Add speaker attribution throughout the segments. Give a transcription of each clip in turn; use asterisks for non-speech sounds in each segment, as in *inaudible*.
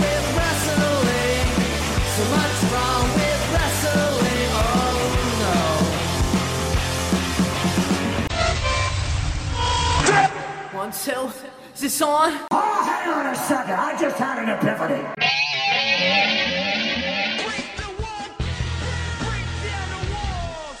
Speaker 1: Oh, So, is this on?
Speaker 2: Oh, hang on a second. I just had an epiphany.
Speaker 3: Break the wall, break down the walls.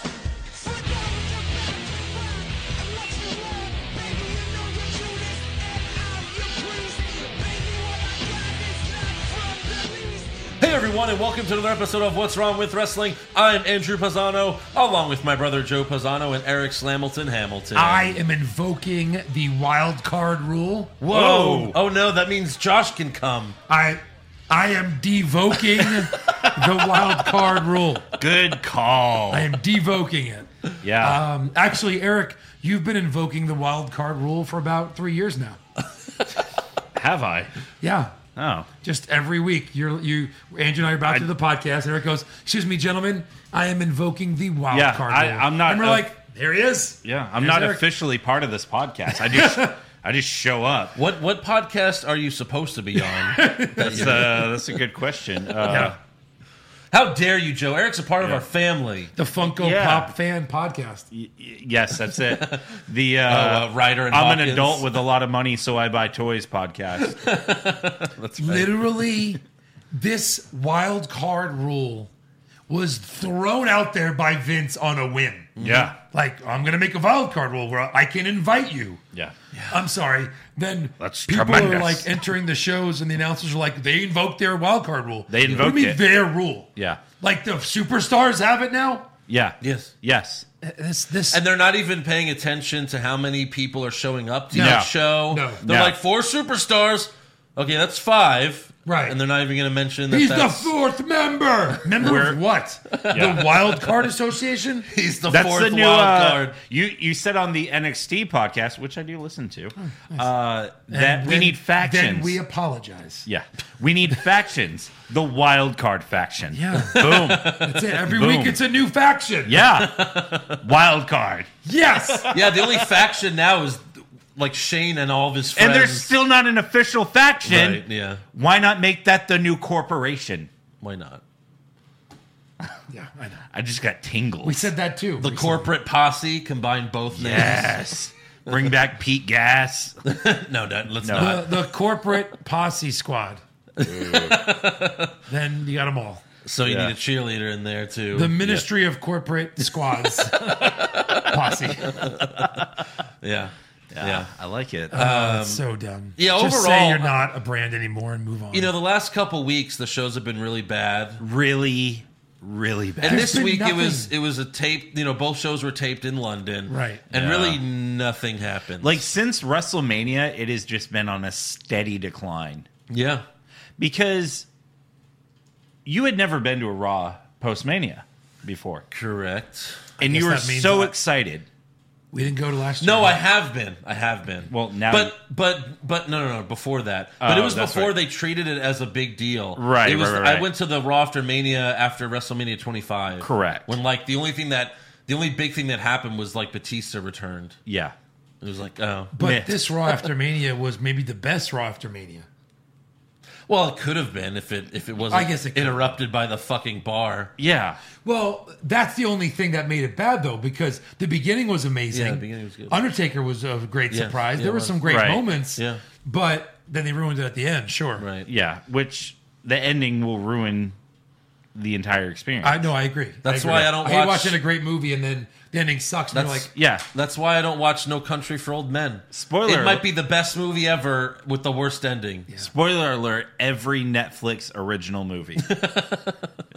Speaker 3: Flip over the back to front, and let you walk. Baby, you know your Judas, and I'm your priest. Baby, what I got is not from the least.
Speaker 4: Hey everyone, and welcome to another episode of What's Wrong with Wrestling. I'm Andrew Pisano, along with my brother Joe Pisano and Eric Slamilton Hamilton.
Speaker 5: I am invoking the wild card rule.
Speaker 4: Whoa! Oh no, that means Josh can come.
Speaker 5: I I am devoking the wild card rule.
Speaker 6: Good call.
Speaker 5: I am devoking it.
Speaker 6: *laughs* Yeah.
Speaker 5: Um, actually, Eric, you've been invoking the wild card rule for about three years now.
Speaker 6: Have I?
Speaker 5: Yeah.
Speaker 6: Oh.
Speaker 5: Just every week, you're you Andrew and I are about to do the podcast. and Eric goes, "Excuse me, gentlemen, I am invoking the wild
Speaker 6: Yeah,
Speaker 5: card
Speaker 6: I-
Speaker 5: rule."
Speaker 6: I'm not
Speaker 5: And we're
Speaker 6: a-
Speaker 5: like, "There he is."
Speaker 6: Yeah. I'm
Speaker 5: There's
Speaker 6: not
Speaker 5: Eric.
Speaker 6: officially part of this podcast. I just I just show up.
Speaker 4: What what podcast are you supposed to be on?
Speaker 6: *laughs* That's, uh, that's a good question. Uh,
Speaker 4: How dare you, Joe? Eric's a part of our family.
Speaker 5: The Funko
Speaker 6: Yeah.
Speaker 5: Pop fan podcast.
Speaker 6: y- y- Yes, that's it. The uh,
Speaker 4: uh, Ryder and
Speaker 6: I'm
Speaker 4: Hawkins.
Speaker 6: an adult with a lot of money, so I buy toys podcast.
Speaker 5: literally this wild card rule was thrown out there by Vince on a whim.
Speaker 6: Yeah.
Speaker 5: Like, I'm going to make a wild card rule where I can invite you.
Speaker 6: Yeah.
Speaker 5: I'm sorry. Then
Speaker 6: That's
Speaker 5: people are
Speaker 6: tremendous.
Speaker 5: like entering the shows, and the announcers are like, they invoked their wild card rule.
Speaker 6: They
Speaker 5: What
Speaker 6: invoked
Speaker 5: do you mean
Speaker 6: it.
Speaker 5: their rule?
Speaker 6: Yeah.
Speaker 5: Like the superstars have it now.
Speaker 6: Yeah.
Speaker 4: Yes.
Speaker 6: Yes.
Speaker 5: This this
Speaker 4: And they're not even paying attention to how many people are showing up to
Speaker 5: No.
Speaker 4: that show.
Speaker 5: No.
Speaker 4: They're
Speaker 6: No.
Speaker 4: like four superstars. Okay, that's five.
Speaker 5: Right.
Speaker 4: And they're not even going to mention that
Speaker 5: he's the
Speaker 4: that's,
Speaker 5: fourth member. Member
Speaker 6: We're-
Speaker 5: of what?
Speaker 6: *laughs*
Speaker 5: The Wild Card Association.
Speaker 4: he's the
Speaker 6: That's
Speaker 4: fourth
Speaker 6: the new
Speaker 4: wild
Speaker 6: uh,
Speaker 4: card.
Speaker 6: You you said on the NXT podcast, which I do listen to, uh, that we
Speaker 5: Then-
Speaker 6: need factions.
Speaker 5: Then we apologize.
Speaker 6: Yeah. We need factions. The wild card faction.
Speaker 5: Yeah.
Speaker 6: Boom.
Speaker 5: That's it. Every
Speaker 6: Boom.
Speaker 5: week it's a new faction.
Speaker 6: Yeah. wild card.
Speaker 4: *laughs*
Speaker 5: Yes.
Speaker 4: Yeah, the only faction now is like Shane and all of his friends.
Speaker 6: And there's still not an official faction.
Speaker 4: Right, yeah.
Speaker 6: Why not make that the new corporation?
Speaker 4: why not
Speaker 5: yeah, I know.
Speaker 6: I just got tingles.
Speaker 5: We said that too.
Speaker 4: the corporate posse combine both names?
Speaker 6: yes. Bring back Pete Gas.
Speaker 4: *laughs* No, that, let's
Speaker 6: No.
Speaker 4: not.
Speaker 5: the, the corporate
Speaker 4: *laughs*
Speaker 5: posse squad. then you got them all.
Speaker 4: So you
Speaker 6: Yeah.
Speaker 4: need a cheerleader in there too.
Speaker 5: The Ministry of Corporate Squads
Speaker 4: *laughs*
Speaker 5: posse.
Speaker 4: yeah. yeah,
Speaker 6: I like it.
Speaker 5: That's so dumb.
Speaker 4: Um, yeah,
Speaker 5: Just
Speaker 4: overall,
Speaker 5: say you're not a brand anymore and move on.
Speaker 4: You know, the last couple weeks the shows have been really bad,
Speaker 6: really, really bad.
Speaker 4: and
Speaker 5: There's
Speaker 4: this
Speaker 5: been
Speaker 4: week it was
Speaker 5: nothing.
Speaker 4: it was a tape. You know, both shows were taped in London,
Speaker 5: Right.
Speaker 4: And
Speaker 6: Yeah.
Speaker 4: really nothing happened.
Speaker 6: like since WrestleMania, it has just been on a steady decline.
Speaker 4: yeah,
Speaker 6: because you had never been to a Raw post Mania before,
Speaker 4: correct.
Speaker 6: and
Speaker 5: guess
Speaker 6: you were
Speaker 5: that means
Speaker 6: so
Speaker 5: that-
Speaker 6: excited.
Speaker 5: we didn't go to last year.
Speaker 4: No, I have been. I have been.
Speaker 6: Well, now
Speaker 4: but
Speaker 6: you-
Speaker 4: but but no, no, no. Before that, but it
Speaker 6: Oh,
Speaker 4: was
Speaker 6: that's
Speaker 4: before
Speaker 6: right.
Speaker 4: they treated it as a big deal.
Speaker 6: Right,
Speaker 4: It was.
Speaker 6: right, right,
Speaker 4: I
Speaker 6: right.
Speaker 4: went to the Raw after Mania after WrestleMania 25.
Speaker 6: Correct.
Speaker 4: When like the only thing that the only big thing that happened was like Batista returned.
Speaker 6: Yeah,
Speaker 4: It was like oh
Speaker 5: But
Speaker 6: Meh.
Speaker 5: this Raw After Mania was maybe the best Raw After Mania.
Speaker 4: well, it could have been if it if it wasn't
Speaker 5: I guess it could.
Speaker 4: interrupted by the fucking bar.
Speaker 6: yeah,
Speaker 5: Well, that's the only thing that made it bad, though, because the beginning was amazing.
Speaker 4: Yeah, the beginning was good.
Speaker 5: Undertaker was a great
Speaker 4: Yeah,
Speaker 5: surprise.
Speaker 4: yeah, it
Speaker 5: there were
Speaker 4: was.
Speaker 5: some great
Speaker 6: Right.
Speaker 5: moments.
Speaker 4: Yeah.
Speaker 5: But then they ruined it at the end, sure.
Speaker 4: Right.
Speaker 6: yeah. Which the ending will ruin the entire experience.
Speaker 5: I know, I agree.
Speaker 4: That's
Speaker 5: agree.
Speaker 4: why I don't
Speaker 5: hate
Speaker 4: watch-
Speaker 5: watching a great movie and then the ending sucks. And you're
Speaker 4: That's-
Speaker 5: like,
Speaker 6: yeah,
Speaker 4: That's why I don't watch No Country for Old Men.
Speaker 6: Spoiler
Speaker 4: It might
Speaker 6: alert.
Speaker 4: be the best movie ever with the worst ending.
Speaker 6: spoiler alert: every Netflix
Speaker 4: *laughs*
Speaker 6: original movie,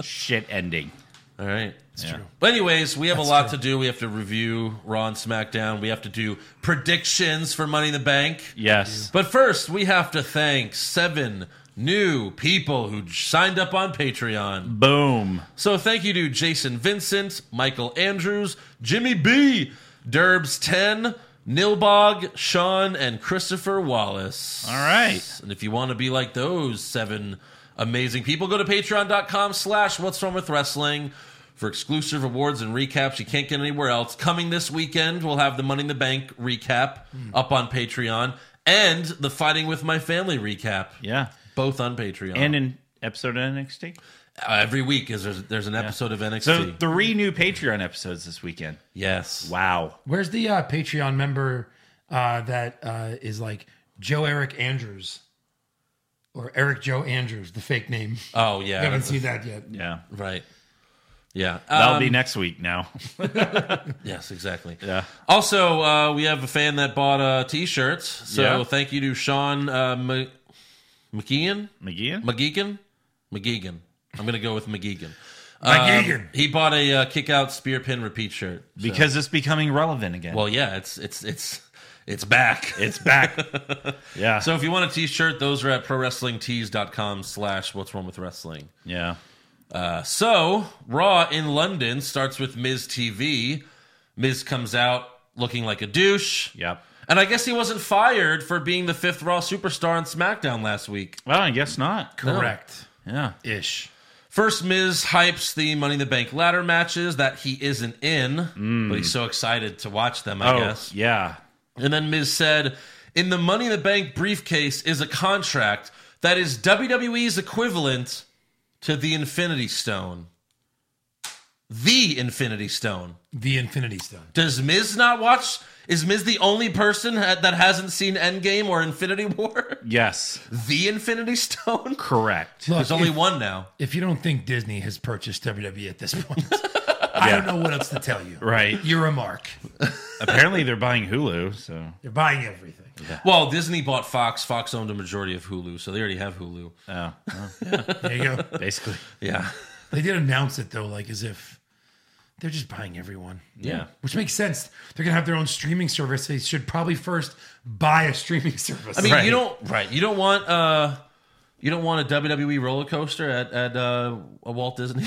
Speaker 6: shit ending.
Speaker 4: All right. It's
Speaker 6: true.
Speaker 4: But anyways, we have a lot
Speaker 5: true.
Speaker 4: to do. We have to review Raw and SmackDown. We have to do predictions for Money in the Bank.
Speaker 6: Yes,
Speaker 4: But first, we have to thank seven new people who j- signed up on Patreon.
Speaker 6: boom.
Speaker 4: So thank you to Jason Vincent, Michael Andrews, Jimmy B, Derbs10, Nilbog, Sean, and Christopher Wallace.
Speaker 6: All right.
Speaker 4: And if you want to be like those seven amazing people, go to patreon.com slash what's wrong with wrestling for exclusive awards and recaps you can't get anywhere else. Coming this weekend, we'll have the Money in the Bank recap
Speaker 6: Hmm.
Speaker 4: up on Patreon and the Fighting with My Family recap.
Speaker 6: Yeah,
Speaker 4: Both on Patreon.
Speaker 6: and an episode of NXT.
Speaker 4: every week is there's, there's an episode of NXT.
Speaker 6: So three new Patreon episodes this weekend.
Speaker 4: yes.
Speaker 6: Wow.
Speaker 5: where's the uh, Patreon member uh, that uh, is like Joe Eric Andrews or Eric Joe Andrews, the fake name.
Speaker 4: Oh
Speaker 5: I
Speaker 4: yeah,
Speaker 5: haven't seen that yet.
Speaker 4: Um,
Speaker 7: Yeah.
Speaker 4: right. Yeah,
Speaker 7: That'll
Speaker 4: Um,
Speaker 7: be next week now.
Speaker 6: *laughs*
Speaker 4: Yes, exactly.
Speaker 7: Yeah.
Speaker 4: Also, uh, we have a fan that bought uh, t-shirts. So
Speaker 7: Yeah.
Speaker 4: thank you to Sean uh, M- McGeehan,
Speaker 7: McGeehan?
Speaker 4: McGeegan, McGeegan. I'm gonna go with McGeegan. Um,
Speaker 5: McGeegan.
Speaker 4: he bought a uh, kick out spear pin repeat shirt.
Speaker 7: because it's becoming relevant again.
Speaker 4: Well, yeah, it's it's it's it's back.
Speaker 7: it's
Speaker 4: *laughs*
Speaker 7: back. yeah.
Speaker 4: so if you want a t-shirt, those are at prowrestlingtees.com slash what's wrong with wrestling.
Speaker 7: yeah.
Speaker 4: So, Raw in London starts with Miz TV. Miz comes out looking like a douche.
Speaker 7: Yep.
Speaker 4: And I guess he wasn't fired for being the fifth Raw superstar on SmackDown last week.
Speaker 7: Well, I guess not.
Speaker 5: Correct.
Speaker 7: Yeah.
Speaker 5: Ish.
Speaker 4: First, Miz hypes the Money in the Bank ladder matches that he isn't in, but he's so excited to watch them, I
Speaker 7: Mm. Oh,
Speaker 4: guess.
Speaker 7: yeah.
Speaker 4: And then Miz said, In the Money in the Bank briefcase is a contract that is WWE's equivalent to the Infinity Stone. The Infinity Stone.
Speaker 5: The Infinity Stone.
Speaker 4: Does Miz not watch? Is Miz the only person ha- that hasn't seen Endgame or Infinity War? *laughs*
Speaker 7: Yes.
Speaker 4: the Infinity Stone?
Speaker 7: Correct.
Speaker 5: *laughs* Look,
Speaker 4: There's only
Speaker 5: if,
Speaker 4: one now.
Speaker 5: if you don't think Disney has purchased WWE at this
Speaker 4: *laughs*
Speaker 5: point, I don't know what else to tell you.
Speaker 7: Right.
Speaker 5: You're a mark.
Speaker 7: *laughs* Apparently they're buying Hulu, so
Speaker 5: You're buying everything.
Speaker 4: Well, Disney bought Fox. Fox owned a majority of Hulu, so they already have Hulu.
Speaker 7: oh, well,
Speaker 5: There you go. *laughs*
Speaker 7: basically.
Speaker 4: Yeah.
Speaker 5: They did announce it though, like as if they're just buying everyone.
Speaker 4: Yeah.
Speaker 5: Which makes sense. They're gonna have their own streaming service. They should probably first buy a streaming service.
Speaker 4: I mean,
Speaker 7: Right.
Speaker 4: you don't right. You don't want uh you don't want a WWE roller coaster at at uh, a Walt Disney.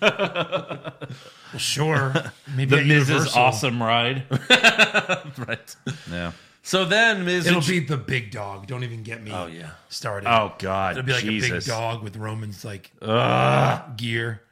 Speaker 4: *laughs*
Speaker 5: sure. Maybe
Speaker 7: The
Speaker 5: at
Speaker 7: Miz's
Speaker 5: Universal.
Speaker 7: awesome ride.
Speaker 5: *laughs*
Speaker 4: right.
Speaker 7: Yeah.
Speaker 4: So then Miz
Speaker 5: It'll be the big dog. Don't even get me
Speaker 4: Oh yeah.
Speaker 5: started.
Speaker 7: Oh God.
Speaker 5: It'll be like a big
Speaker 7: Jesus. *laughs*
Speaker 5: dog with Roman's like gear.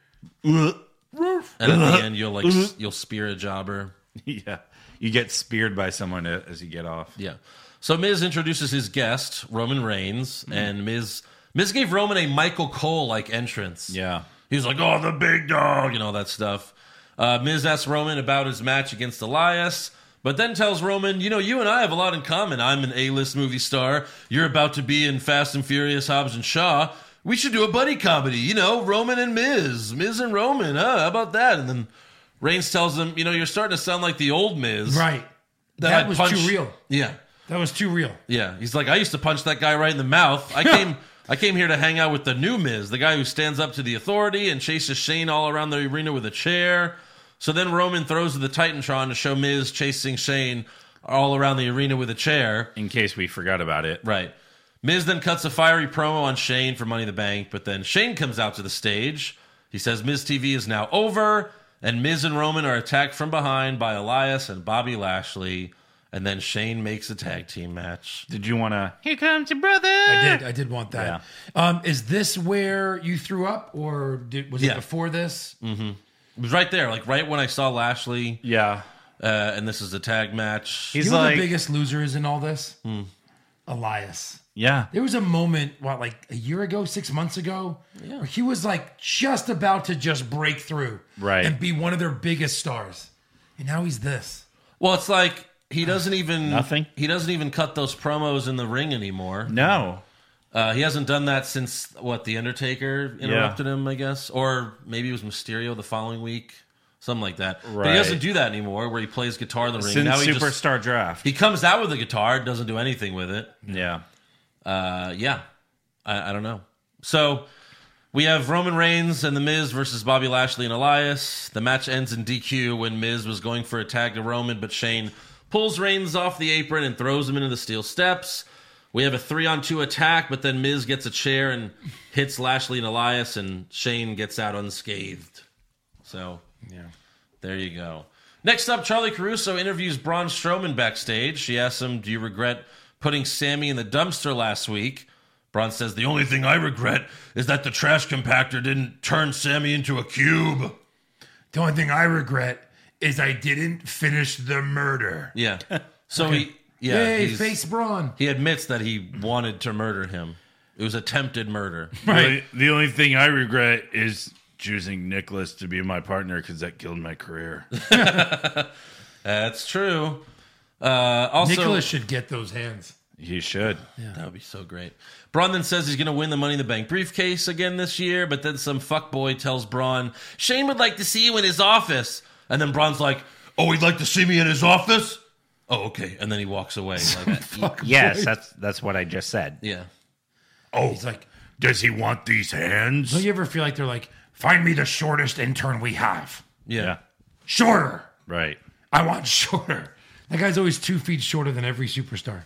Speaker 4: And at
Speaker 5: Uh-huh.
Speaker 4: the end you'll like
Speaker 5: Mm-hmm.
Speaker 4: s- you'll spear a jobber.
Speaker 7: yeah. You get speared by someone a- as you get off.
Speaker 4: Yeah. So Miz introduces his guest, Roman Reigns,
Speaker 5: Mm-hmm.
Speaker 4: and Miz Miz gave Roman a Michael Cole like entrance.
Speaker 7: Yeah.
Speaker 4: He's like, oh, the big dog, and all that stuff. Uh, Miz asks Roman about his match against Elias, but then tells Roman, you know, you and I have a lot in common. I'm an A list movie star. You're about to be in Fast and Furious Hobbs and Shaw. We should do a buddy comedy, you know, Roman and Miz. Miz and Roman, huh? How about that? And then Reigns tells him, you know, you're starting to sound like the old Miz.
Speaker 5: Right. That,
Speaker 4: I'd
Speaker 5: was
Speaker 4: punch-
Speaker 5: too real.
Speaker 4: Yeah.
Speaker 5: That was too real.
Speaker 4: Yeah, he's like, I used to punch that guy right in the mouth. I came, I came here to hang out with the new Miz, the guy who stands up to the authority and chases Shane all around the arena with a chair. So then Roman throws the Titantron to show Miz chasing Shane all around the arena with a chair.
Speaker 7: In case we forgot about it.
Speaker 4: Right. Miz then cuts a fiery promo on Shane for Money in the Bank, but then Shane comes out to the stage. He says Miz TV is now over, and Miz and Roman are attacked from behind by Elias and Bobby Lashley. And then Shane makes a tag team match.
Speaker 7: Did you want to? Here comes your brother.
Speaker 5: I did. I did want that. Um, is this where you threw up, or did, was
Speaker 4: Yeah.
Speaker 5: it before this?
Speaker 4: It was right there, like right when I saw Lashley,
Speaker 7: Yeah.
Speaker 4: uh, and this is a tag match.
Speaker 7: He's
Speaker 5: you know
Speaker 7: like,
Speaker 5: the biggest loser is in all this?
Speaker 4: Hmm.
Speaker 5: Elias.
Speaker 7: yeah.
Speaker 5: There was a moment, what, like a year ago, six months ago, where he was like just about to just break through
Speaker 7: Right.
Speaker 5: and be one of their biggest stars. And now he's this.
Speaker 4: well, it's like he doesn't even
Speaker 7: Nothing.
Speaker 4: He doesn't even cut those promos in the ring anymore.
Speaker 7: No.
Speaker 4: Uh, he hasn't done that since what the Undertaker interrupted him, I guess, or maybe it was Mysterio the following week, something like that. But
Speaker 7: Right.
Speaker 4: he doesn't do that anymore, where he plays guitar in the ring.
Speaker 7: Since
Speaker 4: now he just
Speaker 7: Superstar Draft.
Speaker 4: he comes out with a guitar, doesn't do anything with it.
Speaker 7: yeah.
Speaker 4: Uh, yeah, I, I don't know. So we have Roman Reigns and The Miz versus Bobby Lashley and Elias. The match ends in DQ when Miz was going for a tag to Roman, but Shane pulls Reigns off the apron and throws him into the steel steps. We have a three on two attack, but then Miz gets a chair and hits Lashley and Elias, and Shane gets out unscathed. So there you go. Next up, Charlie Caruso interviews Braun Strowman backstage. She asks him, Do you regret putting Sammy in the dumpster last week? Braun says, The only thing I regret is that the trash compactor didn't turn Sammy into a cube.
Speaker 5: The only thing I regret is I didn't finish the murder.
Speaker 4: Yeah. *laughs* So he, yeah,
Speaker 5: Yay,
Speaker 4: he's-
Speaker 5: face brawn.
Speaker 4: he admits that he wanted to murder him. It was attempted murder.
Speaker 5: *laughs* Right.
Speaker 8: The only thing I regret is choosing Nicholas to be my partner because that killed my career.
Speaker 4: That's true. Uh, also,
Speaker 5: Nicholas should get those hands.
Speaker 8: He should.
Speaker 4: That would be so great. Braun then says he's going to win the Money in the Bank briefcase again this year, but then some fuckboy tells Braun, Shane would like to see you in his office. And then Braun's like, Oh, he'd like to see me in his office? Oh, okay. And then he walks away. Like,
Speaker 6: Yes, that's that's what I just said.
Speaker 4: yeah.
Speaker 8: Oh,
Speaker 5: He's like,
Speaker 8: does he want these hands?
Speaker 5: don't you ever feel like they're like, find me the shortest intern we have?
Speaker 4: Yeah.
Speaker 5: Shorter.
Speaker 8: Right.
Speaker 5: I want shorter. That guy's always two feet shorter than every superstar.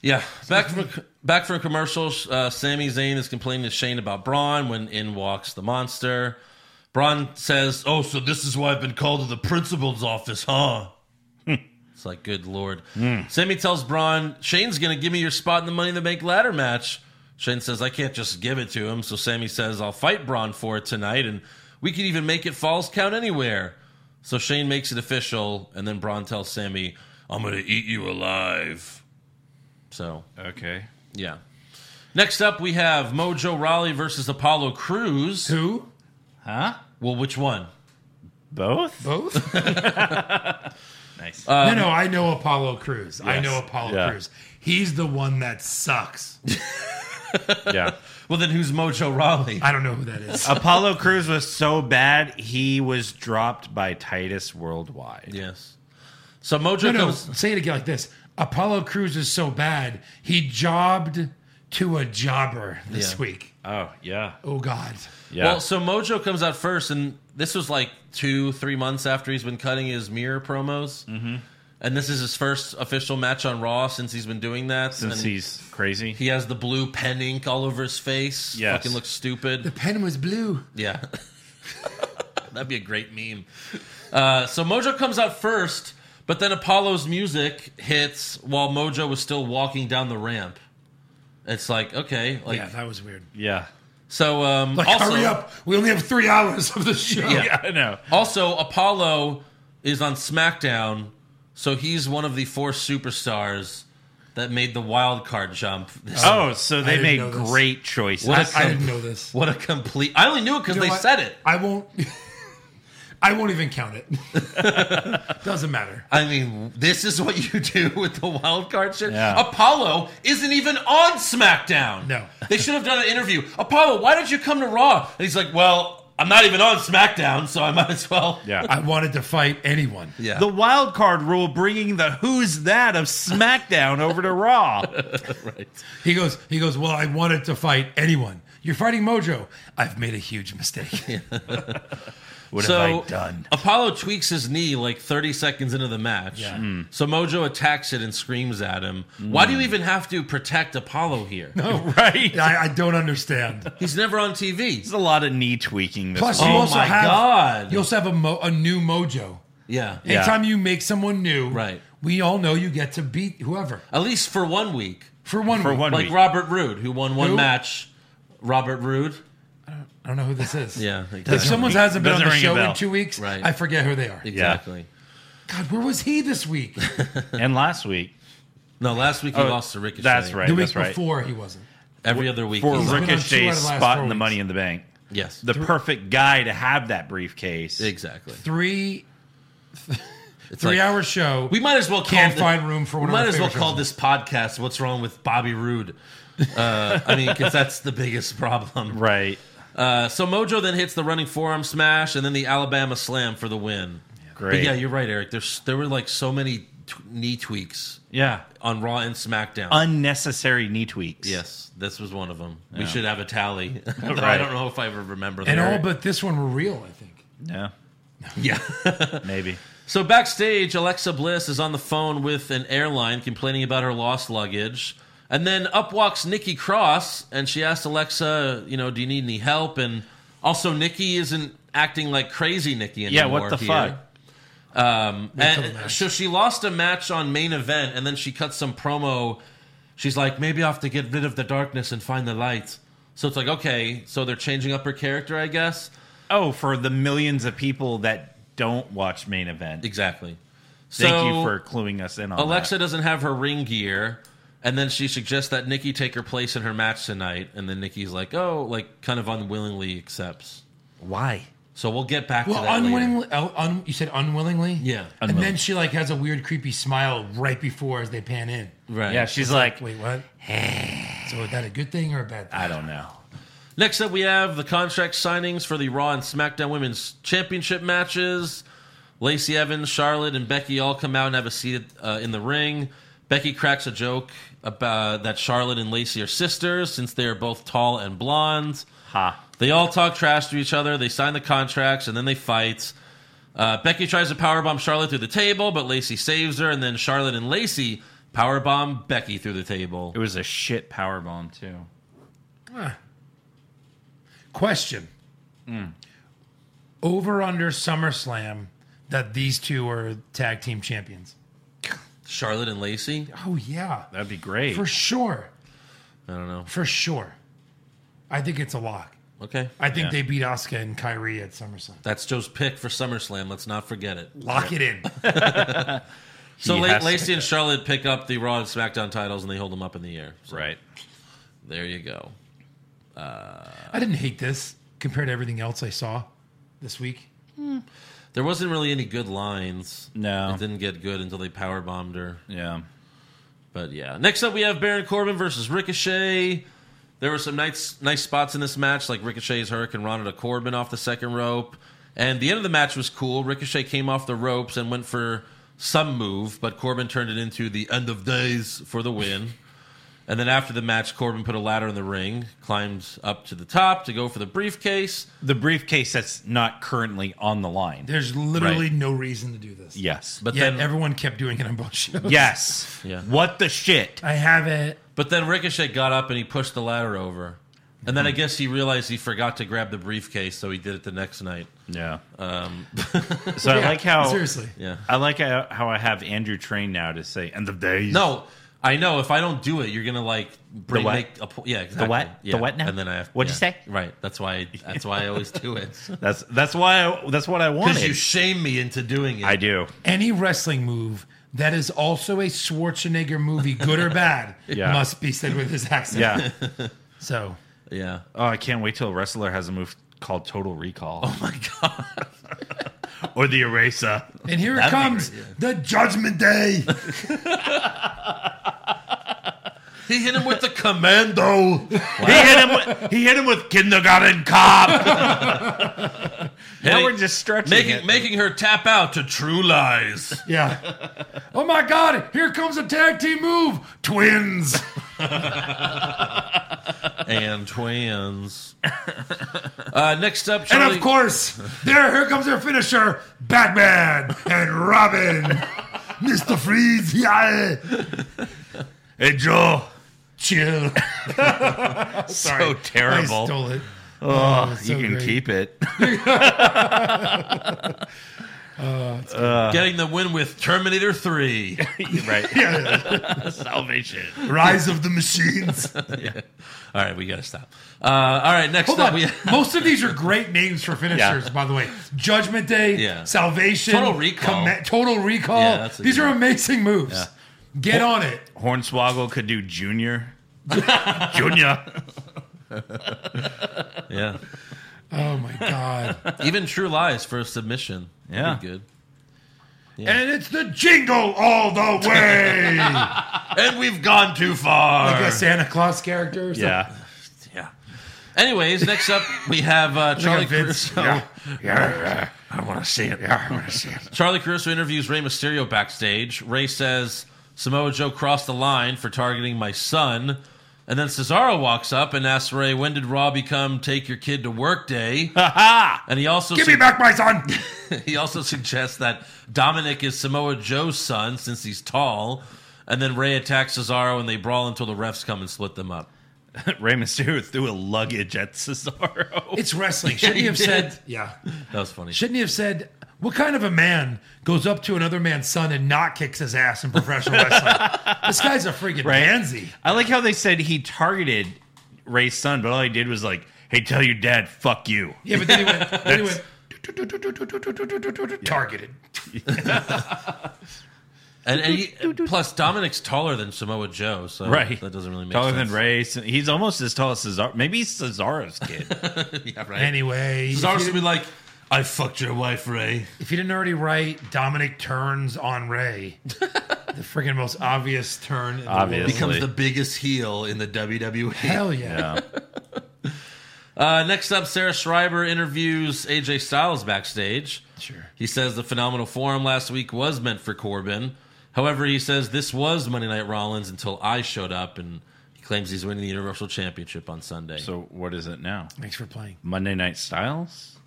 Speaker 4: Yeah. Back from back from commercials, uh, Sami Zayn is complaining to Shane about Braun when in walks the monster. Braun says, "Oh, so this is why I've been called to the principal's office, huh?" it's like, good lord. Sammy tells Braun, "Shane's gonna give me your spot in the Money in the Bank ladder match." Shane says, "I can't just give it to him." So Sammy says, "I'll fight Braun for it tonight, and we could even make it falls count anywhere." So Shane makes it official, and then Braun tells Sammy, "I'm gonna eat you alive." So
Speaker 8: Okay.
Speaker 4: yeah. Next up, we have Mojo Raleigh versus Apollo Cruz.
Speaker 5: Two?
Speaker 7: Huh?
Speaker 4: Well, which one?
Speaker 6: Both?
Speaker 4: *laughs*
Speaker 5: Both?
Speaker 7: Nice.
Speaker 4: Um,
Speaker 5: no, no, I know Apollo Cruz. I know Apollo
Speaker 8: Yeah.
Speaker 5: Cruz. He's the one that sucks.
Speaker 8: *laughs* Yeah.
Speaker 4: Well, then who's Mojo Raleigh?
Speaker 5: I don't know who
Speaker 4: *laughs*
Speaker 5: that is.
Speaker 6: Apollo Cruz was so bad he was dropped by Titus Worldwide.
Speaker 4: yes. So Mojo
Speaker 5: No, no,
Speaker 4: comes.
Speaker 5: say it again like this. Apollo Cruz is so bad, he jobbed to a jobber this
Speaker 4: Yeah.
Speaker 5: week.
Speaker 6: Oh yeah,
Speaker 5: Oh, God.
Speaker 6: yeah.
Speaker 4: Well, so Mojo comes out first, and this was like two, three months after he's been cutting his mirror promos. Mm-hmm. And this is his first official match on Raw since he's been doing that.
Speaker 6: Since
Speaker 4: and
Speaker 6: he's crazy,
Speaker 4: he has the blue pen ink all over his face.
Speaker 6: Yes.
Speaker 4: Fucking looks
Speaker 5: *laughs*
Speaker 4: stupid.
Speaker 5: The pen was blue.
Speaker 4: Yeah. *laughs* That'd be a great meme. Uh, so Mojo comes out first, but then Apollo's music hits while Mojo was still walking down the ramp. It's like, okay, like
Speaker 5: Yeah, that was weird.
Speaker 6: yeah.
Speaker 4: so um
Speaker 5: Like,
Speaker 4: also,
Speaker 5: hurry up. We only have three hours of the show.
Speaker 4: Yeah.
Speaker 6: I know.
Speaker 4: also Apollo is on SmackDown, so he's one of the four superstars that made the wild card jump. *laughs* This-
Speaker 6: Oh, so
Speaker 5: I
Speaker 6: they
Speaker 5: didn't
Speaker 6: made
Speaker 5: know this.
Speaker 6: great choices.
Speaker 4: What a
Speaker 5: I
Speaker 4: com-
Speaker 5: didn't know this.
Speaker 4: What a complete I only knew it because
Speaker 5: You
Speaker 4: they
Speaker 5: know what?
Speaker 4: said it.
Speaker 5: I won't. *laughs* I won't even count it. *laughs* Doesn't matter.
Speaker 4: I mean, this is what you do with the wild card shit.
Speaker 6: Yeah.
Speaker 4: Apollo isn't even on SmackDown.
Speaker 5: No.
Speaker 4: they should have done an interview. Apollo, why don't you come to Raw? And he's like, "Well, I'm not even on SmackDown, so I might as well." *laughs*
Speaker 6: yeah.
Speaker 5: I wanted to fight anyone.
Speaker 4: yeah.
Speaker 7: The wild card rule bringing the who's that of SmackDown over to Raw.
Speaker 5: He goes. He goes. Well, I wanted to fight anyone. You're fighting Mojo. I've made a
Speaker 4: *laughs*
Speaker 5: huge mistake.
Speaker 6: what
Speaker 4: so
Speaker 6: have
Speaker 4: *laughs*
Speaker 6: I done?
Speaker 4: Apollo tweaks his knee like 30 seconds into the match.
Speaker 5: Yeah.
Speaker 6: Hmm.
Speaker 4: So Mojo attacks it and screams at him. Why do you even have to protect Apollo here?
Speaker 6: *laughs* Right.
Speaker 5: I, I don't understand.
Speaker 4: He's never on
Speaker 5: *laughs*
Speaker 4: TV.
Speaker 6: There's a lot of knee tweaking. This
Speaker 5: Plus,
Speaker 6: week.
Speaker 5: you
Speaker 4: Oh
Speaker 5: also
Speaker 4: my
Speaker 5: have
Speaker 4: God.
Speaker 5: you also have a, mo- a new Mojo.
Speaker 4: Yeah.
Speaker 5: Anytime you make someone new,
Speaker 4: Right.
Speaker 5: We all know you get to beat whoever
Speaker 4: At least for one week.
Speaker 5: for one.
Speaker 6: for
Speaker 5: week.
Speaker 6: one
Speaker 4: Like
Speaker 6: week.
Speaker 4: Robert Roode, who won one
Speaker 5: Who?
Speaker 4: match. Robert Roode.
Speaker 5: I don't know who this is.
Speaker 4: Yeah. like-
Speaker 5: If someone hasn't been on
Speaker 6: Doesn't
Speaker 5: the
Speaker 6: ring a
Speaker 5: show in
Speaker 6: bell.
Speaker 5: two weeks,
Speaker 4: Right.
Speaker 5: I forget who they are.
Speaker 4: Exactly.
Speaker 5: God, where was he this week?
Speaker 6: and last week,
Speaker 4: No, last week he
Speaker 6: Oh,
Speaker 4: lost to Ricochet.
Speaker 6: that's right.
Speaker 5: the week
Speaker 6: that's right.
Speaker 5: before he wasn't.
Speaker 4: Every other week.
Speaker 6: for
Speaker 4: he's on.
Speaker 5: been on two out
Speaker 6: Ricochet's
Speaker 5: of the last
Speaker 6: spot
Speaker 5: four
Speaker 6: in the
Speaker 5: weeks.
Speaker 6: Money in the Bank.
Speaker 4: Yes.
Speaker 6: The perfect guy to have that briefcase.
Speaker 4: exactly.
Speaker 5: Three
Speaker 4: It's
Speaker 5: three
Speaker 4: like-
Speaker 5: hour show.
Speaker 4: We might as well call
Speaker 5: Can't
Speaker 4: the-
Speaker 5: find room for
Speaker 4: We
Speaker 5: one of
Speaker 4: might
Speaker 5: our
Speaker 4: as well
Speaker 5: favorite
Speaker 4: call
Speaker 5: shows.
Speaker 4: this podcast "What's Wrong with Bobby Roode." Uh, I mean, because that's the biggest problem.
Speaker 6: Right.
Speaker 4: Uh, so Mojo then hits the running forearm smash and then the Alabama slam for the win.
Speaker 6: Great.
Speaker 4: But yeah, you're right, Eric. There's there were like so many t- knee tweaks
Speaker 6: Yeah.
Speaker 4: on Raw and SmackDown.
Speaker 6: Unnecessary knee tweaks.
Speaker 4: yes, this was one of them. We should have a tally. *laughs* I
Speaker 6: Right.
Speaker 4: don't know if I ever remember that.
Speaker 5: and all but this one were real, I think. *laughs*
Speaker 6: Yeah.
Speaker 4: yeah. *laughs*
Speaker 6: Maybe.
Speaker 4: So backstage, Alexa Bliss is on the phone with an airline complaining about her lost luggage. And then up walks Nikki Cross and she asked Alexa, you know, do you need any help? And also, Nikki isn't acting like crazy Nikki
Speaker 6: Yeah,
Speaker 4: anymore.
Speaker 6: what the
Speaker 4: here.
Speaker 6: fuck?
Speaker 4: Um,
Speaker 5: till the
Speaker 4: and
Speaker 5: match.
Speaker 4: so she lost a match on main event and then she cuts some promo. She's like, maybe I'll have to get rid of the darkness and find the light. So it's like, okay, so they're changing up her character, I guess.
Speaker 6: Oh, for the millions of people that don't watch main event.
Speaker 4: Exactly.
Speaker 6: Thank
Speaker 4: So-
Speaker 6: you for cluing us in on
Speaker 4: Alexa
Speaker 6: that.
Speaker 4: doesn't have her ring gear, and then she suggests that Nikki take her place in her match tonight, and then Nikki's like, "Oh, like kind of unwillingly accepts."
Speaker 6: Why?
Speaker 4: So we'll get back to
Speaker 5: Well,
Speaker 4: that. later.
Speaker 5: unwillingly. Oh, un, you said unwillingly.
Speaker 4: Yeah.
Speaker 5: And then she like has a weird, creepy smile right before as they pan in.
Speaker 4: Right.
Speaker 6: Yeah, she's like,
Speaker 5: Wait, what? *sighs* so is that a good thing or a bad thing?
Speaker 6: I don't know.
Speaker 4: Next up, we have the contract signings for the Raw and SmackDown Women's Championship matches. Lacey Evans, Charlotte, and Becky all come out and have a seat uh, in the ring. Becky cracks a joke about uh, that Charlotte and Lacey are sisters since they are both tall and blonde.
Speaker 6: Ha.
Speaker 4: They all talk trash to each other. They sign the contracts and then they fight. Uh, Becky tries to powerbomb Charlotte through the table, but Lacey saves her, and then Charlotte and Lacey powerbomb Becky through the table.
Speaker 6: It was a shit power bomb too.
Speaker 5: Question.
Speaker 4: Hmm.
Speaker 5: Over under SummerSlam that these two are tag team champions.
Speaker 4: Charlotte and Lacey?
Speaker 5: Oh yeah,
Speaker 6: That'd be great.
Speaker 5: for sure,
Speaker 4: I don't know.
Speaker 5: for sure. I think it's a lock.
Speaker 4: Okay.
Speaker 5: I think they beat Asuka and Kyrie at SummerSlam.
Speaker 4: That's Joe's pick for SummerSlam. Let's not forget it.
Speaker 5: Lock it in.
Speaker 4: So La-
Speaker 6: has to
Speaker 4: Lacey and Charlotte pick up the Raw and SmackDown titles and they hold them up in the air. So
Speaker 6: right.
Speaker 4: there you go.
Speaker 5: I didn't hate this compared to everything else I saw this week.
Speaker 4: There wasn't really any good lines.
Speaker 6: No.
Speaker 4: It didn't get good until they power bombed her.
Speaker 6: Yeah.
Speaker 4: But yeah. Next up, we have Baron Corbin versus Ricochet. There were some nice nice spots in this match, like Ricochet's Hurricane Rana to Corbin off the second rope. And the end of the match was cool. Ricochet came off the ropes and went for some move, but Corbin turned it into the end of days for the win. *laughs* and then after the match, Corbin put a ladder in the ring, climbed up to the top to go for the briefcase.
Speaker 6: The briefcase that's not currently on the line.
Speaker 5: There's literally no reason to do this.
Speaker 6: yes.
Speaker 4: But
Speaker 5: Yet
Speaker 4: then
Speaker 5: everyone kept doing it on both shows.
Speaker 6: yes.
Speaker 4: Yeah.
Speaker 6: What the shit?
Speaker 5: I have it.
Speaker 4: But then Ricochet got up and he pushed the ladder over. And then I guess he realized he forgot to grab the briefcase, so he did it the next night.
Speaker 6: Yeah. Um. *laughs* so I like *laughs* how
Speaker 5: seriously.
Speaker 4: Yeah.
Speaker 6: I like how how I have Andrew train now to say end of days.
Speaker 4: No, I know. If I don't do it, you're gonna like bring,
Speaker 6: what?
Speaker 4: make a po- yeah exactly.
Speaker 6: what? The
Speaker 4: Yeah.
Speaker 6: what now?
Speaker 4: And then I have
Speaker 6: What'd you
Speaker 4: yeah.
Speaker 6: say?
Speaker 4: Right. That's why. That's why I always do
Speaker 6: *laughs*
Speaker 4: it
Speaker 6: That's that's why I, that's what I
Speaker 4: because
Speaker 6: wanted.
Speaker 4: you shame me into doing it.
Speaker 6: I *laughs* do.
Speaker 5: Any wrestling move that is also a Schwarzenegger movie, good or bad,
Speaker 6: Yeah.
Speaker 5: must be said with his accent.
Speaker 6: Yeah.
Speaker 5: So
Speaker 4: yeah.
Speaker 6: oh, I can't wait till a wrestler has a move called Total Recall. Oh my god. or the Eraser.
Speaker 5: And here it comes, the Judgment Day.
Speaker 4: He hit him with the
Speaker 6: *laughs*
Speaker 4: commando.
Speaker 6: He hit him. With, he hit him with kindergarten cop. *laughs* now
Speaker 4: Hitting-
Speaker 6: we're just stretching
Speaker 4: *laughs* making
Speaker 6: it.
Speaker 4: making her tap out to True Lies.
Speaker 5: Yeah. oh my God! Here comes a tag team move, twins.
Speaker 4: and
Speaker 6: *laughs*
Speaker 4: twins. Uh, next up,
Speaker 5: and
Speaker 4: Charlie,
Speaker 5: of course, there. Here comes their finisher, Batman
Speaker 4: *laughs*
Speaker 5: and Robin, Mister Freeze. Yeah.
Speaker 6: Hey Joe.
Speaker 5: Chill.
Speaker 6: So
Speaker 5: I
Speaker 6: terrible.
Speaker 5: stole it.
Speaker 6: Oh,
Speaker 5: it's
Speaker 6: you
Speaker 5: so
Speaker 6: can
Speaker 5: great.
Speaker 6: keep it. *laughs*
Speaker 4: getting the win with Terminator Three.
Speaker 6: right.
Speaker 5: Yeah.
Speaker 6: *laughs* Salvation.
Speaker 5: Rise of the Machines.
Speaker 4: all right, we gotta stop. Uh, all right, next
Speaker 5: Hold
Speaker 4: up
Speaker 5: on.
Speaker 4: we *laughs*
Speaker 5: Most of these are great names for finishers,
Speaker 6: Yeah.
Speaker 5: by the way. Judgment Day,
Speaker 4: Yeah.
Speaker 5: Salvation,
Speaker 4: Total Recall.
Speaker 5: Comm- Total Recall.
Speaker 4: Yeah, that's a
Speaker 5: these
Speaker 4: good
Speaker 5: are
Speaker 4: one.
Speaker 5: amazing moves. Get on it.
Speaker 6: Hornswoggle could do Junior. junior.
Speaker 4: yeah.
Speaker 5: Oh my
Speaker 4: *laughs*
Speaker 5: god!
Speaker 4: Even True Lies for a submission. That'd
Speaker 6: Yeah.
Speaker 4: be good.
Speaker 5: and it's the jingle all
Speaker 4: *laughs*
Speaker 5: the way,
Speaker 4: And we've gone too far.
Speaker 5: like a Santa Claus character. Or something.
Speaker 6: *laughs* Yeah.
Speaker 4: Yeah. Anyways, next up we
Speaker 6: *laughs*
Speaker 4: have uh, Charlie
Speaker 5: Like a Vince.
Speaker 4: Caruso.
Speaker 6: I want to see it. Yeah, I want to see it.
Speaker 4: Charlie Caruso interviews Rey Mysterio backstage. Rey says Samoa Joe crossed the line for targeting my son. And then Cesaro walks up and asks Ray, when did Raw become take your kid to work day? and he also
Speaker 5: Give me back my son.
Speaker 4: *laughs* He also suggests that Dominic is Samoa Joe's son since he's tall. And then Ray attacks Cesaro and they brawl until the refs come and split them up.
Speaker 6: Rey Mysterio threw a luggage at
Speaker 7: *laughs*
Speaker 6: Cesaro.
Speaker 5: It's wrestling. Shouldn't he
Speaker 4: he
Speaker 5: have
Speaker 4: did.
Speaker 5: said? Yeah.
Speaker 4: That was funny.
Speaker 5: Shouldn't he have said? What kind of a man goes up to another man's son and not kicks his ass in professional wrestling? this guy's a freaking pansy.
Speaker 6: I like how they said he targeted Ray's son, but all he did was like, "Hey, tell your dad, fuck you."
Speaker 5: Yeah, but then he went. then he went targeted.
Speaker 4: And, and he- plus, Dominic's taller than Samoa Joe, so
Speaker 6: Right.
Speaker 4: that doesn't really make
Speaker 6: Taller
Speaker 4: sense.
Speaker 6: than Ray,
Speaker 4: *laughs*
Speaker 6: he's almost as tall as Cesaro. Maybe he's Cesaro's kid.
Speaker 4: Yeah, right.
Speaker 5: Anyway,
Speaker 4: Cesaro's gonna be like, I fucked your wife, Ray.
Speaker 5: If you didn't already write Dominic turns on Ray, the freaking most obvious turn. In the
Speaker 6: Obvious.
Speaker 5: world.
Speaker 4: Becomes the
Speaker 6: *laughs*
Speaker 4: biggest heel in the E. WWE.
Speaker 5: Hell yeah.
Speaker 4: Uh, next up, Sarah Schreiber interviews AJ Styles backstage.
Speaker 5: Sure.
Speaker 4: He says the phenomenal forum last week was meant for Corbin. However, he says this was Monday Night Rollins until I showed up, and he claims he's winning the Universal Championship on Sunday.
Speaker 7: So what is it now?
Speaker 5: Thanks for playing.
Speaker 7: Monday Night Styles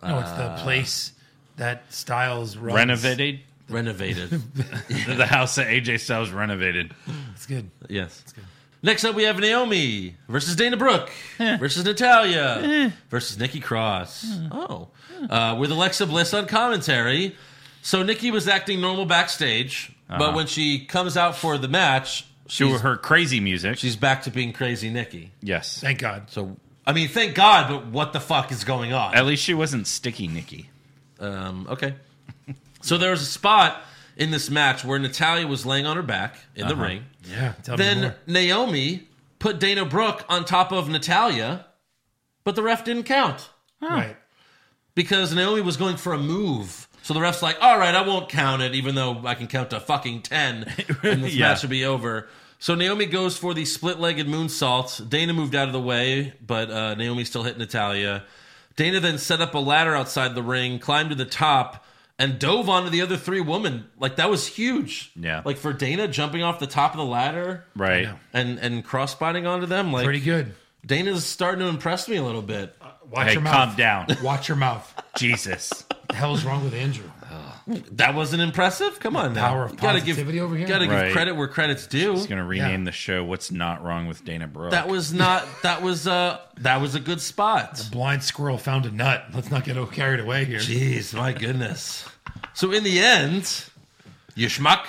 Speaker 5: No, it's the place that Styles runs.
Speaker 7: renovated. *laughs*
Speaker 4: Renovated.
Speaker 7: the house that AJ Styles renovated.
Speaker 5: It's good.
Speaker 4: yes. Next up, we have Naomi versus Dana Brooke versus Natalia versus Nikki Cross. Oh. Uh, with Alexa Bliss on commentary. So Nikki was acting normal backstage, but when she comes out for the match,
Speaker 7: To
Speaker 4: she's,
Speaker 7: her crazy music.
Speaker 4: she's back to being crazy Nikki.
Speaker 7: yes.
Speaker 5: Thank God.
Speaker 4: So I mean, thank God, but what the fuck is going on?
Speaker 7: At least she wasn't sticky Nikki.
Speaker 4: Um, okay. *laughs* so there was a spot in this match where Natalia was laying on her back in the ring.
Speaker 5: Yeah. Tell me
Speaker 4: Then
Speaker 5: more.
Speaker 4: Naomi put Dana Brooke on top of Natalia, but the ref didn't count
Speaker 5: Right.
Speaker 4: because Naomi was going for a move. So the ref's like, all right, I won't count it, even though I can count to fucking 10
Speaker 7: *laughs*
Speaker 4: and this
Speaker 7: Yeah.
Speaker 4: match will be over. So Naomi goes for the split legged moonsault. Dana moved out of the way, but uh, Naomi still hit Natalia. Dana then set up a ladder outside the ring, climbed to the top, and dove onto the other three women. Like, that was huge.
Speaker 7: Yeah.
Speaker 4: Like, for Dana jumping off the top of the ladder
Speaker 7: Right.
Speaker 4: and, and cross binding onto them, like,
Speaker 5: Pretty good.
Speaker 4: Dana's starting to impress me a little bit.
Speaker 5: Watch
Speaker 7: Hey,
Speaker 5: your mouth.
Speaker 7: calm down.
Speaker 5: Watch your mouth.
Speaker 7: Jesus.
Speaker 5: the hell is wrong with Andrew?
Speaker 4: That wasn't impressive. Come on, now.
Speaker 5: power of positivity over here.
Speaker 4: Got to give
Speaker 7: Right.
Speaker 4: credit where credit's due.
Speaker 7: He's gonna rename
Speaker 5: Yeah.
Speaker 7: the show "What's Not Wrong with Dana Brooke."
Speaker 4: That was not. That was uh. That was a good spot.
Speaker 5: Blind squirrel found a nut. Let's not get carried away here.
Speaker 4: Jeez, my goodness. So in the end, you schmuck.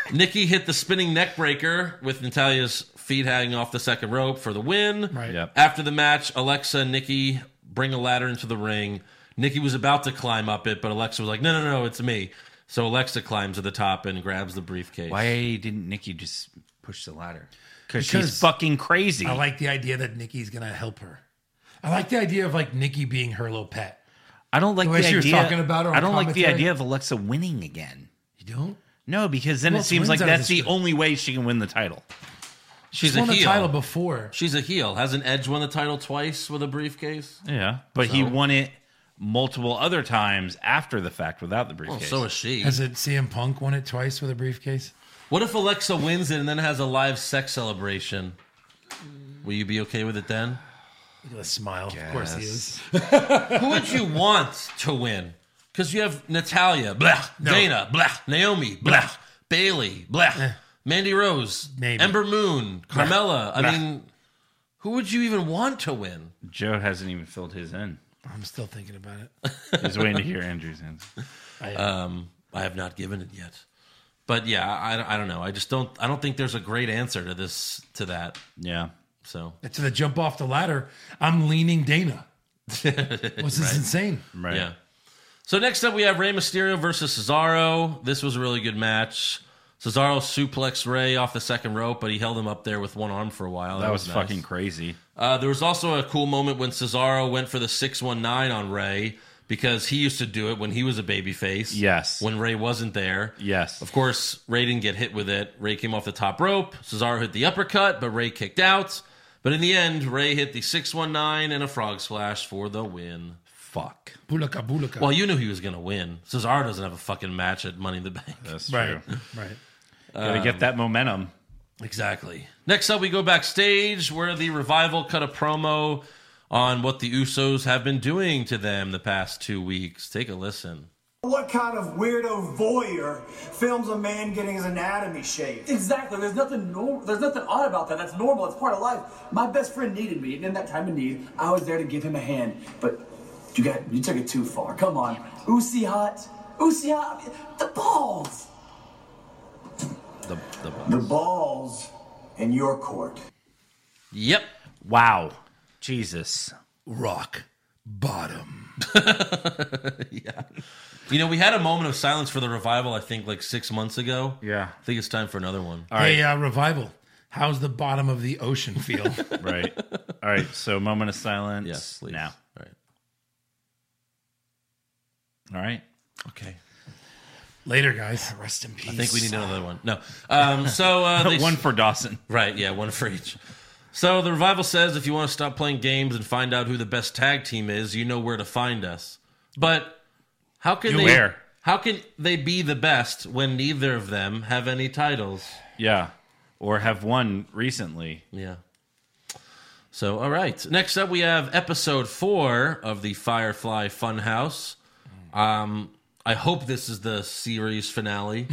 Speaker 7: *laughs*
Speaker 4: Nikki hit the spinning neck breaker with Natalia's feet hanging off the second rope for the win.
Speaker 5: Right.
Speaker 7: Yep.
Speaker 4: After the match, Alexa and Nikki bring a ladder into the ring. Nikki was about to climb up it, but Alexa was like, "No, no, no, it's me." So Alexa climbs to the top and grabs the briefcase.
Speaker 7: Why didn't Nikki just push the ladder? Because
Speaker 5: Because-
Speaker 7: she's fucking crazy.
Speaker 5: I like the idea that Nikki's gonna help her. I like the idea of like Nikki being her little pet.
Speaker 7: I don't like
Speaker 5: The
Speaker 7: the,
Speaker 5: way she
Speaker 7: idea.
Speaker 5: was talking about it on
Speaker 7: I don't like the
Speaker 5: commentary.
Speaker 7: idea of Alexa winning again.
Speaker 5: You don't?
Speaker 7: No, because then it
Speaker 5: Who else
Speaker 7: seems
Speaker 5: wins
Speaker 7: like
Speaker 5: out of
Speaker 7: that's
Speaker 5: this
Speaker 7: the
Speaker 5: group?
Speaker 7: only way she can win the title.
Speaker 4: She's
Speaker 5: She
Speaker 4: a
Speaker 5: won the
Speaker 4: heel.
Speaker 5: title before.
Speaker 4: She's a heel. Hasn't Edge won the title twice with a briefcase?
Speaker 7: Yeah, but he
Speaker 4: So?
Speaker 7: won it multiple other times after the fact without the briefcase.
Speaker 4: Oh, So is she.
Speaker 5: Has it CM Punk won it twice with a briefcase?
Speaker 4: What if Alexa wins it and then has a live sex celebration? Will you be okay with it then?
Speaker 5: Look at the smile. Of course he is.
Speaker 4: Who would you want to win? Because you have Natalia, blah, Dana, blah, Naomi, blah, Bailey, blah, Mandy Rose,
Speaker 5: Maybe.
Speaker 4: Ember Moon, Carmella. I mean, who would you even want to win?
Speaker 7: Joe hasn't even filled his in.
Speaker 5: I'm still thinking about it. *laughs*
Speaker 7: He's waiting to hear Andrew's answer.
Speaker 4: Um, I have not given it yet. But yeah, I, I don't know. I just don't. I don't think there's a great answer to this to that.
Speaker 7: Yeah,
Speaker 4: So
Speaker 5: To the jump off the ladder, I'm
Speaker 4: *laughs*
Speaker 5: leaning Dana. This is insane.
Speaker 7: right.
Speaker 4: Yeah. So next up, we have Rey Mysterio versus Cesaro. This was a really good match. Cesaro suplexed Rey off the second rope, but he held him up there with one arm for a while.
Speaker 7: That was
Speaker 4: nice.
Speaker 7: fucking crazy.
Speaker 4: Uh, there was also a cool moment when Cesaro went for the 619 on Rey because he used to do it when he was a babyface.
Speaker 7: Yes.
Speaker 4: When Rey wasn't there.
Speaker 7: Yes.
Speaker 4: Of course, Ray didn't get hit with it. Ray came off the top rope. Cesaro hit the uppercut, but Ray kicked out. But in the end, Ray hit the 619 and a frog splash for the win.
Speaker 7: Fuck.
Speaker 5: Bulaka bulaka.
Speaker 4: Well, you knew he was going to win. Cesaro doesn't have a fucking match at Money in the Bank.
Speaker 7: That's
Speaker 5: right, Um,
Speaker 7: true.
Speaker 5: right.
Speaker 7: Gotta get that momentum.
Speaker 4: Exactly. Next up, we go backstage where the Revival cut a promo on what the Usos have been doing to them the past two weeks. Take a listen.
Speaker 9: What kind of weirdo voyeur films a man getting his anatomy shaved?
Speaker 2: Exactly. There's nothing normal. There's nothing odd about that. That's normal. It's part of life. My best friend needed me, and in that time of need, I was there to give him a hand. But you got you took it too far. Come on, Usi hot, Usi hot. I mean, The balls.
Speaker 4: The, the
Speaker 9: The balls in your court.
Speaker 4: Yep.
Speaker 7: Wow. Jesus.
Speaker 5: Rock bottom.
Speaker 4: You know, we had a moment of silence for the Revival, I think, like six months ago.
Speaker 7: Yeah.
Speaker 4: I think it's time for another one.
Speaker 5: Hey, uh, revival. How's the bottom of the
Speaker 4: *laughs*
Speaker 5: ocean feel?
Speaker 7: Right. All right. So moment of silence.
Speaker 4: Yes, please.
Speaker 7: Now.
Speaker 4: All right.
Speaker 6: All right.
Speaker 4: Okay.
Speaker 5: Later, guys.
Speaker 6: Rest in peace.
Speaker 4: I think we need another one. No. Um, so uh, they
Speaker 6: *laughs* one for Dawson.
Speaker 4: Right, yeah, one for each. So the revival says if you want to stop playing games and find out who the best tag team is, you know where to find us. But how can
Speaker 6: You
Speaker 4: they
Speaker 6: where?
Speaker 4: how can they be the best when neither of them have any titles?
Speaker 6: Yeah. Or have won recently.
Speaker 4: Yeah. So all right. Next up we have episode 4 of the Firefly Funhouse. Um I hope this is the series
Speaker 6: *laughs*
Speaker 4: finale.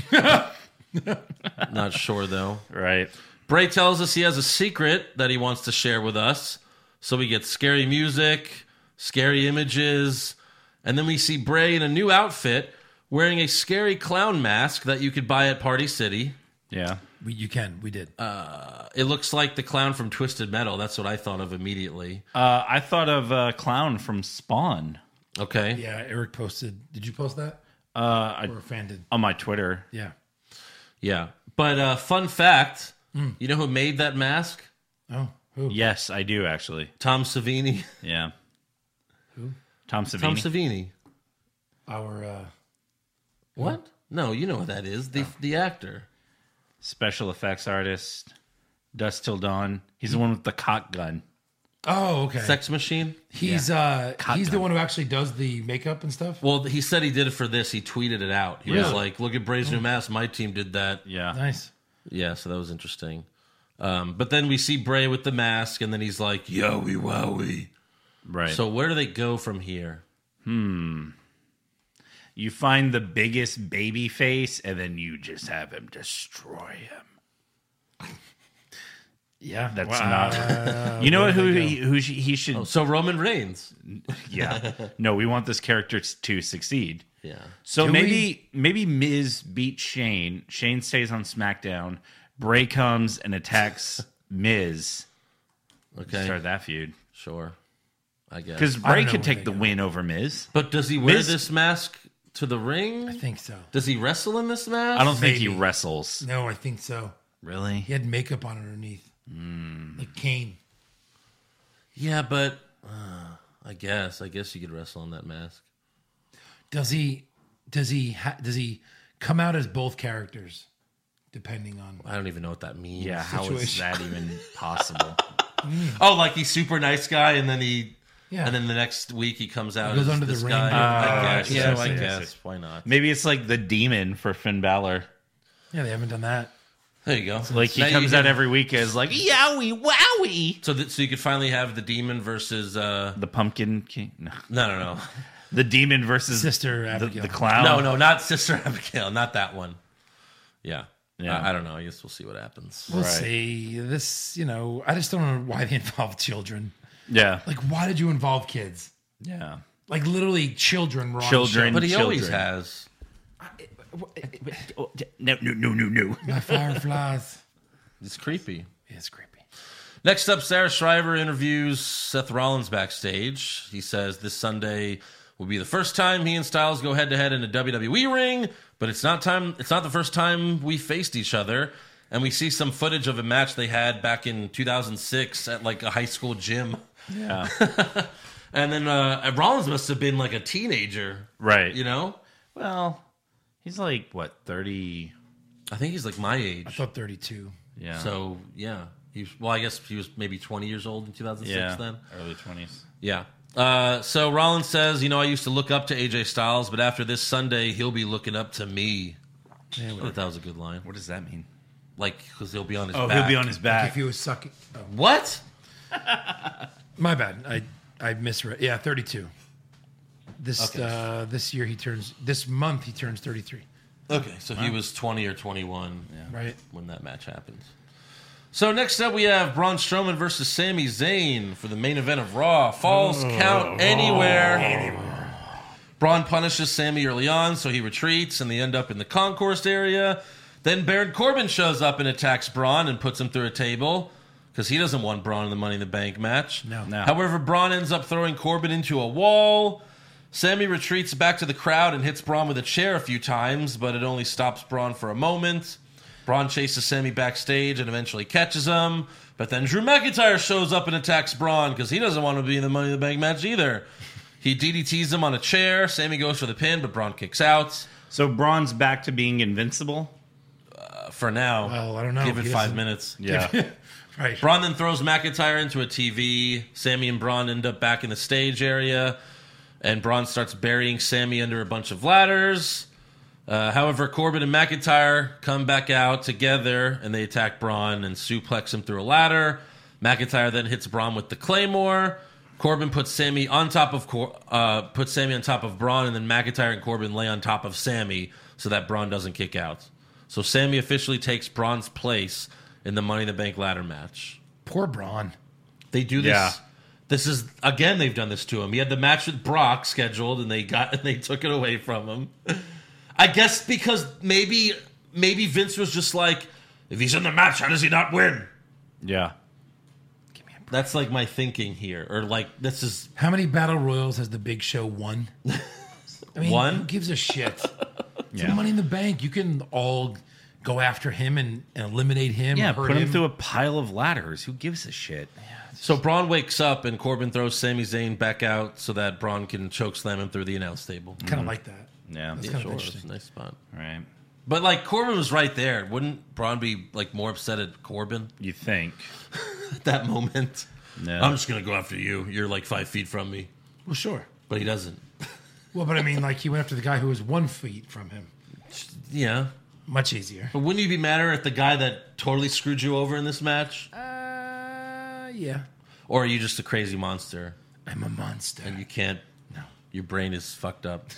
Speaker 4: Not sure though.
Speaker 6: Right.
Speaker 4: Bray tells us he has a secret that he wants to share with us. So we get scary music, scary images, and then we see Bray in a new outfit wearing a scary clown mask that you could buy at Party City.
Speaker 6: Yeah.
Speaker 5: We, you can. We did.
Speaker 6: Uh,
Speaker 4: It looks like the clown from Twisted Metal. That's what I thought of immediately.
Speaker 6: Uh, I thought of uh, Clown from Spawn
Speaker 4: Okay.
Speaker 5: yeah, Eric posted. Did you post that?
Speaker 6: uh, I-
Speaker 5: Or a fan did.
Speaker 6: on my Twitter.
Speaker 5: Yeah.
Speaker 4: Yeah. But uh, fun fact you know who made that mask?
Speaker 5: Oh, who?
Speaker 6: Yes, I do actually.
Speaker 4: Tom Savini.
Speaker 6: Yeah. Who? Tom Savini.
Speaker 4: Tom Savini.
Speaker 5: Our uh,
Speaker 4: What? No, you know what that is. The, the actor.
Speaker 6: Special effects artist. Dust Till Dawn. He's the one with the cock gun.
Speaker 5: oh, okay.
Speaker 4: Sex Machine.
Speaker 5: he's uh, he's the one who actually does the makeup and stuff.
Speaker 4: Well, he said he did it for this. He tweeted it out. He was like, "Look at Bray's new mask. My team did that."
Speaker 6: Yeah.
Speaker 5: Nice.
Speaker 4: Yeah, so that was interesting. Um, but then we see Bray with the mask, and then he's like, "Yowie wowie."
Speaker 6: Right.
Speaker 4: So where do they go from here?
Speaker 6: you find the biggest baby face and then you just have him destroy him.
Speaker 5: Yeah.
Speaker 6: That's not. You know what? Who he, who sh- he should?
Speaker 4: So Roman Reigns.
Speaker 6: Yeah. No, we want this character to succeed.
Speaker 4: Yeah.
Speaker 6: So
Speaker 5: Can
Speaker 6: maybe maybe Miz beats Shane. Shane stays on SmackDown. Bray comes and attacks Miz.
Speaker 4: Okay.
Speaker 6: Start that feud
Speaker 4: Sure. I guess.
Speaker 6: because Bray
Speaker 5: know
Speaker 6: could
Speaker 5: where they
Speaker 6: take the
Speaker 5: go.
Speaker 6: win over Miz.
Speaker 4: But does he wear
Speaker 6: Miz-
Speaker 4: this mask to the
Speaker 5: I
Speaker 4: ring?
Speaker 5: think so.
Speaker 4: Does he wrestle in this mask?
Speaker 6: I don't think he
Speaker 5: Maybe.
Speaker 6: wrestles.
Speaker 5: No, I think so.
Speaker 6: Really?
Speaker 5: He had makeup on underneath,
Speaker 6: Hmm.
Speaker 5: like Kane.
Speaker 4: Yeah, but uh, I guess. I guess you could wrestle in that mask.
Speaker 5: Does he? Does he? Ha- does he come out as both characters, depending on?
Speaker 4: I don't even know what that means.
Speaker 6: Yeah. How is
Speaker 5: Situation. *laughs*
Speaker 6: that even possible?
Speaker 4: Oh, like he's super nice guy, and then he
Speaker 5: Yeah.
Speaker 4: And then the next week he comes out.
Speaker 5: He goes
Speaker 4: as
Speaker 5: under the
Speaker 4: this
Speaker 5: ring.
Speaker 4: guy.
Speaker 6: Oh,
Speaker 4: I guess.
Speaker 6: I see,
Speaker 4: Yeah,
Speaker 6: I see,
Speaker 4: I
Speaker 6: I see.
Speaker 4: guess. Why not?
Speaker 6: Maybe it's like the demon for Finn Balor.
Speaker 5: yeah, they haven't done that.
Speaker 4: There you go.
Speaker 6: Like he
Speaker 4: Now you
Speaker 6: comes out
Speaker 4: can-
Speaker 6: every week as like yowie wowie.
Speaker 4: So, that, so you could finally have the demon versus uh
Speaker 6: The pumpkin king. No.
Speaker 4: no no no
Speaker 6: The demon versus
Speaker 5: Sister
Speaker 6: the,
Speaker 5: Abigail.
Speaker 6: the clown.
Speaker 4: no no not Sister *laughs* Abigail not that one. Yeah.
Speaker 6: Yeah.
Speaker 4: I, I don't know. I guess we'll see what happens.
Speaker 5: We'll
Speaker 6: Right.
Speaker 5: see. This, you know, I just don't know why they *laughs* involve children.
Speaker 6: Yeah.
Speaker 5: Like, why did you involve kids?
Speaker 6: Yeah.
Speaker 5: Like, literally, children. Were on the
Speaker 6: Children.
Speaker 4: But he
Speaker 6: children. Oh,
Speaker 4: always has.
Speaker 6: No, no, no, no, no.
Speaker 5: show. My fireflies.
Speaker 4: It's creepy.
Speaker 5: it's creepy.
Speaker 4: Next up, Sarah Shriver interviews Seth Rollins backstage. He says this Sunday will be the first time he and Styles go head to head in a WWE ring, but it's not time. It's not the first time we faced each other. And we see some footage of a match they had back in 2006 at like a high school gym.
Speaker 6: Yeah.
Speaker 4: And then uh, Rollins must have been like a teenager,
Speaker 6: *laughs* Right.
Speaker 4: you know?
Speaker 6: Well, he's like what thirty?
Speaker 4: I think he's like my
Speaker 5: I
Speaker 4: age.
Speaker 5: thought 32.
Speaker 6: Yeah.
Speaker 4: So yeah, he was, well, I guess he was maybe 20 years old in 2006
Speaker 6: yeah.
Speaker 4: then.
Speaker 6: Early twenties.
Speaker 4: Yeah. Uh, so Rollins says, you know, I used to look up to AJ Styles, but after this Sunday, he'll be looking up to me. I thought that was a good line.
Speaker 6: What does that mean?
Speaker 4: Like, because he'll be on his
Speaker 6: Oh,
Speaker 4: back.
Speaker 6: he'll be on his
Speaker 5: If
Speaker 6: back.
Speaker 5: he was sucking. Oh,
Speaker 4: What?
Speaker 5: my bad. I, I misread. Yeah, 32. This uh, this year he turns, this month he turns 33.
Speaker 4: Okay, so he was 20 or 21
Speaker 5: Right?
Speaker 4: when that match happens. So next up, we have Braun Strowman versus Sami Zayn for the main event of Raw. Falls count anywhere. Braun punishes Sammy early on, so he retreats and they end up in the concourse area. Then Baron Corbin shows up and attacks Braun and puts him through a table because he doesn't want Braun in the Money in the Bank match.
Speaker 5: No. No.
Speaker 4: However, Braun ends up throwing Corbin into a wall. Sammy retreats back to the crowd and hits Braun with a chair a few times, but it only stops Braun for a moment. Braun chases Sammy backstage and eventually catches him. But then Drew McIntyre shows up and attacks Braun because he doesn't want to be in the Money in the Bank match either. He DDTs him on a chair. Sammy goes for the pin, but Braun kicks out.
Speaker 6: So Braun's back to being invincible.
Speaker 4: Uh, For now,
Speaker 5: Well, I don't know.
Speaker 4: Give it
Speaker 5: He
Speaker 4: five
Speaker 5: doesn't-
Speaker 4: minutes.
Speaker 6: Yeah.
Speaker 5: Right.
Speaker 4: Braun then throws McIntyre into a TV. Sammy and Braun end up back in the stage area, and Braun starts burying Sammy under a bunch of ladders. Uh, however, Corbin and McIntyre come back out together, and they attack Braun and suplex him through a ladder. McIntyre then hits Braun with the claymore. Corbin puts Sammy on top of Cor- uh, puts Sammy on top of Braun, and then McIntyre and Corbin lay on top of Sammy so that Braun doesn't kick out. So Sammy officially takes Braun's place in the Money in the Bank ladder match.
Speaker 5: Poor Braun.
Speaker 4: They do this.
Speaker 6: Yeah.
Speaker 4: This is again. They've done this to him. He had the match with Brock scheduled, and they got *laughs* and they took it away from him. I guess because maybe maybe Vince was just like, if he's in the match, how does he not win?
Speaker 6: Yeah.
Speaker 4: That's like my thinking here, or like this is
Speaker 5: How many battle royals has the Big Show won? I mean,
Speaker 4: One?
Speaker 5: Who gives a shit? It's
Speaker 6: Yeah.
Speaker 5: Money in the Bank. You can all go after him and, and eliminate him.
Speaker 6: Yeah,
Speaker 5: hurt
Speaker 6: put him through a pile of ladders. Who gives a shit?
Speaker 4: so. Braun wakes up, and Corbin throws Sami Zayn back out so that Braun can choke slam him through the announce table.
Speaker 5: Kind of like that.
Speaker 6: Yeah.
Speaker 5: That's
Speaker 6: All
Speaker 5: kind
Speaker 4: Sure,
Speaker 5: of
Speaker 4: that's a
Speaker 5: interesting.
Speaker 4: nice spot.
Speaker 6: right.
Speaker 4: But like Corbin was right there. Wouldn't Braun be like more upset at Corbin? *laughs*
Speaker 6: You think?
Speaker 4: at that moment.
Speaker 6: No.
Speaker 4: I'm just gonna go after you. You're like five feet from me,
Speaker 5: Well, sure.
Speaker 4: but he doesn't.
Speaker 5: Well, but I mean, like he went after the guy who was one feet from him.
Speaker 4: Yeah,
Speaker 5: Much easier.
Speaker 4: but wouldn't you be madder at the guy that totally screwed you over in this match,
Speaker 5: Uh, yeah.
Speaker 4: or are you just a crazy monster
Speaker 5: I'm a monster.
Speaker 4: and you can't? No, your brain is fucked up.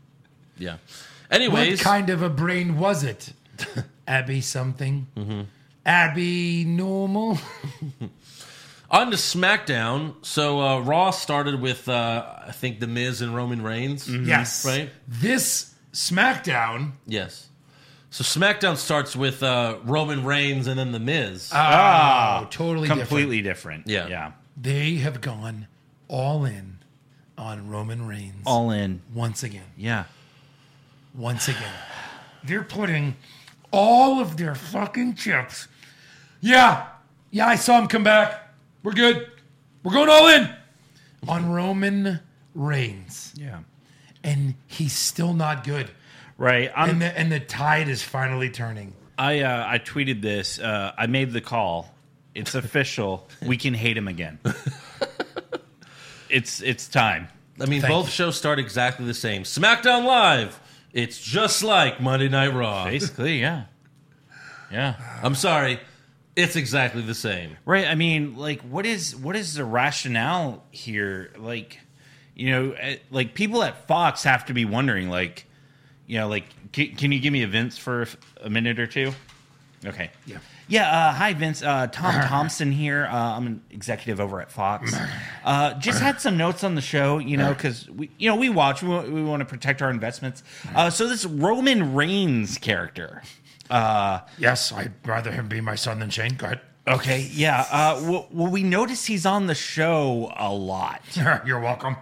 Speaker 4: *laughs* yeah. Anyways,
Speaker 5: What kind of a brain was it? Abby something. Abby normal.
Speaker 4: on to SmackDown. So uh, Raw started with uh, I think The Miz and Roman Reigns.
Speaker 5: Yes.
Speaker 4: Right.
Speaker 5: This SmackDown. oh,
Speaker 4: Yes. So SmackDown starts with uh, Roman Reigns and then The Miz.
Speaker 5: Ah, totally different.
Speaker 6: Completely different.
Speaker 4: Yeah.
Speaker 6: Yeah.
Speaker 5: They have gone all in on Roman Reigns
Speaker 6: All in.
Speaker 5: once again.
Speaker 6: Yeah.
Speaker 5: Once again. They're putting all of their fucking chips. Yeah. Yeah, I saw him come back. We're good. We're going all in on Roman Reigns.
Speaker 6: Yeah.
Speaker 5: And he's still not good.
Speaker 6: Right. I'm,
Speaker 5: And the, and the tide is finally turning.
Speaker 6: I uh, I tweeted this. Uh, I made the call. It's *laughs* official. we can hate him *laughs* again. it's it's time.
Speaker 4: I mean,
Speaker 5: Thank
Speaker 4: both
Speaker 5: you.
Speaker 4: shows start exactly the same. SmackDown Live, it's just like Monday Night Raw.
Speaker 6: Basically, yeah. Yeah.
Speaker 4: I'm sorry, it's exactly the same.
Speaker 6: Right. I mean, like, what is what is the rationale here? Like, you know, eh, like people at Fox have to be wondering, like, you know, like, can, can you give me a Vince for a f- a minute or two? Okay.
Speaker 5: Yeah.
Speaker 6: Yeah, uh, hi Vince. Uh, Tom Thompson here. Uh, I'm an executive over at Fox. Uh, just had some notes on the show, you know, because we, you know, we watch. We, wa- we want to protect our investments. Uh, so this Roman Reigns character.
Speaker 5: Yes, I'd rather him be my son than Shane. Go ahead.
Speaker 6: Okay, yeah. Uh, well, well, we notice he's on the show a lot.
Speaker 5: *laughs* You're welcome.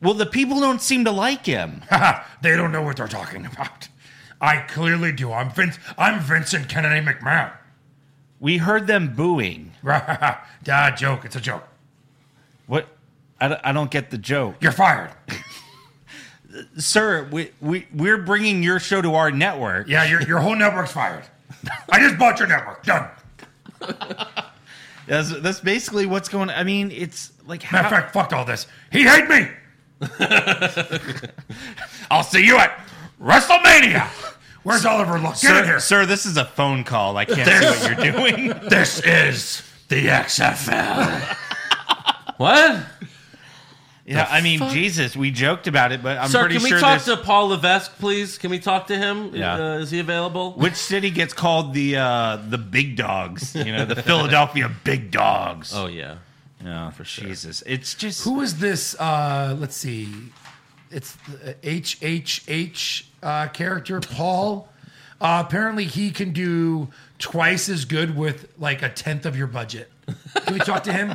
Speaker 6: Well, the people don't seem to like him.
Speaker 5: they don't know what they're talking about. I clearly do. I'm Vince. I'm Vincent Kennedy McMahon. *laughs*
Speaker 6: We heard them booing.
Speaker 5: Dad, joke. It's a joke.
Speaker 6: What? I don't, I don't get the joke,
Speaker 5: You're fired.
Speaker 6: sir. We we we're bringing your show to our network.
Speaker 5: Yeah, your your whole network's fired. I just bought your network. Done.
Speaker 6: That's, that's basically what's going. I mean, it's like how.
Speaker 5: Matter of fact, fuck all this. He hate me. I'll see you at WrestleMania. Where's Oliver Luck? Get in
Speaker 6: Sir,
Speaker 5: here.
Speaker 6: sir, this is a phone call. I can't see what you're doing.
Speaker 5: *laughs* This is the XFL.
Speaker 4: What?
Speaker 6: Yeah, I mean, Jesus, we joked about it, but I'm
Speaker 4: Sir,
Speaker 6: pretty
Speaker 4: can we
Speaker 6: sure
Speaker 4: talk
Speaker 6: this,
Speaker 4: to Paul Levesque, please? Can we talk to him?
Speaker 6: Yeah.
Speaker 4: Uh, is he available?
Speaker 6: which city gets called the uh, the big dogs. You know, *laughs* the Philadelphia big dogs.
Speaker 4: oh, yeah.
Speaker 6: yeah, for sure. Jesus, it's just
Speaker 5: Who is this? Uh, let's see. It's the uh, HHH uh, character, Paul. Uh, apparently, he can do twice as good with like a tenth of your budget. Can we talk to him?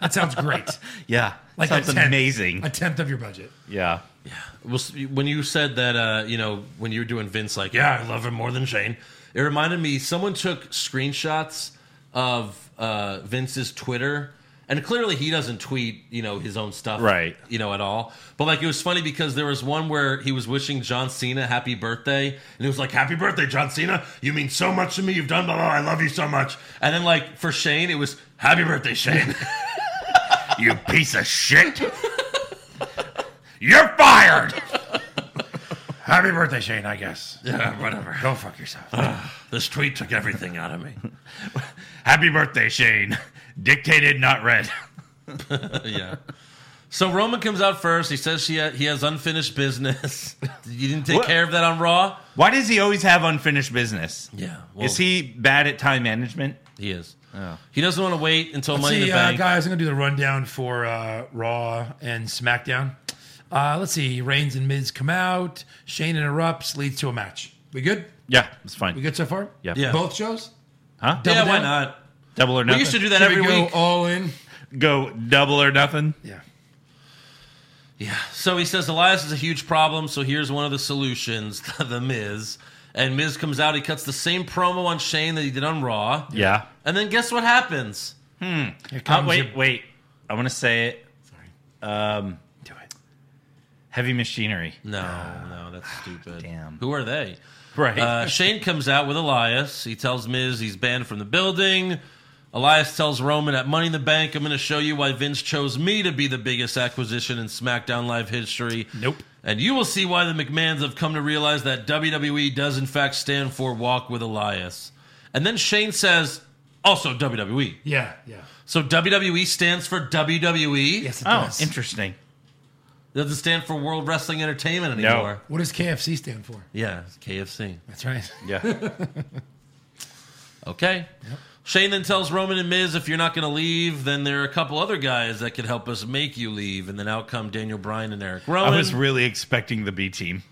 Speaker 5: That sounds great.
Speaker 6: yeah,
Speaker 5: Like
Speaker 6: like
Speaker 5: a
Speaker 6: that's
Speaker 5: tenth-
Speaker 6: amazing.
Speaker 5: A tenth of your budget.
Speaker 6: yeah,
Speaker 4: Well, s- when you said that, uh, you know, when you were doing Vince, like, yeah, I love him more than Shane, it reminded me someone took screenshots of uh, Vince's Twitter And clearly, he doesn't tweet, you know, his own stuff,
Speaker 6: Right.
Speaker 4: You know, at all. But like, it was funny because there was one where he was wishing John Cena happy birthday, and it was like, "Happy birthday, John Cena! You mean so much to me. You've done blah blah. I love you so much." And then like for Shane, it was, "Happy birthday, Shane."
Speaker 8: You piece of shit. You're fired.
Speaker 5: Happy birthday, Shane, I guess.
Speaker 4: yeah, whatever.
Speaker 5: Go fuck yourself.
Speaker 4: This tweet took everything out of me.
Speaker 8: Happy birthday, Shane. Dictated, not read.
Speaker 4: yeah. So Roman comes out first. He says he ha- he has unfinished business. *laughs* you didn't take
Speaker 6: What?
Speaker 4: care of that on Raw.
Speaker 6: Why does he always have unfinished business?
Speaker 4: Yeah.
Speaker 6: Is he bad at time management?
Speaker 4: He is. He doesn't want to wait until
Speaker 5: Oh. Let's
Speaker 4: Money in
Speaker 5: see,
Speaker 4: the
Speaker 5: uh,
Speaker 4: Bank.
Speaker 5: guys, I'm going to do the rundown for uh, Raw and SmackDown. Uh, let's see. Reigns and Miz come out. Shane interrupts, leads to a match. We good?
Speaker 6: Yeah, it's
Speaker 5: We
Speaker 6: fine.
Speaker 5: good so far?
Speaker 6: Yeah.
Speaker 4: Yeah.
Speaker 5: Both shows?
Speaker 6: Huh?
Speaker 4: yeah, why
Speaker 5: down.
Speaker 4: not?
Speaker 6: Double or
Speaker 4: We
Speaker 6: nothing.
Speaker 4: used to do that
Speaker 5: Should
Speaker 4: every
Speaker 5: we go
Speaker 4: week.
Speaker 5: all in?
Speaker 6: go double or nothing.
Speaker 5: Yeah.
Speaker 4: Yeah. So he says Elias is a huge problem. So here's one of the solutions: *laughs* the Miz. And Miz comes out. He cuts the same promo on Shane that he did on Raw.
Speaker 6: Yeah.
Speaker 4: And then guess what happens?
Speaker 5: Here comes
Speaker 6: Uh, wait,
Speaker 5: your-
Speaker 6: wait. I want to say it. Um,
Speaker 5: Do it.
Speaker 6: Heavy machinery.
Speaker 5: *sighs*
Speaker 4: No, no, that's stupid.
Speaker 6: damn.
Speaker 4: Who are they?
Speaker 6: Right.
Speaker 4: Uh, Shane comes out with Elias. He tells Miz he's banned from the building. Elias tells Roman at Money in the Bank, I'm going to show you why Vince chose me to be the biggest acquisition in SmackDown Live history.
Speaker 5: Nope.
Speaker 4: And you will see why the McMahons have come to realize that WWE does, in fact, stand for Walk with Elias. And then Shane says, also WWE.
Speaker 5: Yeah, yeah.
Speaker 4: So WWE stands for WWE.
Speaker 5: Yes, it
Speaker 6: oh,
Speaker 5: does.
Speaker 6: interesting.
Speaker 4: It doesn't stand for World Wrestling Entertainment
Speaker 6: No.
Speaker 4: anymore.
Speaker 5: what does KFC stand for?
Speaker 4: Yeah, it's KFC.
Speaker 5: That's right.
Speaker 6: *laughs* Yeah.
Speaker 4: Okay. Shane then tells Roman and Miz, if you're not going to leave, then there are a couple other guys that could help us make you leave. And then out come Daniel Bryan and Eric Rowan.
Speaker 6: I was really expecting the B team.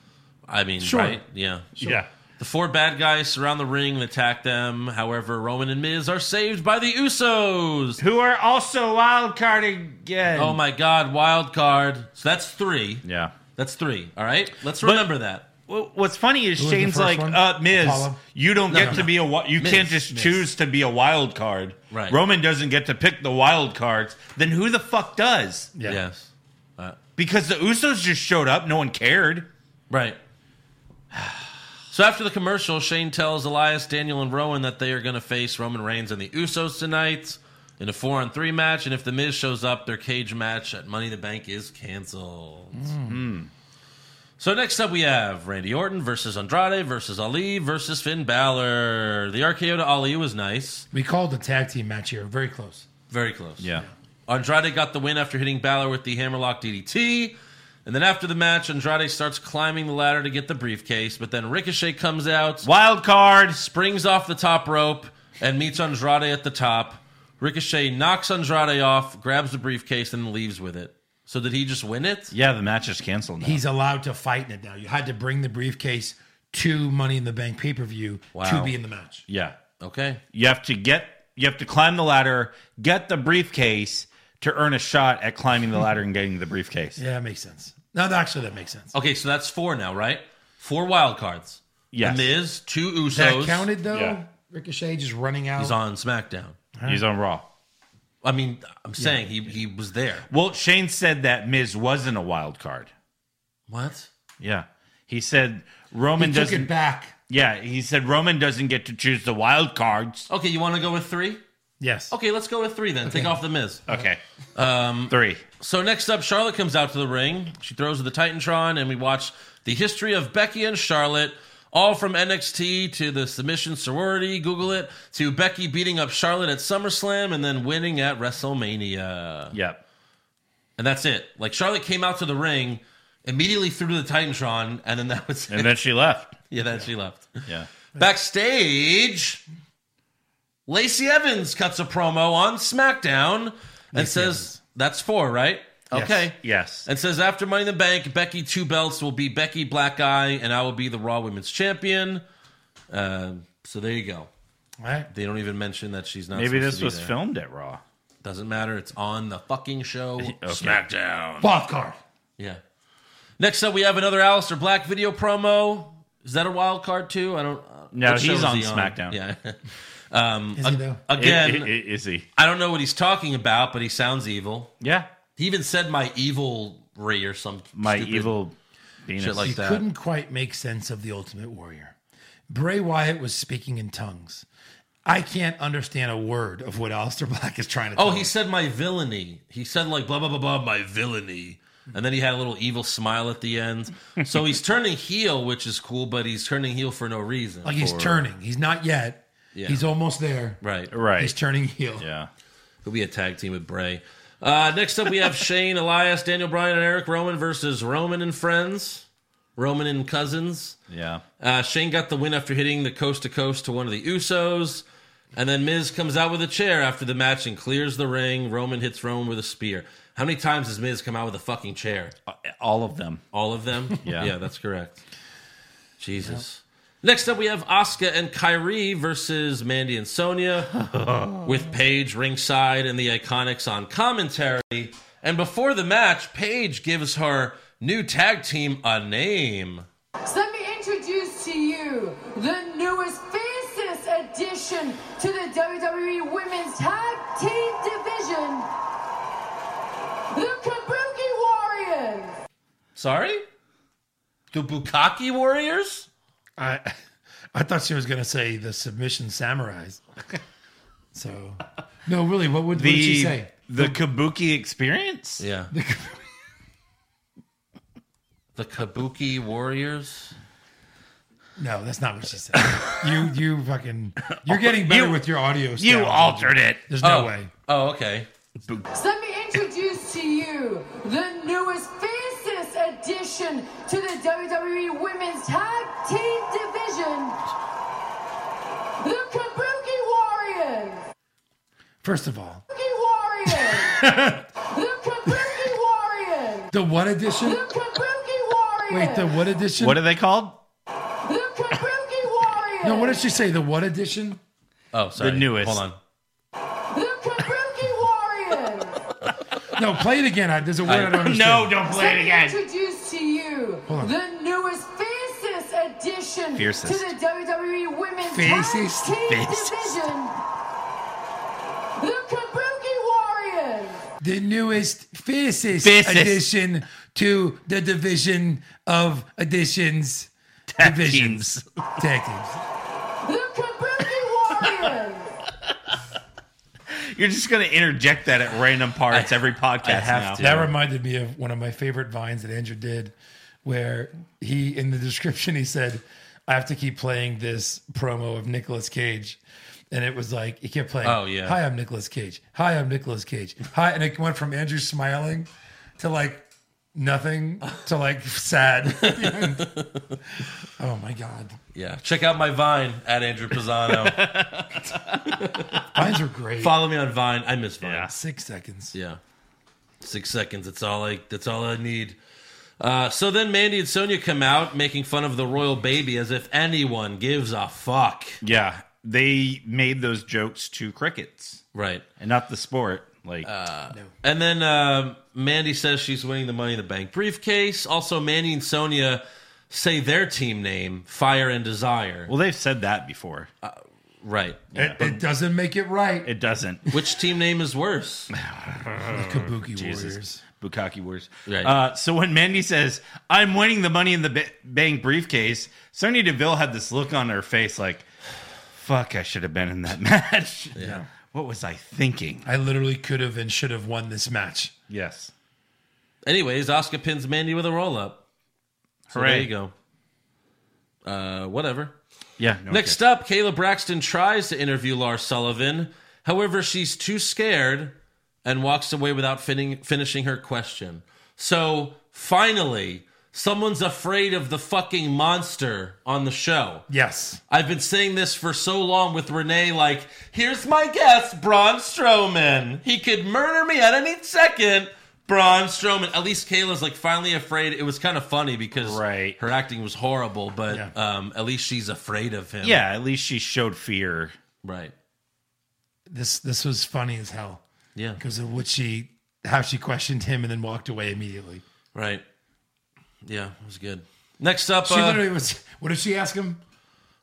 Speaker 4: I mean,
Speaker 5: Sure.
Speaker 4: right? Yeah.
Speaker 6: Yeah.
Speaker 4: The four bad guys surround the ring and attack them. However, Roman and Miz are saved by the Usos.
Speaker 6: Who are also wild card again.
Speaker 4: Oh my God, wild card. So that's three.
Speaker 6: Yeah.
Speaker 4: That's three. All right. Let's remember that.
Speaker 6: Well, what's funny is
Speaker 5: was the
Speaker 6: Shane's
Speaker 5: first
Speaker 6: like,
Speaker 5: one?
Speaker 6: uh, Miz,
Speaker 5: Apollo?
Speaker 6: you don't get
Speaker 5: no,
Speaker 6: to
Speaker 5: no.
Speaker 6: be a wi- you
Speaker 4: Miz,
Speaker 6: can't just
Speaker 4: Miz.
Speaker 6: choose to be a wild card.
Speaker 4: Right.
Speaker 6: Roman doesn't get to pick the wild cards. Then who the fuck does?
Speaker 5: Yeah.
Speaker 4: Yes.
Speaker 6: Because the Usos just showed up, no one cared.
Speaker 4: Right. *sighs* So after the commercial, Shane tells Elias, Daniel, and Rowan that they are going to face Roman Reigns and the Usos tonight in a four on three match. And if The Miz shows up, their cage match at Money in the Bank is canceled. So next up, we have Randy Orton versus Andrade versus Ali versus Finn Balor. The RKO to Ali was nice.
Speaker 5: We called the tag team match here. Very close.
Speaker 4: Very close. Andrade got the win after hitting Balor with the hammerlock DDT. And then after the match, Andrade starts climbing the ladder to get the briefcase, but then Ricochet comes out,
Speaker 6: Wild card.
Speaker 4: springs off the top rope, and meets Andrade at the top. Ricochet knocks Andrade off, grabs the briefcase, and leaves with it. So did he just win it?
Speaker 6: Yeah, the match is canceled now.
Speaker 5: He's allowed to fight in it now. You had to bring the briefcase to Money in the Bank pay per view
Speaker 4: Wow.
Speaker 5: to be in the match.
Speaker 6: yeah.
Speaker 4: Okay.
Speaker 6: You have to get you have to climb the ladder, get the briefcase to earn a shot at
Speaker 5: *laughs*
Speaker 6: climbing the ladder and getting the briefcase.
Speaker 5: Yeah, that makes sense. No, that- actually, that makes sense.
Speaker 4: Okay, so that's four now, right? Four wild cards.
Speaker 6: Yes.
Speaker 4: The Miz, two Usos.
Speaker 5: That counted though.
Speaker 6: Yeah.
Speaker 5: Ricochet just running out.
Speaker 4: He's on SmackDown.
Speaker 6: He's on Raw.
Speaker 4: I mean, I'm saying he, he was there.
Speaker 6: Well, Shane said that Miz wasn't a wild card.
Speaker 4: What?
Speaker 6: Yeah. He said
Speaker 5: he
Speaker 6: Roman
Speaker 5: took
Speaker 6: doesn't
Speaker 5: it back.
Speaker 6: Yeah, he said Roman doesn't get to choose the wild cards.
Speaker 4: Okay, you want to go with three?
Speaker 5: Yes.
Speaker 4: Okay, let's go with three then. Take off the Miz.
Speaker 5: Uh-huh.
Speaker 6: Okay. Um 3.
Speaker 4: So next up, Charlotte comes out to the ring. She throws the Titantron, and we watch the history of Becky and Charlotte, all from NXT to the submission sorority. Google it to Becky beating up Charlotte at SummerSlam and then winning at WrestleMania.
Speaker 6: Yep.
Speaker 4: And that's it. Like Charlotte came out to the ring, immediately threw to the Titantron, and then that was it.
Speaker 6: And then she left.
Speaker 4: *laughs* yeah, then she left.
Speaker 6: Yeah.
Speaker 4: Backstage, Lacey Evans cuts a promo on SmackDown and says, That's four, right? Okay.
Speaker 6: Yes.
Speaker 4: And says, After Money in the Bank, Becky Two Belts will be Becky Black Eye, and I will be the Raw Women's Champion. Uh, so there you go.
Speaker 5: All right.
Speaker 4: They don't even mention that she's not.
Speaker 6: Maybe
Speaker 4: supposed
Speaker 6: this
Speaker 4: to be
Speaker 6: was
Speaker 4: there.
Speaker 6: filmed at Raw.
Speaker 4: Doesn't matter. It's on the fucking
Speaker 6: *laughs*
Speaker 4: show.
Speaker 6: SmackDown.
Speaker 5: Wild card.
Speaker 4: Yeah. Next up, we have another Aleister Black video promo. Is that a wild card too? I don't. uh,
Speaker 6: No,
Speaker 4: What show
Speaker 6: he's
Speaker 4: is
Speaker 6: on
Speaker 4: he
Speaker 6: *laughs* SmackDown.
Speaker 4: Yeah. Um,
Speaker 5: Is he though?
Speaker 4: again,
Speaker 6: I- I- is he?
Speaker 4: I don't know what he's talking about, but he sounds evil.
Speaker 6: Yeah,
Speaker 4: He even said my evil ray or some
Speaker 6: my
Speaker 4: stupid
Speaker 6: evil penis.
Speaker 4: shit like
Speaker 5: You
Speaker 4: that.
Speaker 5: couldn't quite make sense of the Ultimate Warrior. Bray Wyatt was speaking in tongues. I can't understand a word of what Alistair Black is trying to.
Speaker 4: Oh,
Speaker 5: tell
Speaker 4: he
Speaker 5: us.
Speaker 4: said my villainy. He said like blah blah blah blah my villainy. And then he had a little evil smile at the end. So he's turning heel, which is cool, but he's turning heel for no reason.
Speaker 5: like he's
Speaker 4: For-
Speaker 5: turning. He's not yet.
Speaker 4: Yeah.
Speaker 5: He's almost there.
Speaker 4: Right.
Speaker 6: right.
Speaker 5: He's turning heel.
Speaker 6: yeah.
Speaker 4: He'll be a tag team with Bray. Uh, next up, we have Shane, Elias, Daniel Bryan, and Eric Roman versus Roman and Friends. Roman and Cousins.
Speaker 6: Yeah.
Speaker 4: Uh, Shane got the win after hitting the coast to coast to one of the Usos. And then Miz comes out with a chair after the match and clears the ring. Roman hits Roman with a spear. How many times has Miz come out with a fucking chair?
Speaker 6: Uh, All of them.
Speaker 4: All of them?
Speaker 6: Yeah.
Speaker 4: Yeah, that's correct. Jesus. Next up, we have Asuka and Kyrie versus Mandy and Sonia with Paige ringside and the Iconics on commentary. And before the match, Paige gives her new tag team a name.
Speaker 10: So let me introduce to you the newest fastest addition to the WWE Women's Tag Team Division, the Kabuki Warriors.
Speaker 4: Sorry? The Bukaki Warriors?
Speaker 5: I, I thought she was going to say the submission samurais. *laughs* so, no, really, what would, what did she
Speaker 6: The
Speaker 5: say?
Speaker 6: the Kabuki experience.
Speaker 4: Yeah. *laughs* the Kabuki Warriors?
Speaker 5: No, that's not what she said. you, you fucking, you're getting better
Speaker 6: Oh, You-
Speaker 5: with your audio.
Speaker 6: You
Speaker 5: style.
Speaker 6: altered it.
Speaker 5: There's no
Speaker 4: oh.
Speaker 5: way.
Speaker 4: Oh, okay.
Speaker 10: So let me introduce to you the newest fastest addition to the WWE Women's Tag Team Division, the Kabuki Warriors.
Speaker 5: First of all,
Speaker 10: Kabuki Warriors. the Kabuki Warriors.
Speaker 5: the what edition?
Speaker 10: The Kabuki Warriors.
Speaker 5: Wait, the what edition?
Speaker 6: What are they called?
Speaker 10: The Kabuki Warriors.
Speaker 5: no, what did she say? The what edition?
Speaker 4: Oh, sorry.
Speaker 6: newest.
Speaker 4: Hold on.
Speaker 10: The
Speaker 5: *laughs*
Speaker 10: Kabuki Warriors.
Speaker 5: No, play it again. I, there's a word I,
Speaker 4: I-
Speaker 5: don't understand.
Speaker 6: No, don't play
Speaker 10: Let
Speaker 6: it
Speaker 10: me
Speaker 6: again.
Speaker 10: introduce to you
Speaker 5: Hold on.
Speaker 10: the newest fiercest addition
Speaker 6: Fiercest.
Speaker 10: to the WWE Women's
Speaker 5: Fiercest?
Speaker 10: Tag Team
Speaker 6: Fiercest.
Speaker 10: Division. The Kabuki Warriors.
Speaker 5: The newest, fiercest
Speaker 6: Fiercest.
Speaker 5: edition to the division of editions. divisions. Tag teams.
Speaker 10: The Kabuki Warriors.
Speaker 6: You're just going to interject that at random parts every podcast
Speaker 4: have
Speaker 6: now.
Speaker 4: to.
Speaker 5: That reminded me of one of my favorite vines that Andrew did, where he, in the *laughs* description, he said, I have to keep playing this promo of Nicolas Cage. And it was like, he kept playing,
Speaker 4: Oh, yeah.
Speaker 5: Hi, I'm Nicolas Cage. Hi, I'm Nicolas Cage. Hi. And it went from Andrew smiling to like nothing to like sad. *laughs* oh my God.
Speaker 4: Yeah. Check out my Vine at Andrew Pisano. *laughs*
Speaker 5: Vines are great.
Speaker 4: Follow me on Vine. I miss Vine. Yeah.
Speaker 5: Six seconds.
Speaker 4: Six seconds. That's all I. That's all I need. Uh, so then Mandy and Sonia come out making fun of the royal baby as if anyone gives a fuck.
Speaker 6: Yeah. They made those jokes to crickets
Speaker 4: Right.
Speaker 6: and not the sport. Like,
Speaker 4: Uh, And then um Mandy says she's winning the Money in the Bank briefcase. Also, Mandy and Sonia say their team name, Fire and Desire.
Speaker 6: well, they've said that before.
Speaker 4: uh, Right.
Speaker 5: It, it doesn't make it right.
Speaker 6: It doesn't.
Speaker 4: Which team name is worse? Mm.
Speaker 5: Kabuki
Speaker 6: Jesus.
Speaker 5: Warriors.
Speaker 6: Bukaki words.
Speaker 4: Right.
Speaker 6: Uh, so when Mandy says, I'm winning the money in the ba- bank briefcase, Sonya Deville had this look on her face like, fuck, I should have been in that *laughs* match. Yeah. What was I thinking?
Speaker 5: I literally could have and should have won this match.
Speaker 6: Yes.
Speaker 4: Anyways, Oscar pins Mandy with a roll up. So there
Speaker 6: Hooray.
Speaker 4: you go. Uh, whatever.
Speaker 6: Yeah. no
Speaker 4: Next up, Kayla Braxton tries to interview Lars Sullivan. However, she's too scared and walks away without fin- finishing her question. So finally, someone's afraid of the fucking monster on the show.
Speaker 5: Yes.
Speaker 4: I've been saying this for so long with Renee, like, here's my guess, Braun Strowman. He could murder me at any second. Braun Strowman. At least Kayla's like finally afraid. It was kind of funny because
Speaker 6: Right.
Speaker 4: her acting was horrible, but
Speaker 5: Yeah.
Speaker 4: um, at least she's afraid of him.
Speaker 6: Yeah, at least she showed fear.
Speaker 4: Right.
Speaker 5: This this was funny as hell
Speaker 4: Yeah.
Speaker 5: because of what she how she questioned him and then walked away immediately.
Speaker 4: Right. Yeah, it was good. Next up,
Speaker 5: She
Speaker 4: uh,
Speaker 5: literally was. What did she ask him?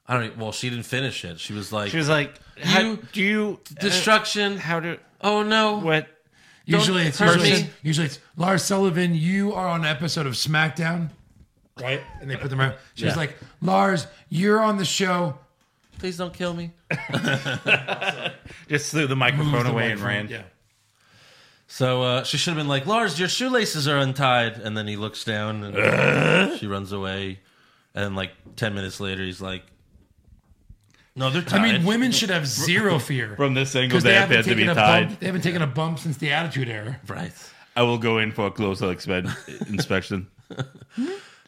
Speaker 4: I don't. e- Well, she didn't finish it. She was like,
Speaker 6: She was like, how,
Speaker 4: You-
Speaker 6: "Do you uh,
Speaker 4: "Destruction!
Speaker 6: how do
Speaker 4: oh no!
Speaker 6: what?"
Speaker 5: Usually it's
Speaker 4: hurt
Speaker 5: usually,
Speaker 4: me.
Speaker 5: usually it's Lars Sullivan. You are on an episode of SmackDown, right? And they put them out. She's
Speaker 4: Yeah.
Speaker 5: like, Lars, you're on the show.
Speaker 4: Please don't kill me."
Speaker 6: Just threw the microphone
Speaker 5: Move the
Speaker 6: away and
Speaker 5: microphone.
Speaker 6: ran.
Speaker 5: Yeah.
Speaker 4: So uh, she should have been like, "Lars, your shoelaces are untied," and then he looks down and she runs away. And like ten minutes later, he's like, "No, they're tied."
Speaker 5: I mean, women should have zero fear
Speaker 6: From this angle,
Speaker 5: 'Cause
Speaker 6: they, have, to
Speaker 5: taken
Speaker 6: be
Speaker 5: a
Speaker 6: tied.
Speaker 5: Bump, they haven't taken a bump since the Attitude Era.
Speaker 4: right?
Speaker 6: I will go in for a closer
Speaker 4: *laughs*
Speaker 6: expe- inspection.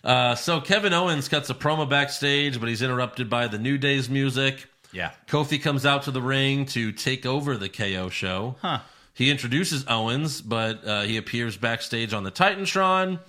Speaker 4: Uh, so Kevin Owens cuts a promo backstage, but he's interrupted by the New Day's music.
Speaker 6: Yeah.
Speaker 4: Kofi comes out to the ring to take over the KO show.
Speaker 7: Huh.
Speaker 4: He introduces Owens, but uh, he appears backstage on the Titantron.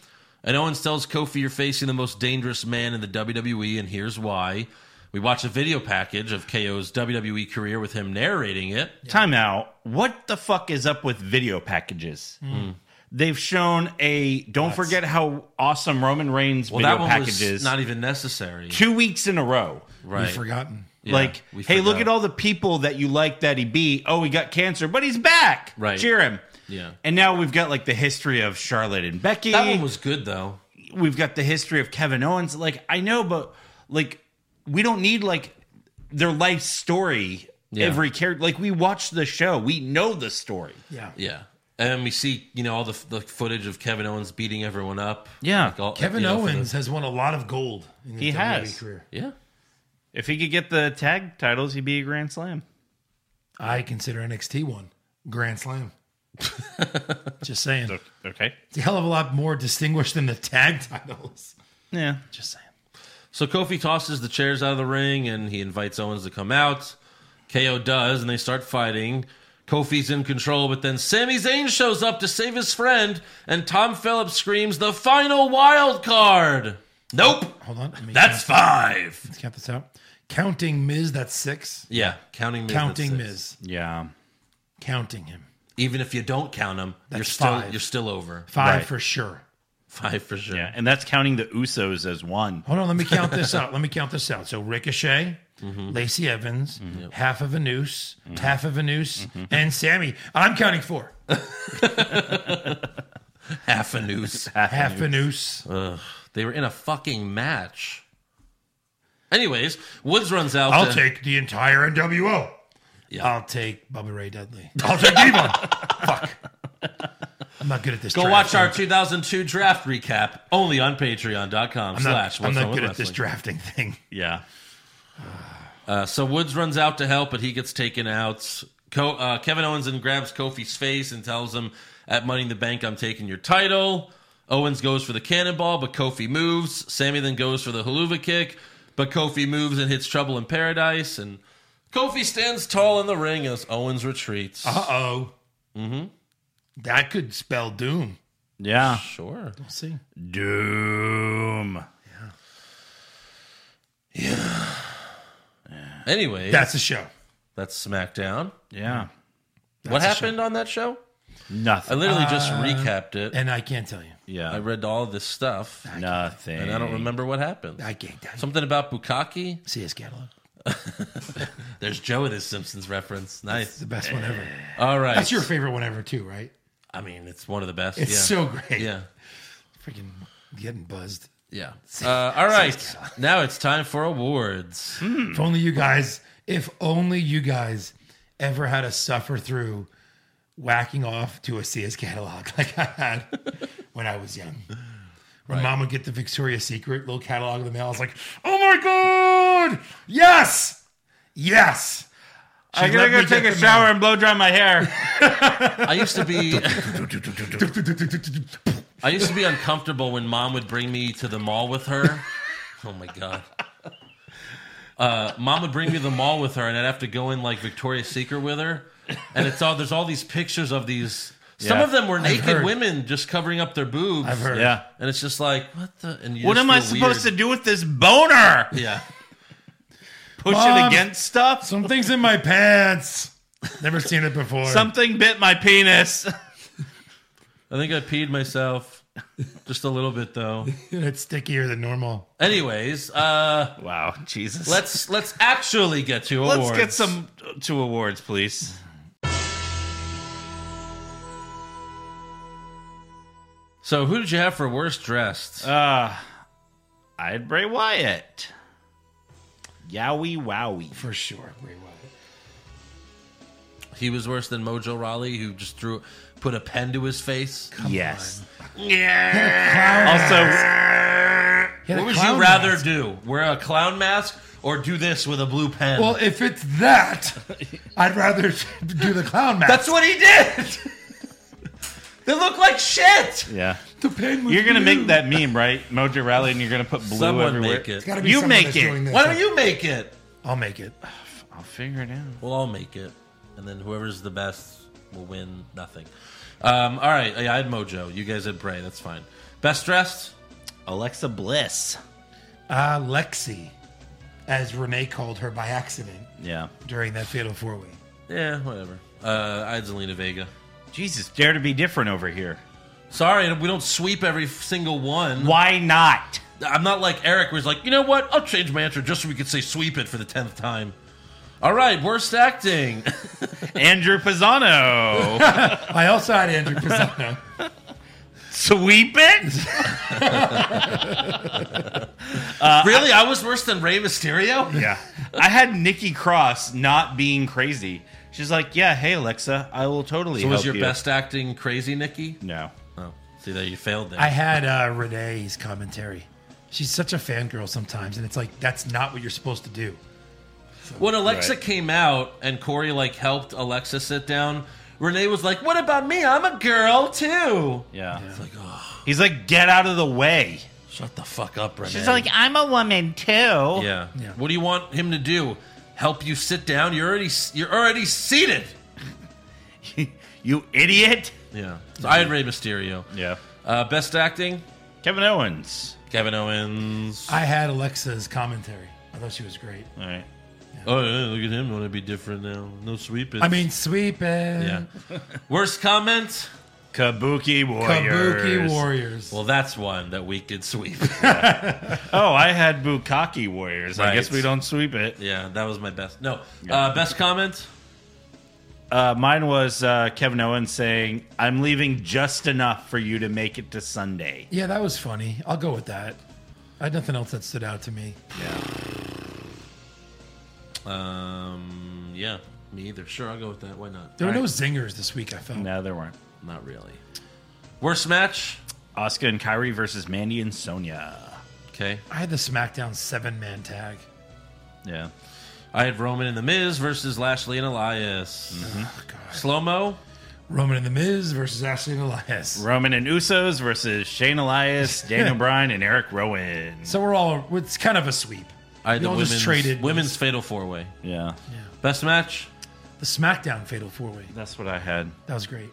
Speaker 4: And Owens tells Kofi, You're facing the most dangerous man in the WWE, and here's why. We watch a video package of KO's WWE E career with him narrating it.
Speaker 6: Time out. What the fuck is up with video packages?
Speaker 4: Hmm.
Speaker 6: They've shown a. Don't forget how awesome Roman Reigns
Speaker 4: Well, that
Speaker 6: video
Speaker 4: one
Speaker 6: package
Speaker 4: was
Speaker 6: is.
Speaker 4: not even necessary.
Speaker 6: two weeks in a row.
Speaker 4: Right.
Speaker 5: We've forgotten.
Speaker 4: Yeah,
Speaker 6: like,
Speaker 4: we
Speaker 6: hey, look
Speaker 4: forgot.
Speaker 6: at all the people that you like that he beat. Oh, he got cancer, but he's back.
Speaker 4: Right.
Speaker 6: Cheer him.
Speaker 4: Yeah.
Speaker 6: And now we've got like the history of Charlotte and Becky.
Speaker 4: That one was good, though.
Speaker 6: we've got the history of Kevin Owens. Like, I know, but like, we don't need like their life story.
Speaker 4: Yeah.
Speaker 6: Every character, like we watch the show, we know the story.
Speaker 5: Yeah.
Speaker 4: Yeah. And we see, you know, all the, the footage of Kevin Owens beating everyone up.
Speaker 6: Yeah.
Speaker 4: Like all-
Speaker 5: Kevin
Speaker 4: you know, for the-
Speaker 5: Owens has won a lot of gold in his
Speaker 6: He
Speaker 5: WWE
Speaker 6: has.
Speaker 5: career.
Speaker 4: yeah.
Speaker 6: If he could get the tag titles, he'd be a grand slam.
Speaker 5: I consider NXT one Grand Slam. Just saying.
Speaker 6: Okay.
Speaker 5: It's a hell of a lot more distinguished than the tag *laughs* titles.
Speaker 6: Yeah.
Speaker 5: Just saying.
Speaker 4: So Kofi tosses the chairs out of the ring and he invites Owens to come out. KO does, and they start fighting. Kofi's in control, but then Sami Zayn shows up to save his friend, and Tom Phillips screams, The final wild card! Nope!
Speaker 5: Hold on. Let me
Speaker 4: That's
Speaker 5: count,
Speaker 4: five!
Speaker 5: let's count this out. Counting Miz, that's six.
Speaker 4: Yeah, counting Miz.
Speaker 5: Counting
Speaker 4: that's it.
Speaker 5: Miz.
Speaker 6: Yeah.
Speaker 5: Counting him.
Speaker 4: Even if you don't count him, you're
Speaker 5: That's
Speaker 4: still,
Speaker 5: five.
Speaker 4: you're still over.
Speaker 5: Five
Speaker 6: Right.
Speaker 5: for sure.
Speaker 4: Five for sure.
Speaker 6: Yeah. And that's counting the Usos as one.
Speaker 5: Hold on, let me count this out. Let me count this out. So Ricochet, Lacey Evans, half of a noose, half of a noose, and Sammy. I'm counting four.
Speaker 4: Half a
Speaker 5: *laughs*
Speaker 4: noose.
Speaker 5: Half a noose.
Speaker 4: they were in a fucking match. Anyways, Woods runs out.
Speaker 5: I'll
Speaker 4: to-
Speaker 5: take the entire NWO.
Speaker 4: Yeah.
Speaker 5: I'll take Bubba Ray Dudley. I'll take
Speaker 4: *laughs*
Speaker 5: Devon. Fuck. I'm not good at this.
Speaker 4: Go
Speaker 5: draft.
Speaker 4: watch our 2002 draft recap only on patreon.com
Speaker 5: I'm not,
Speaker 4: slash
Speaker 5: I'm
Speaker 4: What's Wrong
Speaker 5: not
Speaker 4: with
Speaker 5: good at this
Speaker 4: Wrestling.
Speaker 5: drafting
Speaker 4: *laughs*
Speaker 5: thing.
Speaker 6: Yeah.
Speaker 4: Uh, so Woods runs out to help, but he gets taken out. Co- uh, Kevin Owens and grabs Kofi's face and tells him, At Money in the Bank, I'm taking your title. Owens goes for the cannonball, but Kofi moves. Sammy then goes for the haluva kick, but Kofi moves and hits Trouble in Paradise. And Kofi stands tall in the ring as Owens retreats.
Speaker 5: Uh oh. Mm-hmm. That could spell doom.
Speaker 6: Yeah.
Speaker 4: Sure.
Speaker 5: We'll see.
Speaker 6: Doom.
Speaker 4: Anyway, that's,
Speaker 5: That's a show.
Speaker 4: SmackDown.
Speaker 6: Yeah.
Speaker 4: what happened on that show? I
Speaker 6: Nothing.
Speaker 4: literally just recapped it.
Speaker 5: Uh, And I can't tell you.
Speaker 6: yeah.
Speaker 4: I read all this stuff,
Speaker 6: Nothing.
Speaker 4: and I don't remember what happened.
Speaker 5: I can't tell you.
Speaker 4: Something about Bukaki.
Speaker 5: See his catalog.
Speaker 4: There's Joe with his Simpsons reference.
Speaker 5: It's
Speaker 4: Nice.
Speaker 5: the best one ever.
Speaker 4: All right.
Speaker 5: That's your favorite one ever, too, right?
Speaker 4: I mean, it's one of the best.
Speaker 5: It's
Speaker 4: yeah.
Speaker 5: so great.
Speaker 4: Yeah.
Speaker 5: Freaking getting buzzed. *laughs*
Speaker 4: Yeah. Uh, all right. Now it's time for
Speaker 5: *laughs*
Speaker 4: awards.
Speaker 5: If only you guys, if only you guys ever had to suffer through whacking off to a CS catalog *laughs* like I had when I was young. When mom would get the Victoria's Secret little catalog in the mail, I was like, oh my God, yes, yes. She
Speaker 6: I gotta
Speaker 5: let
Speaker 6: go
Speaker 5: me get
Speaker 6: take a
Speaker 5: the
Speaker 6: shower and blow dry my hair.
Speaker 4: I used to be
Speaker 5: mail. *laughs*
Speaker 4: I used to be uncomfortable when mom would bring me to the mall with her. Oh my god. Uh, mom would bring me to the mall with her, and I'd have to go in like Victoria's Secret with her. And it's all there's all these pictures of these. Some
Speaker 6: Yeah.
Speaker 4: of them were naked
Speaker 5: heard.
Speaker 4: women just covering up their boobs.
Speaker 5: I've heard.
Speaker 6: yeah.
Speaker 4: And it's just like what the. And you
Speaker 6: What
Speaker 4: just
Speaker 6: am I
Speaker 4: feel
Speaker 6: supposed
Speaker 4: weird.
Speaker 6: to do with this boner?
Speaker 4: Yeah.
Speaker 6: Push
Speaker 5: Mom.
Speaker 6: it against stuff?
Speaker 5: Something's in my pants. Never seen it before.
Speaker 6: *laughs* Something bit my penis.
Speaker 4: I think I peed myself. Just a little bit
Speaker 6: *laughs*
Speaker 4: though.
Speaker 5: *laughs* it's stickier than normal.
Speaker 4: Anyways, uh
Speaker 6: Wow, Jesus.
Speaker 4: let's let's actually get to
Speaker 6: Let's
Speaker 4: awards.
Speaker 6: get some to awards, please.
Speaker 4: So who did you have for worst dressed?
Speaker 6: Uh I had Bray Wyatt. Yowie wowie.
Speaker 5: For sure. Bray Wyatt.
Speaker 4: he was worse than Mojo Raleigh, who just threw put a pen to his face.
Speaker 6: yes. *laughs*
Speaker 5: He had a
Speaker 4: What would
Speaker 5: clown
Speaker 4: you rather
Speaker 5: mask.
Speaker 4: do? Wear a clown mask or do this with a blue pen?
Speaker 5: Well, if it's
Speaker 6: *laughs*
Speaker 5: that, I'd rather do the clown mask.
Speaker 4: That's what he did. *laughs* they look like shit.
Speaker 6: Also Yeah.
Speaker 5: the pain was
Speaker 6: You're gonna make
Speaker 5: blue.
Speaker 6: that meme, right? Mojo Rally, and you're gonna put blue
Speaker 4: Someone
Speaker 6: everywhere.
Speaker 4: make it.
Speaker 5: Gotta be
Speaker 6: You
Speaker 5: someone
Speaker 6: make
Speaker 5: that's
Speaker 6: it.
Speaker 5: doing this.
Speaker 4: Why don't you make it?
Speaker 5: I'll make it.
Speaker 6: I'll figure it out.
Speaker 4: We'll all make it, and then whoever's the best will win nothing. Um, all right, yeah, I had Mojo. You guys had Bray. That's fine. Best dressed.
Speaker 6: Alexa Bliss.
Speaker 5: Uh, Lexi, as Renee called her by accident
Speaker 6: Yeah.
Speaker 5: during that fatal four way.
Speaker 4: Yeah, whatever. Uh, I had Zelina Vega.
Speaker 6: Jesus, dare to be different over here.
Speaker 4: Sorry, we don't sweep every single one.
Speaker 6: Why *laughs* not?
Speaker 4: I'm not like Eric, who's like, you know what? I'll change my answer just so we could say sweep it for the tenth time. All right, worst acting.
Speaker 6: Andrew *laughs* Pisano.
Speaker 5: I also had
Speaker 6: *laughs*
Speaker 5: Andrew Pisano.
Speaker 6: Sweep it?
Speaker 4: *laughs* really, I was worse than Rey Mysterio.
Speaker 6: Uh, Yeah. I had Nikki Cross not being crazy. She's like, yeah, hey, Alexa, I will totally
Speaker 4: So
Speaker 6: help
Speaker 4: was your
Speaker 6: you."
Speaker 4: best acting crazy, Nikki?
Speaker 6: No.
Speaker 4: Oh, see there, you failed there.
Speaker 5: I had uh, Renee's commentary. She's such a fangirl sometimes, and it's like that's not what you're supposed to do.
Speaker 4: When Alexa
Speaker 6: Right.
Speaker 4: came out and Corey like helped Alexa sit down, Renee was like, "What about me? I'm a girl too."
Speaker 6: Yeah.
Speaker 4: It's like, oh,
Speaker 6: He's like, get out of the way.
Speaker 4: shut the fuck up, Renee.
Speaker 7: She's like, I'm a woman too.
Speaker 6: "Oh."
Speaker 4: yeah.
Speaker 5: Yeah.
Speaker 4: What do you want him to do? Help you sit down? You're already you're already seated.
Speaker 6: *laughs* you idiot.
Speaker 4: Yeah. So I had Rey Mysterio.
Speaker 6: Yeah.
Speaker 4: Uh, best acting,
Speaker 6: Kevin Owens.
Speaker 4: Kevin Owens.
Speaker 5: I had Alexa's commentary. I thought she was great.
Speaker 6: All right.
Speaker 4: Oh, yeah, look at him. Want to be different now? No sweeping.
Speaker 5: I mean, sweep it.
Speaker 4: yeah. Worst comment.
Speaker 6: Kabuki Warriors.
Speaker 5: Kabuki Warriors.
Speaker 4: Well, that's one that we could
Speaker 5: *laughs*
Speaker 4: sweep.
Speaker 6: Oh, I had Bukaki Warriors.
Speaker 4: Right.
Speaker 6: I guess we don't sweep it.
Speaker 4: yeah, that was my best. No, uh, best comment.
Speaker 6: Uh, mine was uh, Kevin Owens saying, I'm leaving just enough for you to make it to Sunday.
Speaker 5: yeah, that was funny. I'll go with that. I had nothing else that stood out to me.
Speaker 4: Um, yeah, me either. Sure, I'll go with that. Why not?
Speaker 5: There were no zingers this week. I felt.
Speaker 6: No, there weren't.
Speaker 4: Not really. Worst match.
Speaker 6: Oscar and Kyrie versus Mandy and Sonya.
Speaker 4: Okay,
Speaker 5: I had the SmackDown seven man tag.
Speaker 6: Yeah.
Speaker 4: I had Roman and the Miz versus Lashley and Elias.
Speaker 5: Mm-hmm.
Speaker 6: Hmm?
Speaker 4: Slow mo.
Speaker 5: Ah, Roman and the Miz versus Ashley and Elias.
Speaker 6: Roman and Usos versus Shane *laughs* Elias, Daniel Bryan, and Eric Rowan.
Speaker 5: So we're all. It's kind of a sweep.
Speaker 4: I had
Speaker 5: We
Speaker 4: the
Speaker 5: all
Speaker 4: women's,
Speaker 5: just traded
Speaker 4: women's
Speaker 5: these.
Speaker 4: fatal four way.
Speaker 6: Yeah.
Speaker 4: Best match.
Speaker 5: The SmackDown Fatal Four Way.
Speaker 6: That's what I had.
Speaker 5: That was great.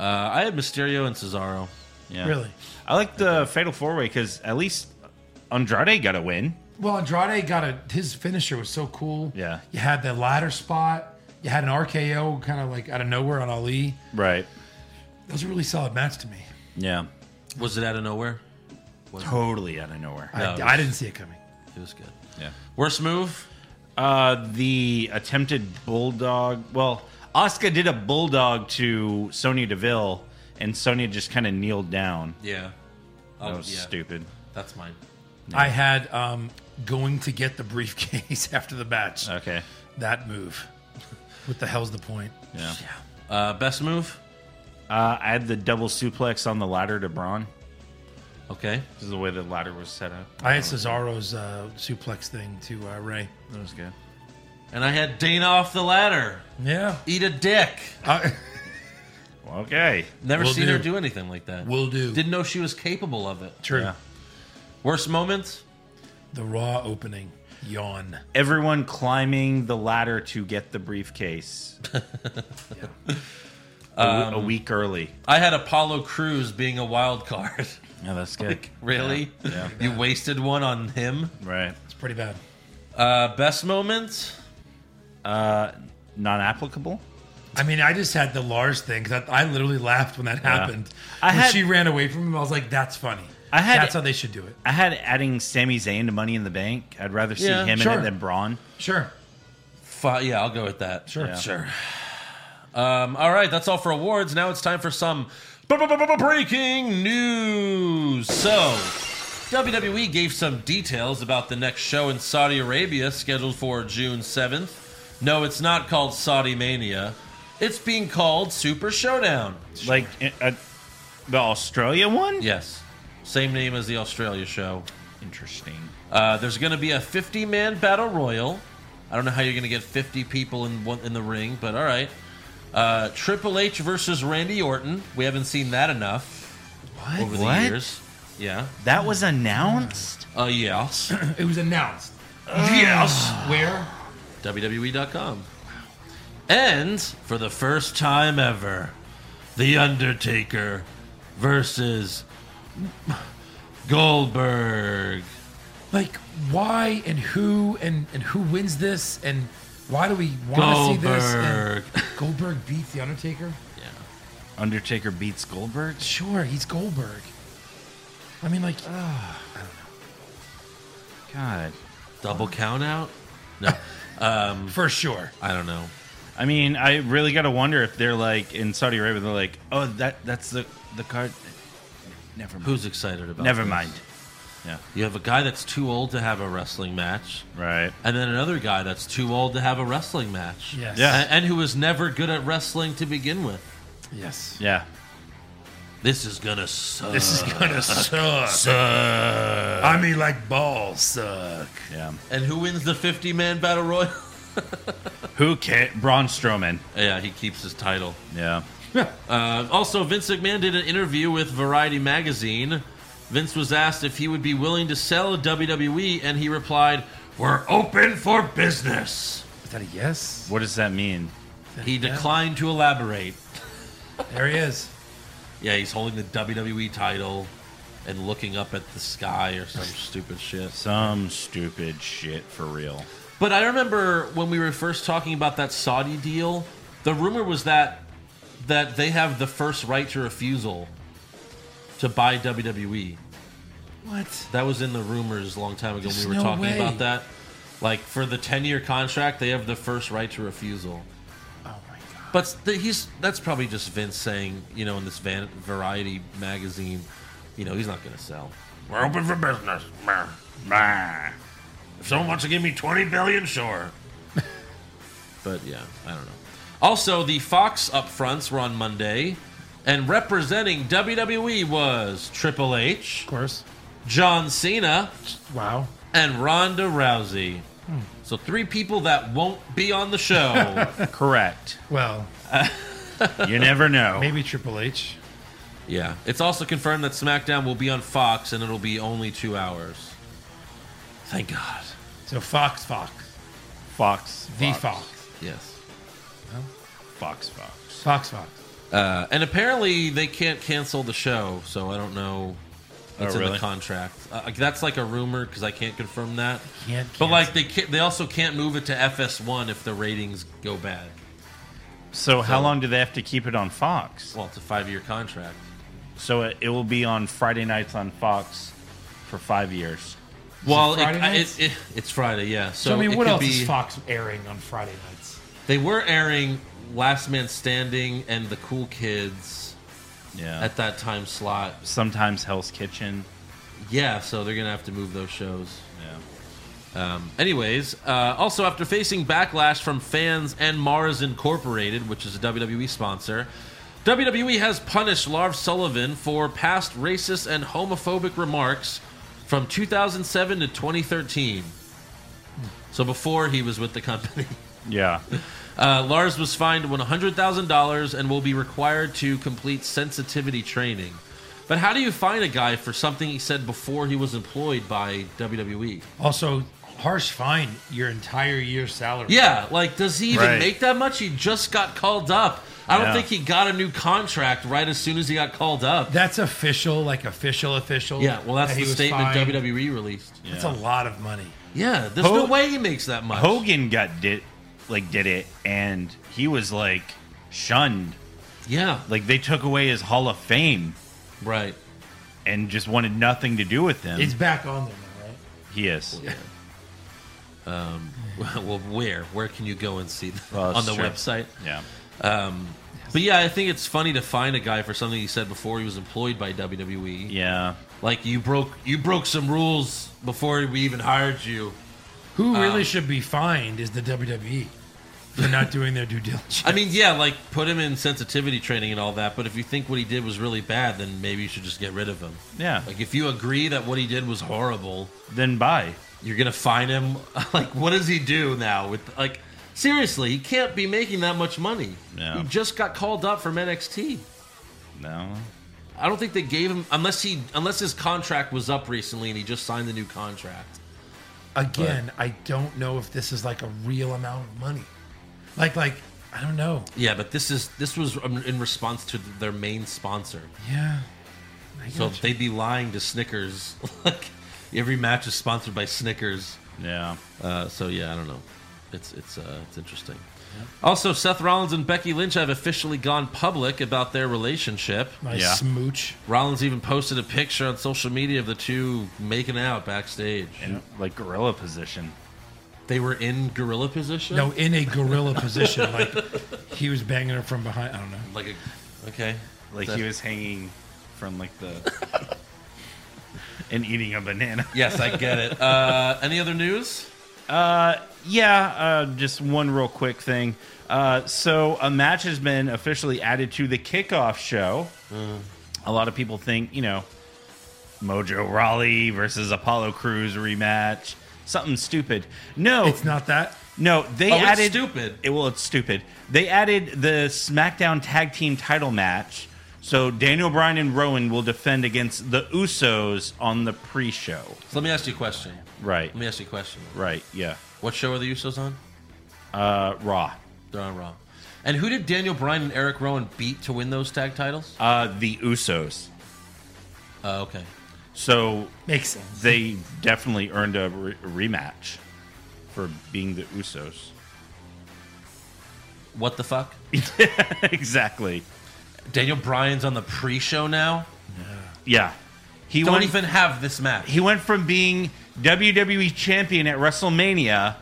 Speaker 4: Uh, I had Mysterio and Cesaro.
Speaker 6: Yeah.
Speaker 5: Really.
Speaker 6: I like the Fatal Four Way because at least Andrade got a win.
Speaker 5: Well, Andrade got a his finisher was so cool.
Speaker 6: Yeah.
Speaker 5: You had the ladder spot. You had an RKO kind of like out of nowhere on Ali.
Speaker 6: Right.
Speaker 5: That was a really solid match to me.
Speaker 6: Yeah.
Speaker 4: Was it out of nowhere?
Speaker 6: Totally out of nowhere.
Speaker 5: I,
Speaker 4: No, it
Speaker 5: I didn't see it coming.
Speaker 4: It was good.
Speaker 6: Yeah.
Speaker 4: Worst move.
Speaker 6: Uh, the attempted bulldog. Well, Asuka did a bulldog to Sonya Deville, and Sonya just kind of kneeled down.
Speaker 4: Yeah. Oh,
Speaker 6: That was
Speaker 4: yeah.
Speaker 6: stupid.
Speaker 4: That's mine.
Speaker 5: I had um, going to get the *laughs* briefcase after the match.
Speaker 6: Okay.
Speaker 5: That move. What the hell's the point?
Speaker 6: Yeah.
Speaker 4: Uh, best move.
Speaker 6: Uh, I had the double suplex on the ladder to Braun.
Speaker 4: Okay.
Speaker 6: This is the way the ladder was set up.
Speaker 5: I had Cesaro's uh, suplex thing to uh, Ray.
Speaker 6: That was good.
Speaker 4: And I had Dana off the ladder.
Speaker 5: Yeah.
Speaker 4: Eat a dick.
Speaker 5: I,
Speaker 6: Okay.
Speaker 4: Never
Speaker 5: Will
Speaker 4: seen
Speaker 5: do.
Speaker 4: her do anything like that.
Speaker 5: will do.
Speaker 4: Didn't know she was capable of it.
Speaker 5: True.
Speaker 6: Yeah.
Speaker 4: Worst moments?
Speaker 5: The Raw opening. Yawn.
Speaker 6: Everyone climbing the ladder to get the briefcase. A w- a week early.
Speaker 4: I had Apollo Cruz being a wild card. *laughs*
Speaker 6: Yeah, that's good.
Speaker 4: really?
Speaker 6: Yeah.
Speaker 4: You wasted one on him.
Speaker 6: Right.
Speaker 5: It's pretty bad.
Speaker 4: Uh, best moments?
Speaker 6: Non applicable?
Speaker 5: I mean, I just had the Lars thing because I, I literally laughed when that happened.
Speaker 7: I
Speaker 5: when
Speaker 7: had-
Speaker 5: she ran away from him, I was like, "That's funny."
Speaker 7: I had-
Speaker 5: That's how they should do it.
Speaker 7: I had adding Sami Zayn to Money in the Bank. I'd rather see
Speaker 4: Yeah,
Speaker 7: him in
Speaker 5: sure.
Speaker 7: it than Braun.
Speaker 5: Sure.
Speaker 4: Fi- yeah, I'll go with that.
Speaker 5: Sure.
Speaker 4: Sure. Um, all right, that's all for awards. Now it's time for some breaking news. So, WWE gave some details about the next show in Saudi Arabia scheduled for June 7th. No, it's not called Saudi Mania. It's being called Super Showdown.
Speaker 7: Like uh, the Australia one?
Speaker 4: Yes. Same name as the Australia show.
Speaker 7: Interesting.
Speaker 4: Uh, there's going to be a 50 man battle royal. I don't know how you're going to get 50 people in one, in the ring, but all right. Uh, Triple H versus Randy Orton. We haven't seen that enough
Speaker 7: What?
Speaker 4: over
Speaker 7: What?
Speaker 4: the years. Yeah.
Speaker 7: That was announced?
Speaker 4: Uh, yes. *coughs*
Speaker 5: It was announced. yes. Where?
Speaker 4: E WWE.com. And for the first time ever, The Undertaker versus Goldberg.
Speaker 5: Like, why and who and and who wins this and why do we want to see this?
Speaker 4: Goldberg.
Speaker 5: And Goldberg beats the Undertaker.
Speaker 7: Undertaker beats Goldberg?
Speaker 5: Sure, he's Goldberg. I mean,
Speaker 4: Uh.
Speaker 5: like,
Speaker 7: God.
Speaker 4: Double count out? No. Um,
Speaker 5: for sure.
Speaker 4: I don't know.
Speaker 7: I mean, I really got to wonder if they're like in Saudi Arabia, they're like, oh, that that's the, the card. Never mind.
Speaker 4: Who's excited about
Speaker 7: Never
Speaker 4: this?
Speaker 7: mind.
Speaker 4: You have a guy that's too old to have a wrestling match,
Speaker 7: Right.
Speaker 4: and then another guy that's too old to have a wrestling match.
Speaker 5: Yes.
Speaker 7: Yeah.
Speaker 4: And, and who was never good at wrestling to begin with.
Speaker 5: Yes.
Speaker 7: Yeah.
Speaker 4: This is gonna suck.
Speaker 5: This is
Speaker 4: Uh,
Speaker 5: gonna suck. I mean, like, balls suck.
Speaker 7: Yeah.
Speaker 4: and who wins the 50 man battle royal? *laughs*
Speaker 7: Who can Braun Strowman.
Speaker 4: yeah, he keeps his title.
Speaker 7: Yeah.
Speaker 4: Uh, also, Vince McMahon did an interview with Variety magazine. Vince was asked if he would be willing to sell WWE, and he replied, "We're open for business."
Speaker 5: Is that a yes?
Speaker 7: What does that mean?
Speaker 4: He declined to elaborate.
Speaker 5: There he is.
Speaker 4: Yeah, he's holding the WWE title and looking up at the sky or some stupid shit.
Speaker 7: Some stupid shit for real.
Speaker 4: But I remember when we were first talking about that Saudi deal, the rumor was that that they have the first right to refusal to buy WWE.
Speaker 5: What?
Speaker 4: That was in the rumors a long time ago
Speaker 5: There's
Speaker 4: when we were
Speaker 5: no
Speaker 4: talking
Speaker 5: way.
Speaker 4: about that. Like for the 10-year contract, they have the first right to refusal.
Speaker 5: Oh my god.
Speaker 4: But th- he's that's probably just Vince saying, you know, in this van- Variety magazine, you know, he's not going to sell.
Speaker 8: We're open for business. Brr. Brr. If someone wants to give me 20 billion, sure.
Speaker 4: But yeah, I don't know. Also, the Fox upfronts were on Monday, and representing WWE was Triple H,
Speaker 5: Of course.
Speaker 4: John Cena,
Speaker 5: Wow.
Speaker 4: and Ronda Rousey.
Speaker 7: Hmm.
Speaker 4: So three people that won't be on
Speaker 7: *laughs*
Speaker 4: the show.
Speaker 7: Correct.
Speaker 5: Well,
Speaker 7: You never know.
Speaker 5: maybe Triple H.
Speaker 4: yeah. It's also confirmed that SmackDown will be on Fox, and it'll be only two hours. Thank God.
Speaker 5: So Fox, Fox,
Speaker 7: Fox.
Speaker 5: the Fox,
Speaker 4: Yes.
Speaker 7: Fox. Fox.
Speaker 5: Fox, Fox.
Speaker 4: Uh, and apparently they can't cancel the show, so I don't know what's
Speaker 7: Oh,
Speaker 4: in
Speaker 7: really?
Speaker 4: the contract. Uh, that's like a rumor because I can't confirm that.
Speaker 5: Can't.
Speaker 4: But like they can't, they also can't move it to FS1 if the ratings go bad.
Speaker 7: So, how long do they have to keep it on Fox?
Speaker 4: Well, it's a five year contract.
Speaker 7: So it, it will be on Friday nights on Fox for five years.
Speaker 4: well, it,
Speaker 5: Friday nights?
Speaker 4: it, it, it's Friday, yeah. So,
Speaker 5: So, I mean,
Speaker 4: it
Speaker 5: what
Speaker 4: could
Speaker 5: else
Speaker 4: be,
Speaker 5: is Fox airing on Friday nights?
Speaker 4: They were airing Last Man Standing and The Cool Kids
Speaker 7: Yeah.
Speaker 4: at that time slot.
Speaker 7: Sometimes Hell's Kitchen.
Speaker 4: Yeah, so they're gonna have to move those shows.
Speaker 7: Yeah.
Speaker 4: Um, anyways, uh, also after facing backlash from fans and Mars Incorporated, which is a WWE sponsor, WWE has punished Lars Sullivan for past racist and homophobic remarks from 2007 to 2013. So before he was with the company. *laughs*
Speaker 7: Yeah.
Speaker 4: Uh, Lars was fined $100,000 and will be required to complete sensitivity training. But how do you fine a guy for something he said before he was employed by E? WWE?
Speaker 5: Also, harsh fine your entire year's salary.
Speaker 4: Yeah, like does he even
Speaker 7: Right.
Speaker 4: make that much? He just got called up. I don't
Speaker 7: Yeah.
Speaker 4: think he got a new contract right as soon as he got called up.
Speaker 5: That's official, like official, official.
Speaker 4: yeah, well, that's
Speaker 5: that he
Speaker 4: the
Speaker 5: was
Speaker 4: statement E
Speaker 5: fined.
Speaker 4: WWE released.
Speaker 5: That's a lot of money.
Speaker 4: Yeah, there's
Speaker 7: Ho-
Speaker 4: no way he makes that much.
Speaker 7: Hogan got did like did it, and he was like
Speaker 6: shunned.
Speaker 4: Yeah.
Speaker 6: Like they took away his Hall of Fame
Speaker 4: Right. *laughs*
Speaker 6: and just wanted nothing to do with him.
Speaker 5: It's back on there now, right?
Speaker 6: he is.
Speaker 4: Well, where? Where can you go and see that?
Speaker 6: Well,
Speaker 4: on the
Speaker 6: sure.
Speaker 4: website?
Speaker 6: Yeah.
Speaker 4: But yeah, I think it's funny to find a guy for something he said before he was employed by WWE.
Speaker 6: Yeah.
Speaker 4: Like you broke you broke some rules before we even hired you.
Speaker 5: Who really should be fined is the WWE for not doing their due diligence.
Speaker 4: I mean, yeah, like put him in sensitivity training and all that, but if you think what he did was really bad, then maybe you should just get rid of him.
Speaker 6: Yeah.
Speaker 4: Like if you agree that what he did was horrible,
Speaker 6: then bye.
Speaker 4: you're gonna fine him. *laughs* Like, what does he do now? With like, seriously, he can't be making that much money.
Speaker 6: No.
Speaker 4: He just got called up from NXT.
Speaker 6: No.
Speaker 4: I don't think they gave him unless he unless his contract was up recently and he just signed the new contract.
Speaker 5: *laughs* Again, I don't know if this is like a real amount of money. Like, like I don't know.
Speaker 4: Yeah, but this is this was um, in response to their main sponsor.
Speaker 5: Yeah. I
Speaker 4: So
Speaker 5: gotcha.
Speaker 4: they'd be lying to Snickers. *laughs* like every match is sponsored by Snickers.
Speaker 6: Yeah.
Speaker 4: Uh, so yeah, I don't know. It's it's uh, it's interesting. Also, Seth Rollins and Becky Lynch have officially gone public about their relationship.
Speaker 5: my
Speaker 6: Yeah.
Speaker 5: smooch.
Speaker 4: Rollins even posted a picture on social media of the two making out backstage.
Speaker 6: And like gorilla position.
Speaker 4: They were in gorilla position.
Speaker 5: No, in a gorilla position, like he was banging her from behind. I don't know.
Speaker 4: like a okay.
Speaker 6: Like
Speaker 4: That-
Speaker 6: he was hanging from like the and eating a banana.
Speaker 4: Yes, I get it. Uh, any other news?
Speaker 6: Uh, yeah, uh, just one real quick thing. Uh, so a match has been officially added to the kickoff show. A lot of people think, you know, Mojo Raleigh versus Apollo Cruz rematch, something stupid. No,
Speaker 5: It's not that.
Speaker 6: no, they
Speaker 4: Oh, it's
Speaker 6: added
Speaker 4: stupid.
Speaker 6: It, well, it's stupid. They added the SmackDown Tag Team Title match, so Daniel Bryan and Rowan will defend against the Usos on the pre-show.
Speaker 4: So let me ask you a question.
Speaker 6: Right,
Speaker 4: Let me ask you a question.
Speaker 6: right, yeah.
Speaker 4: What show are the Usos on?
Speaker 6: Uh, Raw.
Speaker 4: They're on Raw. And who did Daniel Bryan and Eric Rowan beat to win those tag titles?
Speaker 6: Uh, the Usos.
Speaker 4: Uh, okay.
Speaker 6: So
Speaker 5: Makes sense.
Speaker 6: they definitely earned a re- rematch for being the
Speaker 11: *laughs*
Speaker 6: Usos.
Speaker 4: What the fuck?
Speaker 6: exactly.
Speaker 4: Daniel Bryan's on the pre-show now.
Speaker 6: Yeah. He
Speaker 4: Don't
Speaker 6: went,
Speaker 4: even have this match.
Speaker 6: he went from being WWE champion at WrestleMania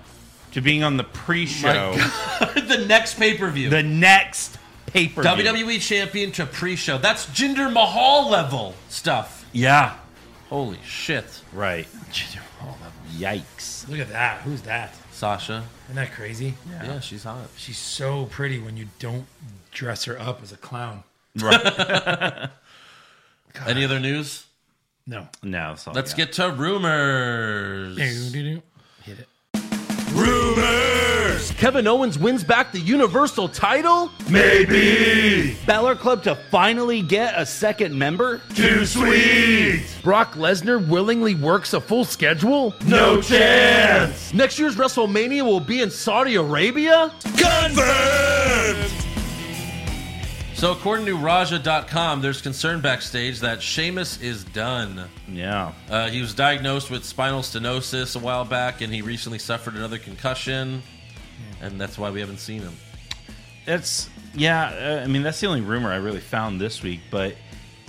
Speaker 6: to being on the pre-show
Speaker 4: *laughs* the next pay-per-view.
Speaker 6: the next paper.
Speaker 11: E
Speaker 4: WWE champion to pre-show. That's Jinder Mahal level stuff.
Speaker 6: Yeah.
Speaker 4: Holy shit,
Speaker 6: Right.
Speaker 5: Oh,
Speaker 6: Yikes.
Speaker 5: look at that. Who's that?
Speaker 4: Sasha.
Speaker 5: Isn't that crazy?
Speaker 4: Yeah, she's hot.
Speaker 5: She's so pretty when you don't dress her up as a clown.
Speaker 11: *laughs*
Speaker 4: Any other news?
Speaker 5: No.
Speaker 6: No. that's all I
Speaker 4: Let's
Speaker 6: got.
Speaker 4: get to rumors.
Speaker 5: Hit it.
Speaker 11: Kevin Owens wins back the Universal title? Maybe. Balor Club to finally get a second member? Too sweet. Brock Lesnar willingly works a full schedule? No chance. Next year's WrestleMania will be in Saudi Arabia?
Speaker 4: So, according to Raja.com, there's concern backstage that Sheamus is done.
Speaker 6: Yeah.
Speaker 4: Uh, he was diagnosed with spinal stenosis a while back, and he recently suffered another concussion, and that's why we haven't seen him.
Speaker 6: That's yeah. Uh, I mean, that's the only rumor I really found this week. But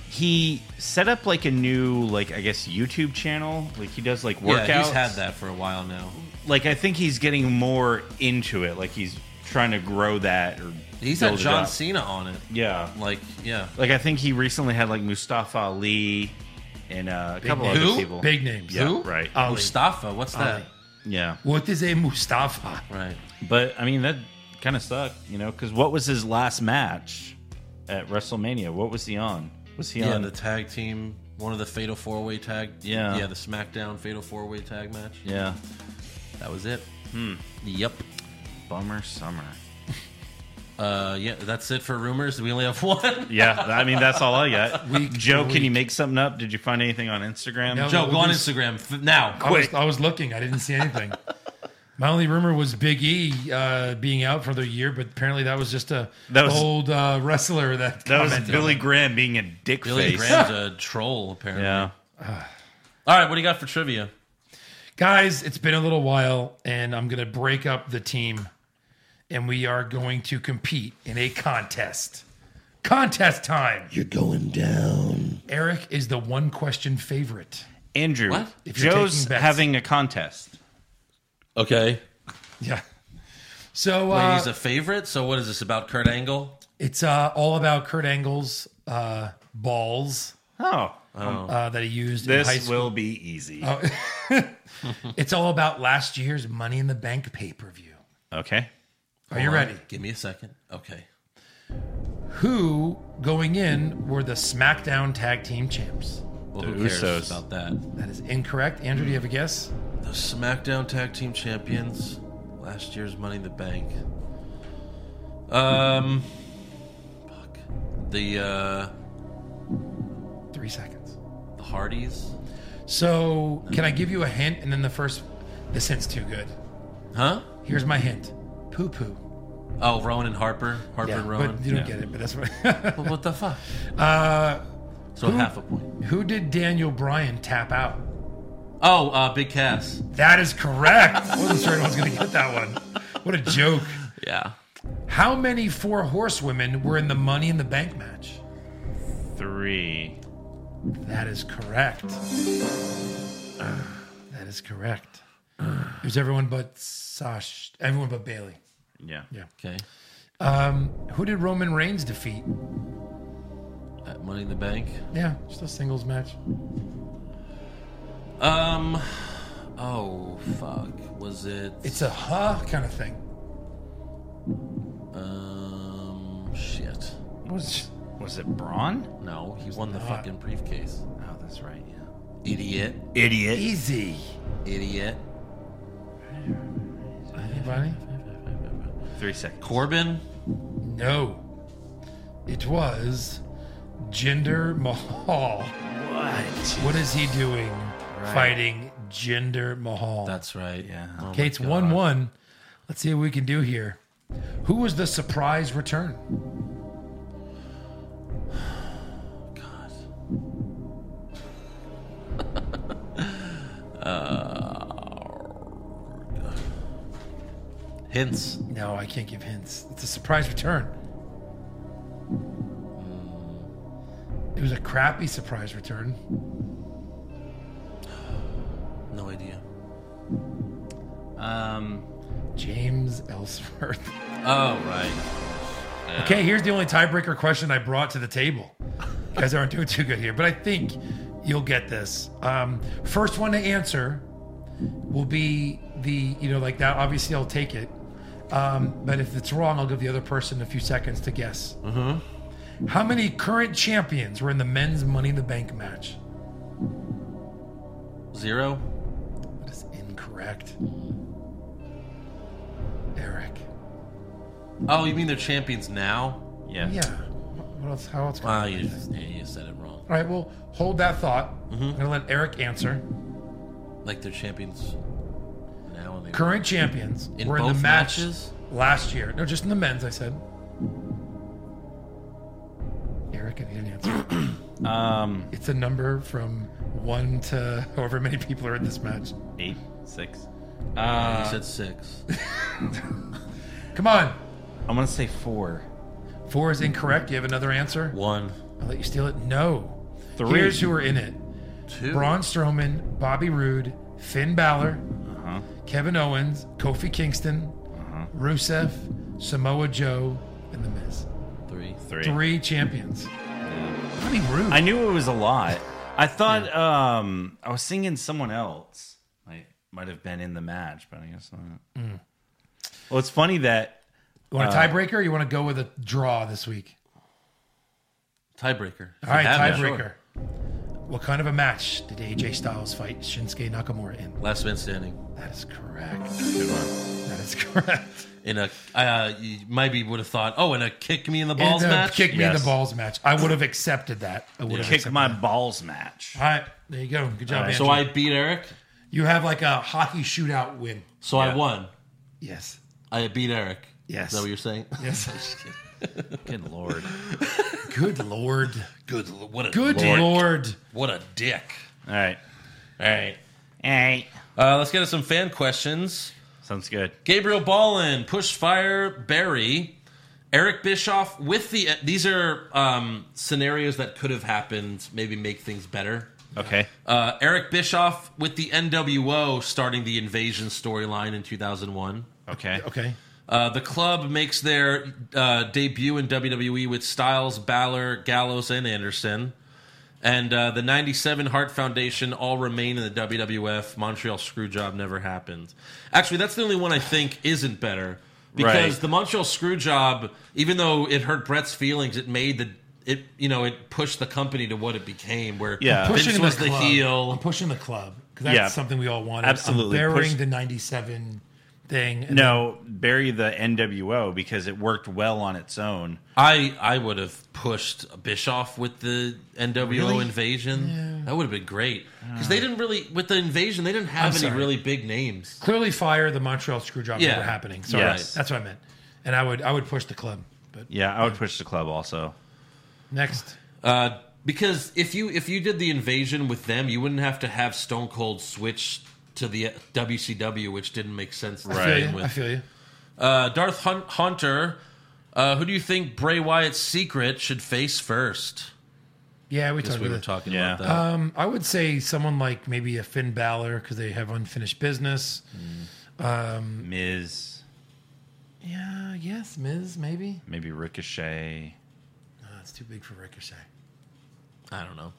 Speaker 6: he set up like a new, like I guess YouTube channel. Like he does like workouts.
Speaker 4: Yeah, he's had that for a while now.
Speaker 6: Like I think he's getting more into it. Like he's trying to grow that. Or
Speaker 4: He's
Speaker 6: build
Speaker 4: had
Speaker 6: it
Speaker 4: John
Speaker 6: up.
Speaker 4: Cena on it.
Speaker 6: Yeah.
Speaker 4: Like, yeah.
Speaker 6: Like I think he recently had like Mustafa Ali and uh, a couple
Speaker 5: name.
Speaker 6: other
Speaker 4: Who?
Speaker 6: people.
Speaker 5: Big Uh, names.
Speaker 6: Yeah.
Speaker 4: Who?
Speaker 6: Right.
Speaker 5: Ali.
Speaker 4: Mustafa, what's that?
Speaker 6: Yeah.
Speaker 5: What is a Mustafa?
Speaker 4: Right.
Speaker 6: But I mean that kind of sucked, you know, because what was his last match at WrestleMania? What was he on? Was he
Speaker 4: Yeah.
Speaker 6: on?
Speaker 4: the tag team, one of the Fatal Four Way tag.
Speaker 6: Yeah.
Speaker 4: Yeah, the SmackDown Fatal Four Way tag match.
Speaker 6: yeah.
Speaker 4: That was it. Hmm. Yep.
Speaker 6: Bummer summer.
Speaker 4: Uh, yeah, that's it for rumors. We only have *laughs* one.
Speaker 6: Yeah, I mean that's all I got.
Speaker 5: *laughs* Week
Speaker 6: Joe,
Speaker 5: to
Speaker 6: can you make something up? Did you find anything on Instagram?
Speaker 5: No.
Speaker 4: Joe, go on Instagram f- now.
Speaker 5: I was, I was looking. I didn't see
Speaker 6: *laughs*
Speaker 5: anything. My only rumor was Big E uh, being out for the year, but apparently that was just a
Speaker 6: That was-
Speaker 5: old uh, wrestler that,
Speaker 6: That was
Speaker 5: commented.
Speaker 6: Billy Graham being a dick
Speaker 4: Billy
Speaker 5: *laughs*
Speaker 6: face.
Speaker 4: Graham's a troll, apparently.
Speaker 6: Yeah.
Speaker 4: All right, what do you got for trivia?
Speaker 5: Guys, it's been a little while, and I'm going to break up the team and we are going to compete in a contest. Contest time.
Speaker 12: You're going down.
Speaker 5: Eric is the one question favorite.
Speaker 6: Andrew,
Speaker 4: What?
Speaker 5: If you're
Speaker 6: Joe's
Speaker 5: taking bets.
Speaker 6: having a contest.
Speaker 4: Okay.
Speaker 5: Yeah. So
Speaker 4: Wait,
Speaker 5: uh,
Speaker 4: he's a favorite. So what is this about Kurt Angle?
Speaker 5: it's uh, all about Kurt Angle's uh, balls
Speaker 6: Oh,
Speaker 5: uh, that he used in high
Speaker 6: this
Speaker 5: school. Oh.
Speaker 6: will be easy.
Speaker 5: *laughs* It's all about last year's Money in the Bank pay per view.
Speaker 6: Okay.
Speaker 5: Are you ready?
Speaker 4: Give me a second. Okay.
Speaker 5: Who going in were the SmackDown Tag Team Champs?
Speaker 4: Well,
Speaker 6: The
Speaker 4: who cares
Speaker 6: Usos.
Speaker 4: about that?
Speaker 5: That is incorrect. Andrew, do you have a guess?
Speaker 4: The SmackDown Tag Team Champions, last year's Money in the Bank. Um, fuck. The uh,
Speaker 5: Three seconds.
Speaker 4: the Hardys,
Speaker 5: So, can I give you a hint? And then the first, this hint's too good.
Speaker 4: huh?
Speaker 5: Here's my hint poo poo.
Speaker 4: Oh, Rowan and Harper, Harper and Rowan.
Speaker 5: but you don't get it, but that's what.
Speaker 4: *laughs*
Speaker 5: *laughs*
Speaker 4: Well, what the fuck?
Speaker 5: uh,
Speaker 4: So half a point.
Speaker 5: who did Daniel Bryan tap out?
Speaker 4: Oh, uh, Big Cass.
Speaker 5: That is correct. I wasn't sure anyone was going to get that one. What a joke.
Speaker 4: Yeah.
Speaker 5: How many four horsewomen were in the Money in the Bank match?
Speaker 6: Three.
Speaker 5: That is correct. *sighs* That is *sighs* correct. It was everyone but Sash, everyone but Bailey.
Speaker 6: Yeah.
Speaker 4: Okay.
Speaker 5: Um, who did Roman Reigns defeat?
Speaker 4: At Money in the Bank.
Speaker 5: Yeah, just a singles match.
Speaker 4: Um. Oh fuck. Was it?
Speaker 5: It's a huh kind of thing.
Speaker 4: Um. Shit.
Speaker 6: Was was it Braun?
Speaker 4: No, he won the fucking briefcase.
Speaker 6: Oh, that's right. Yeah.
Speaker 4: Idiot.
Speaker 6: Idiot.
Speaker 5: Easy.
Speaker 4: Idiot.
Speaker 5: Anybody?
Speaker 6: Three seconds.
Speaker 4: Corbin.
Speaker 5: No. It was Jinder Mahal.
Speaker 6: What?
Speaker 5: What is he doing fighting Jinder Mahal?
Speaker 4: That's right. Yeah. Oh
Speaker 5: okay, it's 1 1. Let's see what we can do here. Who was the surprise return?
Speaker 4: God. *laughs* uh, hints.
Speaker 5: No, I can't give hints. It's a surprise return. It was a crappy surprise return.
Speaker 4: No idea.
Speaker 6: Um.
Speaker 5: James Ellsworth.
Speaker 4: Oh right.
Speaker 5: Okay, here's the only tiebreaker question I brought to the table. You guys aren't doing too good here, but I think you'll get this. Um, first one to answer will be the, you know, like that. Obviously, I'll take it. Um, but if it's wrong, I'll give the other person a few seconds to guess. How many current champions were in the men's Money in the Bank match?
Speaker 4: Zero.
Speaker 5: That is incorrect. Eric.
Speaker 4: Oh, you mean they're champions now?
Speaker 6: Yeah.
Speaker 5: Yeah. What else? How else? Can
Speaker 4: Wow, you, yeah, you said it wrong.
Speaker 5: All right, well, hold that thought.
Speaker 4: Mm-hmm.
Speaker 5: I'm going to let Eric answer.
Speaker 4: Like they're champions now, and they
Speaker 5: current champions
Speaker 4: In
Speaker 5: were in
Speaker 4: both
Speaker 5: the match
Speaker 4: matches?
Speaker 5: last year. No, just in the men's. I said. Eric, I need
Speaker 4: *laughs*
Speaker 5: an answer.
Speaker 6: Um.
Speaker 5: it's a number from one to however many people are in this match.
Speaker 6: Eight. Six.
Speaker 4: you said
Speaker 5: *laughs*
Speaker 4: six.
Speaker 5: Come on.
Speaker 6: I'm gonna say four.
Speaker 5: Four is incorrect. You have another answer.
Speaker 4: One,
Speaker 5: I'll let you steal it. No.
Speaker 6: Three.
Speaker 5: Here's who are in it:
Speaker 4: two.
Speaker 5: Braun Strowman, Bobby Roode, Finn Balor,
Speaker 6: Uh-huh.
Speaker 5: Kevin Owens, Kofi Kingston,
Speaker 4: Uh-huh.
Speaker 5: Rusev, Samoa Joe, and The Miz.
Speaker 4: Three.
Speaker 6: Three.
Speaker 5: Three champions. Bobby Roode.
Speaker 6: I knew it was a lot. I thought um I was singing someone else. Might might have been in the match, but I guess not. Well, it's funny that
Speaker 5: You want a
Speaker 4: Uh,
Speaker 5: tiebreaker? Or you want to go with a draw this week?
Speaker 4: Tiebreaker.
Speaker 5: All right,
Speaker 4: Have it.
Speaker 5: tiebreaker. What kind of a match did AJ Styles fight Shinsuke Nakamura in?
Speaker 4: Last man standing.
Speaker 5: That is correct.
Speaker 6: good one.
Speaker 5: That is *laughs* correct.
Speaker 4: In a, uh, you maybe would have thought, oh, in a kick me in the balls
Speaker 5: In the
Speaker 4: match.
Speaker 5: Kick me in
Speaker 6: Yes.
Speaker 5: the balls match. I would have accepted that. I would have
Speaker 6: Kick
Speaker 5: accepted
Speaker 6: my
Speaker 5: That.
Speaker 6: balls match.
Speaker 5: All right, there you go. Good job, Andrew.
Speaker 4: So I beat Eric.
Speaker 5: you have like a hockey shootout win.
Speaker 4: So I won.
Speaker 5: Yes.
Speaker 4: I beat Eric.
Speaker 5: Yes.
Speaker 4: Is that what you're saying?
Speaker 5: Yes.
Speaker 6: Good lord.
Speaker 5: Good lord.
Speaker 4: *laughs* Good. l- What a
Speaker 5: Good
Speaker 4: lord.
Speaker 5: lord.
Speaker 4: What a dick.
Speaker 6: All right.
Speaker 4: All right.
Speaker 6: All right.
Speaker 4: Uh, let's get to some fan questions.
Speaker 6: Sounds good.
Speaker 4: Gabriel Ballin, Pushfire Barry, Eric Bischoff. With the these are um, scenarios that could have happened. Maybe make things better.
Speaker 6: Okay.
Speaker 4: Uh, Eric Bischoff with the NWO starting the invasion storyline in 2001.
Speaker 6: Okay.
Speaker 5: Okay.
Speaker 4: Uh, the club makes their uh, debut in WWE with Styles, Balor, Gallows, and Anderson. And uh, the 97 Hart Foundation all remain in the WWF. Montreal Screwjob never happened. Actually, that's the only one I think isn't better. Because
Speaker 6: Right.
Speaker 4: the Montreal Screwjob, even though it hurt Brett's feelings, it made the. It you know it pushed the company to what it became where
Speaker 6: Yeah.
Speaker 4: Uh, Vince
Speaker 5: pushing
Speaker 4: was
Speaker 5: the,
Speaker 4: the
Speaker 5: club.
Speaker 4: heel
Speaker 5: I'm pushing the club because that's
Speaker 6: Yeah.
Speaker 5: something we all wanted.
Speaker 6: Absolutely.
Speaker 5: I'm burying
Speaker 6: Push-
Speaker 5: the '97 thing. and
Speaker 6: No, bury the NWO because it worked well on its own.
Speaker 4: I I would have pushed Bischoff with the NWO
Speaker 5: Really? Uh.
Speaker 4: invasion. That would have been great because they didn't really with the invasion they didn't have
Speaker 5: I'm
Speaker 4: any
Speaker 5: sorry.
Speaker 4: really big names.
Speaker 5: clearly fire the Montreal Screwjob
Speaker 4: Yeah.
Speaker 5: yeah. happening. Sorry,
Speaker 6: Yes.
Speaker 5: that's what I meant. And I would I would push the club. But
Speaker 6: Yeah, I would push the club also.
Speaker 5: next,
Speaker 4: Uh, because if you if you did the invasion with them, you wouldn't have to have Stone Cold switch to the WCW, which didn't make sense. To
Speaker 5: I
Speaker 4: begin
Speaker 5: feel you. I
Speaker 4: With.
Speaker 5: feel you.
Speaker 4: Uh, Darth Hun- Hunter, uh, who do you think Bray Wyatt's secret should face first?
Speaker 5: Yeah, we
Speaker 4: Because
Speaker 5: talked
Speaker 4: we were
Speaker 5: about that.
Speaker 4: talking
Speaker 6: Yeah.
Speaker 4: about that.
Speaker 5: Um, I would say someone like maybe a Finn Balor because they have unfinished business.
Speaker 6: Mm-hmm. Miz,
Speaker 5: Yeah, yes, Miz, maybe.
Speaker 6: maybe Ricochet. *laughs*
Speaker 5: No, it's too big for Ricochet.
Speaker 4: I don't know.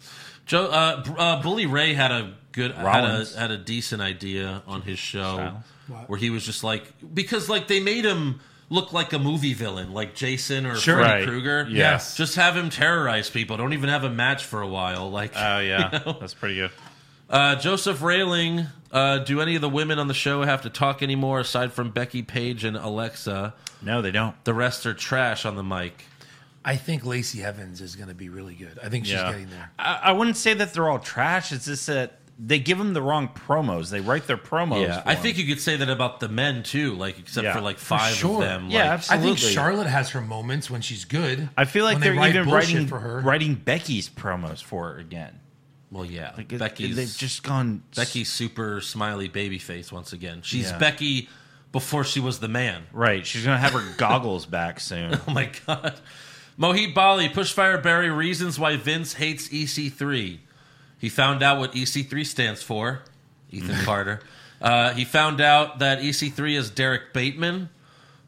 Speaker 4: Joe uh, B- uh, Bully Ray had a good had a,
Speaker 6: Rollins.
Speaker 4: had a decent idea on his show
Speaker 6: Styles.
Speaker 5: What?
Speaker 4: where he was just like because like they made him look like a movie villain like Jason or
Speaker 5: Sure.
Speaker 4: Freddy
Speaker 6: Right.
Speaker 4: Krueger.
Speaker 6: Yeah.
Speaker 5: Yes.
Speaker 4: Just have him terrorize people. Don't even have a match for a while. Like
Speaker 6: Oh yeah, *laughs* that's pretty good.
Speaker 4: uh, Joseph Railing, uh, do any of the women on the show have to talk anymore aside from Becky Page and Alexa?
Speaker 6: No, they don't.
Speaker 4: The rest are trash on the mic.
Speaker 5: I think Lacey Evans is going to be really good. I think she's
Speaker 6: Yeah.
Speaker 5: getting there.
Speaker 6: I, I wouldn't say that they're all trash. It's just that they give them the wrong promos. They write their promos.
Speaker 4: Yeah,
Speaker 6: for
Speaker 4: I
Speaker 6: 'em.
Speaker 4: think you could say that about the men too. Like except
Speaker 6: Yeah.
Speaker 4: for like
Speaker 6: For
Speaker 4: five
Speaker 5: sure.
Speaker 4: of them.
Speaker 6: Yeah,
Speaker 4: like,
Speaker 5: I
Speaker 6: absolutely.
Speaker 5: think Charlotte has her moments when she's good.
Speaker 6: I feel like
Speaker 5: When
Speaker 6: they're
Speaker 5: write
Speaker 6: even
Speaker 5: bullshit
Speaker 6: writing
Speaker 5: for her.
Speaker 6: writing Becky's promos for her again.
Speaker 4: Well, yeah,
Speaker 6: Like it-
Speaker 4: Becky's
Speaker 6: they've just gone
Speaker 4: Becky's super smiley baby face once again. She's
Speaker 6: Yeah.
Speaker 4: Becky before she was the man. *laughs*
Speaker 6: Right, she's gonna have her goggles back soon.
Speaker 4: Oh my god, Mohit Bali, Pushfire Barry, reasons why Vince hates EC3. He found out what EC3 stands for.
Speaker 6: *laughs*
Speaker 4: Ethan Carter. Uh, he found out that EC3 is Derek Bateman.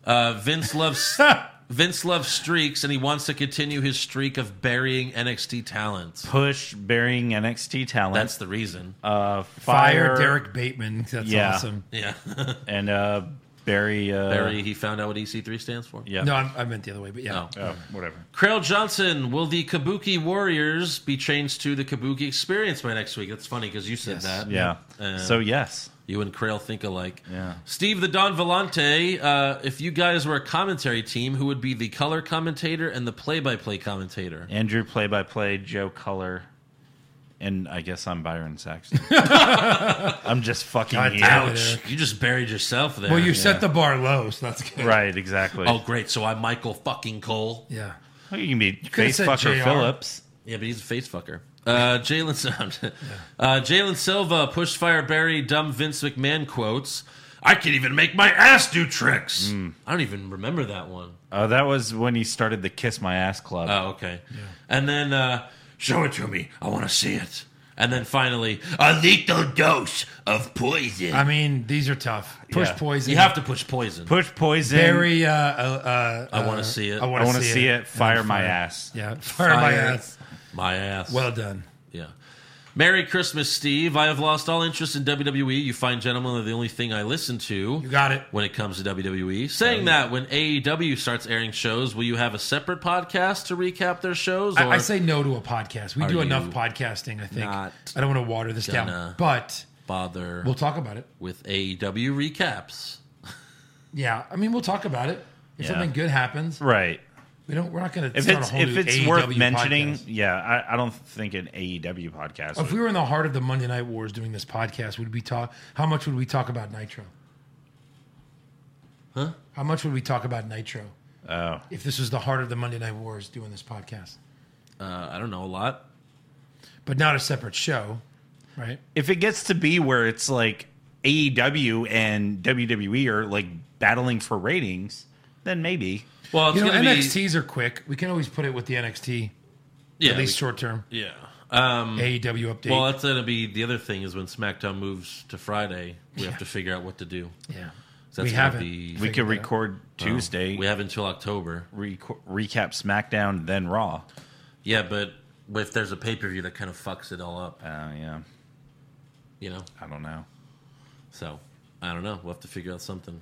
Speaker 4: Uh, Vince
Speaker 6: *laughs*
Speaker 4: loves Vince loves streaks, and he wants to continue his streak of burying NXT talent.
Speaker 6: Push burying NXT talent.
Speaker 4: That's the reason.
Speaker 6: uh,
Speaker 5: Fire Derek Bateman. That's
Speaker 6: Yeah.
Speaker 5: awesome.
Speaker 6: *laughs*
Speaker 4: yeah,
Speaker 6: and uh, bury uh,
Speaker 4: Barry. *laughs* He found out what EC3 stands for.
Speaker 6: Yeah.
Speaker 5: No, I'm, I meant the other way, but yeah.
Speaker 4: No.
Speaker 6: Oh, whatever.
Speaker 4: Crail Johnson, will the Kabuki Warriors be changed to the Kabuki Experience by next week? That's funny because you said that.
Speaker 6: Yeah.
Speaker 4: Uh,
Speaker 6: so yes.
Speaker 4: You and Crail think alike.
Speaker 6: Yeah.
Speaker 4: Steve the Don Vellante, uh, if you guys were a commentary team, who would be the color commentator and the play by play commentator?
Speaker 6: Andrew play by play, Joe Color, and I guess I'm
Speaker 5: *laughs*
Speaker 6: Byron Saxton. I'm just fucking
Speaker 5: God
Speaker 6: here.
Speaker 5: damn it,
Speaker 4: Ouch.
Speaker 5: Eric.
Speaker 4: You just buried yourself there.
Speaker 5: Well, you set the bar low, so that's good.
Speaker 6: Right, exactly. Oh,
Speaker 4: Oh, great. So I'm Michael fucking Cole.
Speaker 5: Yeah.
Speaker 6: you can be
Speaker 5: could've
Speaker 6: face
Speaker 5: said
Speaker 6: fucker
Speaker 5: JR.
Speaker 6: Phillips.
Speaker 4: Yeah, but he's a face fucker. Uh, Jalen *laughs* uh, Jalen Silva, push fire Barry, dumb Vince McMahon quotes. I can even make my ass do tricks.
Speaker 5: Mm.
Speaker 4: I don't even remember that one.
Speaker 6: Oh, that was when he started the Kiss My Ass Club.
Speaker 4: Oh, okay. And then uh, show it to me. I want to see it. And then finally, a lethal dose of poison.
Speaker 5: I mean, these are tough. Push
Speaker 6: Yeah.
Speaker 5: poison.
Speaker 4: you have to push poison.
Speaker 6: Push poison.
Speaker 5: Very. Uh, uh, uh,
Speaker 4: I wanna see it.
Speaker 5: I
Speaker 6: I
Speaker 5: want
Speaker 6: want to see it. Fire my ass.
Speaker 5: Yeah. Fire my
Speaker 4: Fire.
Speaker 5: ass.
Speaker 4: my ass.
Speaker 5: Well done.
Speaker 4: Yeah. Merry Christmas, Steve. I have lost all interest in WWE. You fine gentlemen are the only thing I listen to.
Speaker 5: You got it.
Speaker 4: when it comes to WWE. Saying that, when AEW starts airing shows, will you have a separate podcast to recap their shows?
Speaker 5: I, I say no to a podcast. We
Speaker 4: Are
Speaker 5: do enough
Speaker 4: you
Speaker 5: podcasting, I think.
Speaker 4: not
Speaker 5: I don't want to water this
Speaker 4: gonna-
Speaker 5: down, but
Speaker 4: bother
Speaker 5: we'll talk about it.
Speaker 4: with AEW recaps.
Speaker 5: Yeah. I mean, we'll talk about it. If
Speaker 6: Yeah.
Speaker 5: something good happens,
Speaker 6: Right.
Speaker 5: we don't. We're not going to.
Speaker 6: If
Speaker 5: start
Speaker 6: it's
Speaker 5: a whole
Speaker 6: if
Speaker 5: new
Speaker 6: it's worth
Speaker 5: AEW
Speaker 6: mentioning,
Speaker 5: podcast.
Speaker 6: yeah, I, I don't think an AEW podcast.
Speaker 5: if we were in the heart of the Monday Night Wars doing this podcast, would we talk? How much would we talk about Nitro?
Speaker 4: Huh?
Speaker 5: How much would we talk about Nitro
Speaker 6: would- oh,
Speaker 5: if this was the heart of the Monday Night Wars doing this podcast?
Speaker 4: Uh, I don't know a lot.
Speaker 5: But not a separate show, right?
Speaker 6: if it gets to be where it's like AEW and WWE are like battling for ratings, then maybe.
Speaker 4: Well, it's
Speaker 5: You know,
Speaker 4: gonna be
Speaker 5: NXTs are quick. We can always put it with the NXT,
Speaker 4: yeah,
Speaker 5: at least
Speaker 4: we-
Speaker 5: short term.
Speaker 4: yeah. Um,
Speaker 5: AEW update.
Speaker 4: well, that's gonna be the other thing is when SmackDown moves to Friday, we have to figure out what to do.
Speaker 5: yeah.
Speaker 4: 'Cause That's
Speaker 5: We
Speaker 4: gonna
Speaker 5: haven't.
Speaker 4: be-
Speaker 6: We could
Speaker 5: Figured that out.
Speaker 6: record Tuesday,
Speaker 4: we have until October.
Speaker 6: reco- recap SmackDown, then Raw.
Speaker 4: Yeah, but if there's a pay per view that kind of fucks it all up,
Speaker 6: Oh, yeah.
Speaker 4: you know.
Speaker 6: I don't know.
Speaker 4: So I don't know. We'll have to figure out something.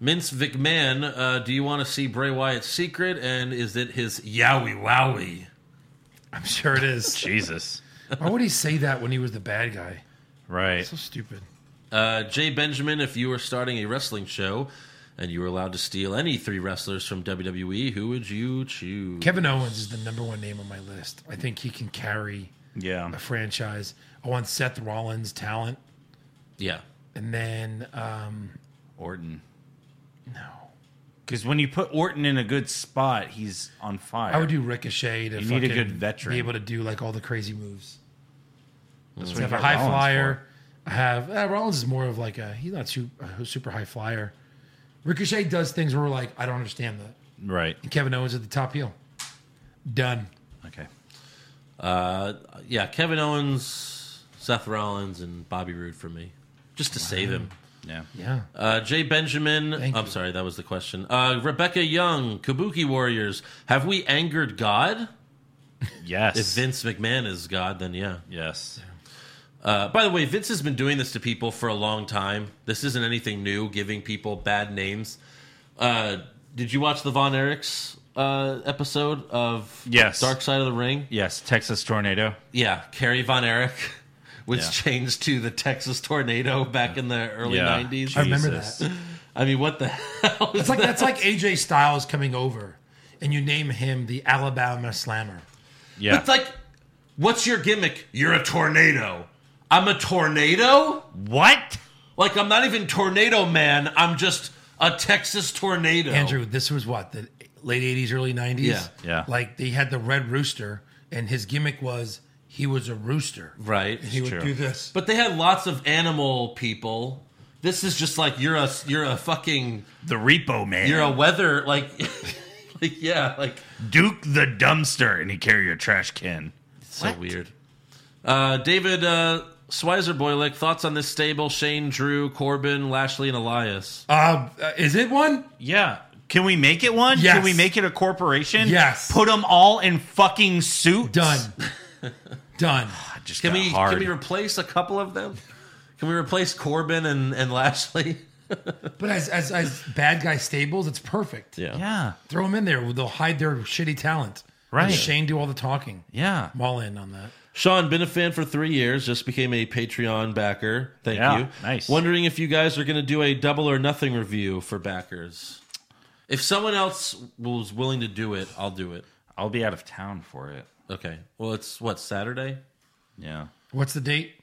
Speaker 4: Vince McMahon, uh, do you want to see Bray Wyatt's secret? And is it his Yowie Wowie?
Speaker 5: I'm sure it is.
Speaker 6: Jesus.
Speaker 5: Why would he say that when he was the bad guy?
Speaker 6: Right.
Speaker 5: So stupid.
Speaker 4: Uh, Jay Benjamin, if you were starting a wrestling show and you were allowed to steal any three wrestlers from WWE, who would you choose?
Speaker 5: Kevin Owens is the number one name on my list. I think he can carry
Speaker 6: Yeah.
Speaker 5: a franchise. I want Seth Rollins' talent,
Speaker 4: Yeah.
Speaker 5: and then um,
Speaker 6: Orton.
Speaker 5: no,
Speaker 6: Because when you put Orton in a good spot, he's on fire.
Speaker 5: I would do Ricochet to
Speaker 6: You need a
Speaker 5: fucking
Speaker 6: good veteran.
Speaker 5: be able to do like all the crazy moves.
Speaker 6: That's
Speaker 5: I
Speaker 6: what
Speaker 5: have a
Speaker 6: you
Speaker 5: high
Speaker 6: got Rollins
Speaker 5: flyer. I have uh, Rollins is more of like a he's not su- a super high flyer. Ricochet does things where we're like I don't understand that.
Speaker 6: for. Right.
Speaker 5: And Kevin Owens at the top heel. Done.
Speaker 6: Okay.
Speaker 4: Uh, yeah, Kevin Owens, Seth Rollins, and Bobby Roode for me. Just to save him.
Speaker 6: Yeah.
Speaker 5: Yeah.
Speaker 4: Uh, Jay Benjamin.
Speaker 5: Thank
Speaker 4: I'm
Speaker 5: you.
Speaker 4: sorry, that was the question. Uh, Rebecca Young, Kabuki Warriors. Have we angered God?
Speaker 6: Yes.
Speaker 4: If Vince McMahon is God, then yeah.
Speaker 6: yes.
Speaker 4: Uh, by the way, Vince has been doing this to people for a long time. This isn't anything new, giving people bad names. Uh, did you watch the Von Erichs uh, episode of
Speaker 6: Yes.
Speaker 4: Dark Side of the Ring?
Speaker 6: Yes. Texas tornado.
Speaker 4: Yeah, Kerry Von Erich *laughs* was
Speaker 6: Yeah.
Speaker 4: changed to the Texas Tornado back in the early
Speaker 6: Yeah.
Speaker 4: 90s.
Speaker 5: I remember
Speaker 6: Jesus.
Speaker 5: that.
Speaker 4: I mean, what the *laughs* hell?
Speaker 5: It's like that's like AJ Styles coming over, and you name him the Alabama Slammer.
Speaker 6: Yeah.
Speaker 4: It's like, what's your gimmick? You're a tornado. I'm a tornado?
Speaker 6: what?
Speaker 4: Like, I'm not even Tornado Man. I'm just a Texas tornado.
Speaker 5: Andrew, this was what the late '80s, early '90s.
Speaker 4: Yeah.
Speaker 6: Yeah.
Speaker 5: Like they had the Red Rooster, and his gimmick was he was a rooster.
Speaker 4: Right.
Speaker 5: And he would
Speaker 6: true.
Speaker 5: do this.
Speaker 4: But they had lots of animal people. This is just like you're a you're a fucking
Speaker 6: The Repo Man.
Speaker 4: you're a weather like *laughs* like yeah like
Speaker 6: Duke the dumpster, and he carry a trash can.
Speaker 4: so weird. Uh, David uh, Swizer Boylick, thoughts on this stable? Shane, Drew, Corbin, Lashley, and Elias.
Speaker 5: Uh, uh, is it one?
Speaker 6: Yeah. Can we make it one?
Speaker 5: Yes.
Speaker 6: Can we make it a corporation?
Speaker 5: Yes.
Speaker 6: Put them all in fucking suits. *laughs*
Speaker 5: Done. Done.
Speaker 6: I just
Speaker 4: Can
Speaker 6: got
Speaker 4: we
Speaker 6: hard.
Speaker 4: can we replace a couple of them? Can we replace Corbin and, and Lashley?
Speaker 5: But as, as as bad guy stables, it's perfect.
Speaker 6: yeah.
Speaker 5: Throw them in there. They'll hide their shitty talent.
Speaker 6: Right.
Speaker 5: Let Shane do all the talking.
Speaker 6: Yeah.
Speaker 5: I'm all in on that.
Speaker 4: Sean, been a fan for three years, just became a Patreon backer. Thank
Speaker 6: Yeah,
Speaker 4: you.
Speaker 6: nice.
Speaker 4: Wondering if you guys are going to do a double or nothing review for backers. If someone else was willing to do it, I'll do it.
Speaker 6: I'll be out of town for it.
Speaker 4: Okay. Well, it's what, Saturday?
Speaker 6: Yeah.
Speaker 5: What's the date?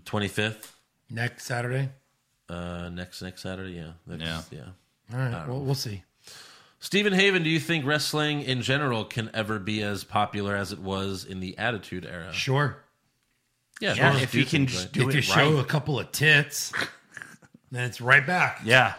Speaker 4: 25th?
Speaker 5: Next Saturday.
Speaker 4: Uh, next next Saturday? Yeah. That's- yeah.
Speaker 5: All
Speaker 6: Uh,
Speaker 5: right. Well, we'll see.
Speaker 4: Stephen Haven, do you think wrestling in general can ever be as popular as it was in the Attitude Era?
Speaker 5: Sure.
Speaker 4: Yeah,
Speaker 6: Yeah,
Speaker 4: those
Speaker 6: if
Speaker 4: do
Speaker 6: you can
Speaker 4: things,
Speaker 6: just
Speaker 4: right?
Speaker 5: if
Speaker 6: do it
Speaker 5: you
Speaker 6: right.
Speaker 5: show a couple of tits, then it's right back.
Speaker 6: Yeah.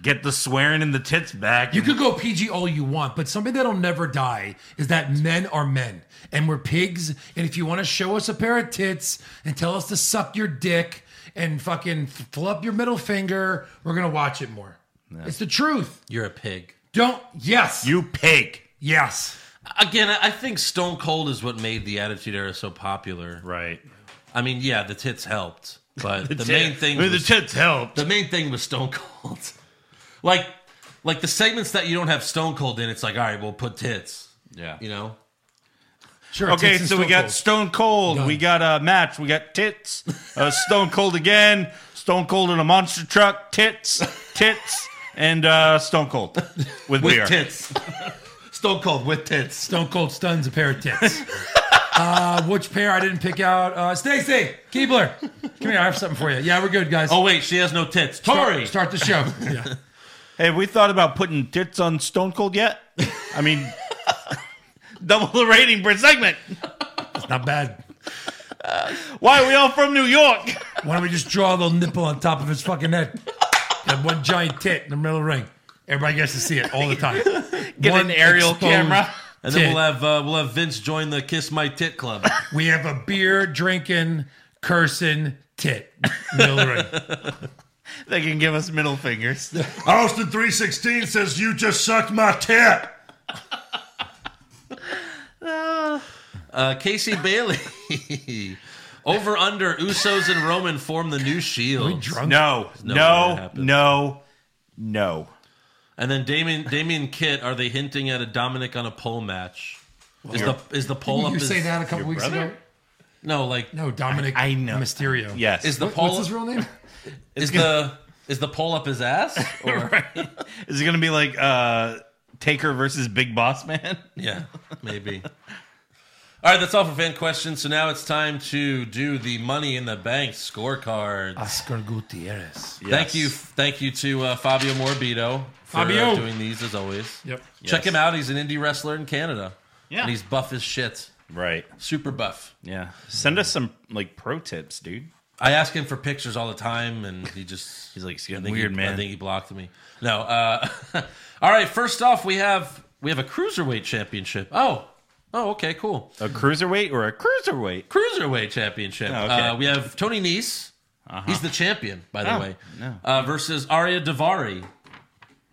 Speaker 6: Get the swearing and the tits back.
Speaker 5: You could go PG all you want, but something that'll never die is that men are men and we're pigs. And if you want to show us a pair of tits and tell us to suck your dick and fucking fill up your middle finger, we're gonna watch it more. It's the truth.
Speaker 4: You're a pig.
Speaker 5: Don't yes.
Speaker 6: You pig.
Speaker 5: yes.
Speaker 4: Again, I I think Stone Cold is what made the Attitude Era so popular.
Speaker 6: Right.
Speaker 4: I mean, yeah, the tits helped,
Speaker 5: *laughs*
Speaker 4: but the, main thing
Speaker 6: The
Speaker 4: was,
Speaker 6: tits helped.
Speaker 4: the main thing was Stone Cold. *laughs* like, like the segments that you don't have Stone Cold in, it's like, all right, we'll put tits.
Speaker 6: Yeah.
Speaker 4: You know,
Speaker 5: Sure.
Speaker 6: Okay,
Speaker 5: tits and
Speaker 6: so we
Speaker 5: Stone
Speaker 6: got
Speaker 5: Cold.
Speaker 6: Stone Cold. We got a match. We got tits. Uh, Stone Cold again. Stone Cold in a monster truck. Tits. Tits. And uh, Stone Cold
Speaker 4: with
Speaker 6: with, beer.
Speaker 4: tits. *laughs* Stone Cold with tits.
Speaker 5: Stone Cold stuns a pair of tits.
Speaker 6: *laughs*
Speaker 5: uh, which pair I didn't pick out? Uh, Stacy Keebler, come here. I have something for you. Yeah, we're good, guys.
Speaker 4: Oh wait, she has no tits. Tori.
Speaker 5: Start, start the
Speaker 6: *laughs*
Speaker 5: show. Yeah.
Speaker 6: Hey, have we thought about putting tits on Stone Cold yet? I *laughs* mean, double the rating per segment.
Speaker 5: It's not bad.
Speaker 6: Why are we all from New York? *laughs*
Speaker 5: Why don't we just draw a little nipple on top of his fucking head? And one giant tit in the middle of the ring. Everybody gets to see it all the time.
Speaker 7: Get
Speaker 5: One
Speaker 7: an aerial
Speaker 5: exposed
Speaker 7: camera.
Speaker 4: And then
Speaker 5: tit.
Speaker 4: we'll have uh, we'll have Vince join the Kiss My Tit
Speaker 5: *laughs*
Speaker 4: Club.
Speaker 5: We have a beer drinking, cursing tit. Middle of the ring.
Speaker 7: They can give us middle fingers.
Speaker 8: Austin three sixteen says you just sucked my tip.
Speaker 4: Uh, Casey Bailey. *laughs* Over under Usos and Roman form the new *laughs* Shield.
Speaker 5: Drunk.
Speaker 6: No,
Speaker 4: no way that
Speaker 6: no,
Speaker 4: happens.
Speaker 6: no, no.
Speaker 4: And then Damien Damien Kit, are they hinting at a Dominic on a pole match? Is the is the pole up
Speaker 5: You
Speaker 4: his-
Speaker 5: say that a couple weeks ago?
Speaker 4: No, like
Speaker 5: No, Dominic
Speaker 7: I- I know.
Speaker 5: Mysterio.
Speaker 6: Yes.
Speaker 4: is
Speaker 6: Is,
Speaker 4: the
Speaker 5: What-
Speaker 4: pole
Speaker 5: What's his real name?
Speaker 4: is the is the pole up his
Speaker 5: *laughs*
Speaker 4: ass? Or
Speaker 6: it going to be like uh, Taker versus Big Boss Man?
Speaker 4: yeah, maybe. All right, that's all for fan questions. So now it's time to do the money in the bank scorecard.
Speaker 5: Oscar Gutierrez.
Speaker 4: *laughs* Thank you, thank you to uh, Fabio Morbido for uh,
Speaker 5: Fabio.
Speaker 4: doing these as always.
Speaker 5: Yep.
Speaker 4: Check him out. He's an indie wrestler in Canada.
Speaker 6: Yeah.
Speaker 4: and he's buff as shit.
Speaker 6: Right.
Speaker 4: Super buff.
Speaker 6: Yeah. Send us some like pro tips, dude.
Speaker 4: I ask him for pictures all the time, and he just
Speaker 6: *laughs* He's like, "It's
Speaker 4: I
Speaker 6: getting
Speaker 4: think
Speaker 6: weird,
Speaker 4: he,
Speaker 6: man."
Speaker 4: I think he blocked me. No. Uh, *laughs* all right. First off, we have we have a cruiserweight championship. Oh, oh, okay, cool.
Speaker 6: A cruiserweight or a cruiserweight?
Speaker 4: Cruiserweight championship.
Speaker 6: Oh, okay. Uh-huh.
Speaker 4: uh, we have Tony Nese. He's the champion, by the
Speaker 6: Oh,
Speaker 4: way.
Speaker 6: no.
Speaker 4: Uh, versus Arya Davari,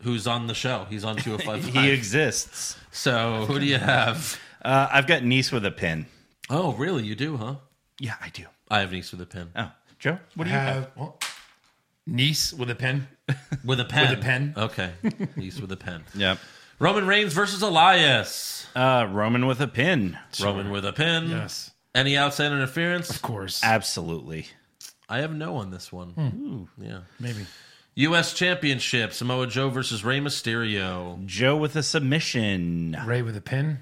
Speaker 4: who's on the show. He's
Speaker 6: *laughs*
Speaker 4: on 205.
Speaker 6: He exists.
Speaker 4: so who do you have?
Speaker 6: Uh, I've got niece with a pin.
Speaker 4: Oh, really? You do, huh?
Speaker 6: Yeah, I do.
Speaker 4: I have Nese with a pin.
Speaker 6: Oh, Joe, what do you have?
Speaker 5: Have Uh, well, niece with a pen.
Speaker 4: With a pen.
Speaker 5: With a pen.
Speaker 4: Okay. Nese with a pen.
Speaker 6: Yep.
Speaker 4: Roman Reigns versus Elias.
Speaker 6: Uh, Roman with a pin.
Speaker 4: Roman with a pin.
Speaker 5: Yes.
Speaker 4: Any outside interference?
Speaker 5: Of course.
Speaker 6: Absolutely.
Speaker 4: I have no on this one. Yeah.
Speaker 5: Maybe.
Speaker 4: U.S. Championship Samoa Joe versus Rey Mysterio.
Speaker 6: Joe with a submission.
Speaker 5: Ray with a pin.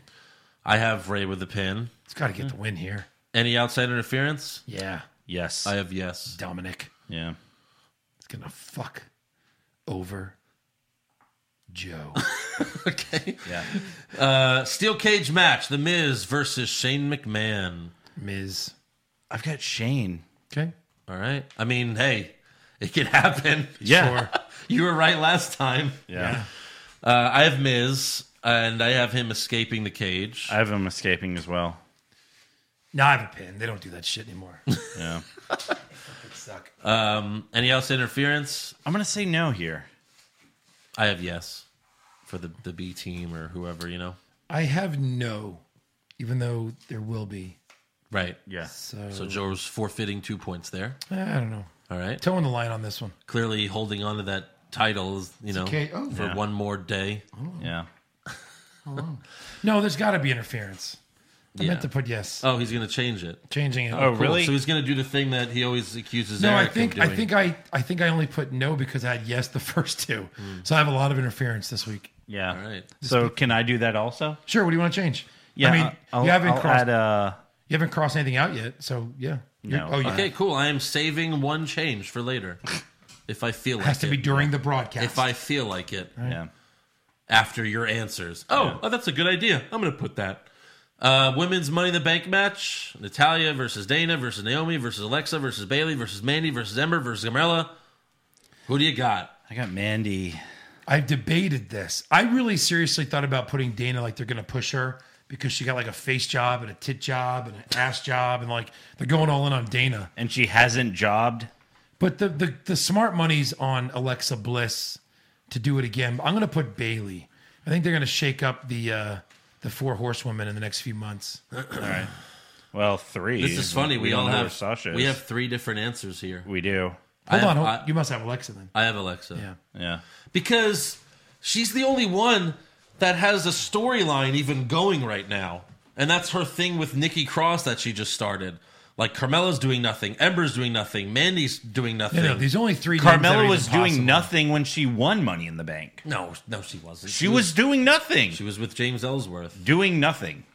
Speaker 4: I have Rey with a pin.
Speaker 5: It's got to get the win here.
Speaker 4: Any outside interference?
Speaker 5: Yeah.
Speaker 6: Yes.
Speaker 4: I have
Speaker 5: *laughs*
Speaker 4: yes.
Speaker 5: Dominic
Speaker 6: yeah.
Speaker 5: is going to fuck over
Speaker 6: *laughs*
Speaker 5: Joe.
Speaker 4: okay.
Speaker 6: Yeah.
Speaker 4: Uh, steel cage match: The Miz versus Shane McMahon.
Speaker 5: Miz.
Speaker 6: I've got Shane.
Speaker 5: Okay.
Speaker 4: All right. I mean, hey, it could happen.
Speaker 6: Yeah.
Speaker 5: Sure.
Speaker 4: You were right last time.
Speaker 6: Yeah.
Speaker 4: Uh, I have Miz, and I have him escaping the cage.
Speaker 6: I have him escaping as well.
Speaker 5: No, I have a pin. They don't do that shit
Speaker 6: *laughs*
Speaker 5: anymore.
Speaker 6: Yeah.
Speaker 5: Suck.
Speaker 4: Um, any outside interference?
Speaker 6: I'm going to say no here.
Speaker 4: I have yes for the, the B team or whoever, you know.
Speaker 5: I have no, even though there will be.
Speaker 4: Right.
Speaker 6: Yeah.
Speaker 5: So,
Speaker 4: So Joe's forfeiting two points there.
Speaker 5: Eh, I don't know.
Speaker 4: All right.
Speaker 5: Toeing the line on this one.
Speaker 4: Clearly holding on to that title is, you know,
Speaker 5: okay. Oh.
Speaker 4: for
Speaker 6: Yeah.
Speaker 4: one more day.
Speaker 6: Yeah.
Speaker 5: No, there's got to be interference. I
Speaker 4: Yeah.
Speaker 5: meant to put yes.
Speaker 4: Oh, he's going to change it.
Speaker 5: Changing it.
Speaker 6: Oh, really?
Speaker 4: So he's going to do the thing that he always accuses
Speaker 5: No, I
Speaker 4: Eric
Speaker 5: think
Speaker 4: of doing.
Speaker 5: I think I I think I only put no because I had yes the *laughs* first two.
Speaker 6: Hmm.
Speaker 5: So I have a lot of interference this week.
Speaker 6: Yeah.
Speaker 4: All right.
Speaker 6: So can I do that also?
Speaker 5: Sure, what do you want to change?
Speaker 6: Yeah.
Speaker 5: I mean,
Speaker 6: I'll,
Speaker 5: you haven't
Speaker 6: I'll
Speaker 5: crossed
Speaker 6: add, uh,
Speaker 5: you haven't crossed anything out yet, so yeah. You're-
Speaker 6: No.
Speaker 5: Oh, yeah.
Speaker 4: Okay, cool. I am saving one change for
Speaker 5: *laughs*
Speaker 4: later. if I feel like
Speaker 5: Has to
Speaker 4: it.
Speaker 5: be during the broadcast.
Speaker 4: if I feel like it.
Speaker 6: yeah.
Speaker 4: after your answers. Oh, oh that's a good idea. I'm going to put that. Uh, women's Money in the Bank match: Natalia versus Dana versus Naomi versus Alexa versus Bailey versus Mandy versus Ember versus Gamarella. Who do you got?
Speaker 6: I got Mandy.
Speaker 5: I've debated this. I really seriously thought about putting Dana like they're going to push her because she got like a face job and a tit job and an ass job and like they're going all in on Dana.
Speaker 6: And she hasn't jobbed.
Speaker 5: But the the, the smart money's on Alexa Bliss to do it again. I'm going to put Bailey. I think they're going to shake up the uh, the four horsewomen in the next few months.
Speaker 6: Well, three.
Speaker 4: This is funny. We,
Speaker 6: don't
Speaker 4: all
Speaker 6: know where
Speaker 4: have
Speaker 6: Sasha.
Speaker 4: we
Speaker 6: is.
Speaker 4: have three different answers here.
Speaker 6: We do.
Speaker 5: Hold
Speaker 4: I have,
Speaker 5: on, hold,
Speaker 4: I-
Speaker 5: you must have Alexa then.
Speaker 4: I have Alexa.
Speaker 5: Yeah.
Speaker 6: Yeah.
Speaker 4: because she's the only one that has a storyline even going right now. And that's her thing with Nikki Cross that she just started. Like Carmella's doing nothing, Ember's doing nothing, Mandy's doing nothing.
Speaker 5: No, no, these only three. names that are
Speaker 6: Carmella
Speaker 5: even
Speaker 6: was
Speaker 5: possible.
Speaker 6: doing nothing when she won Money in the Bank.
Speaker 4: no, no, she wasn't.
Speaker 6: She was doing nothing.
Speaker 4: she was with James Ellsworth,
Speaker 6: doing nothing.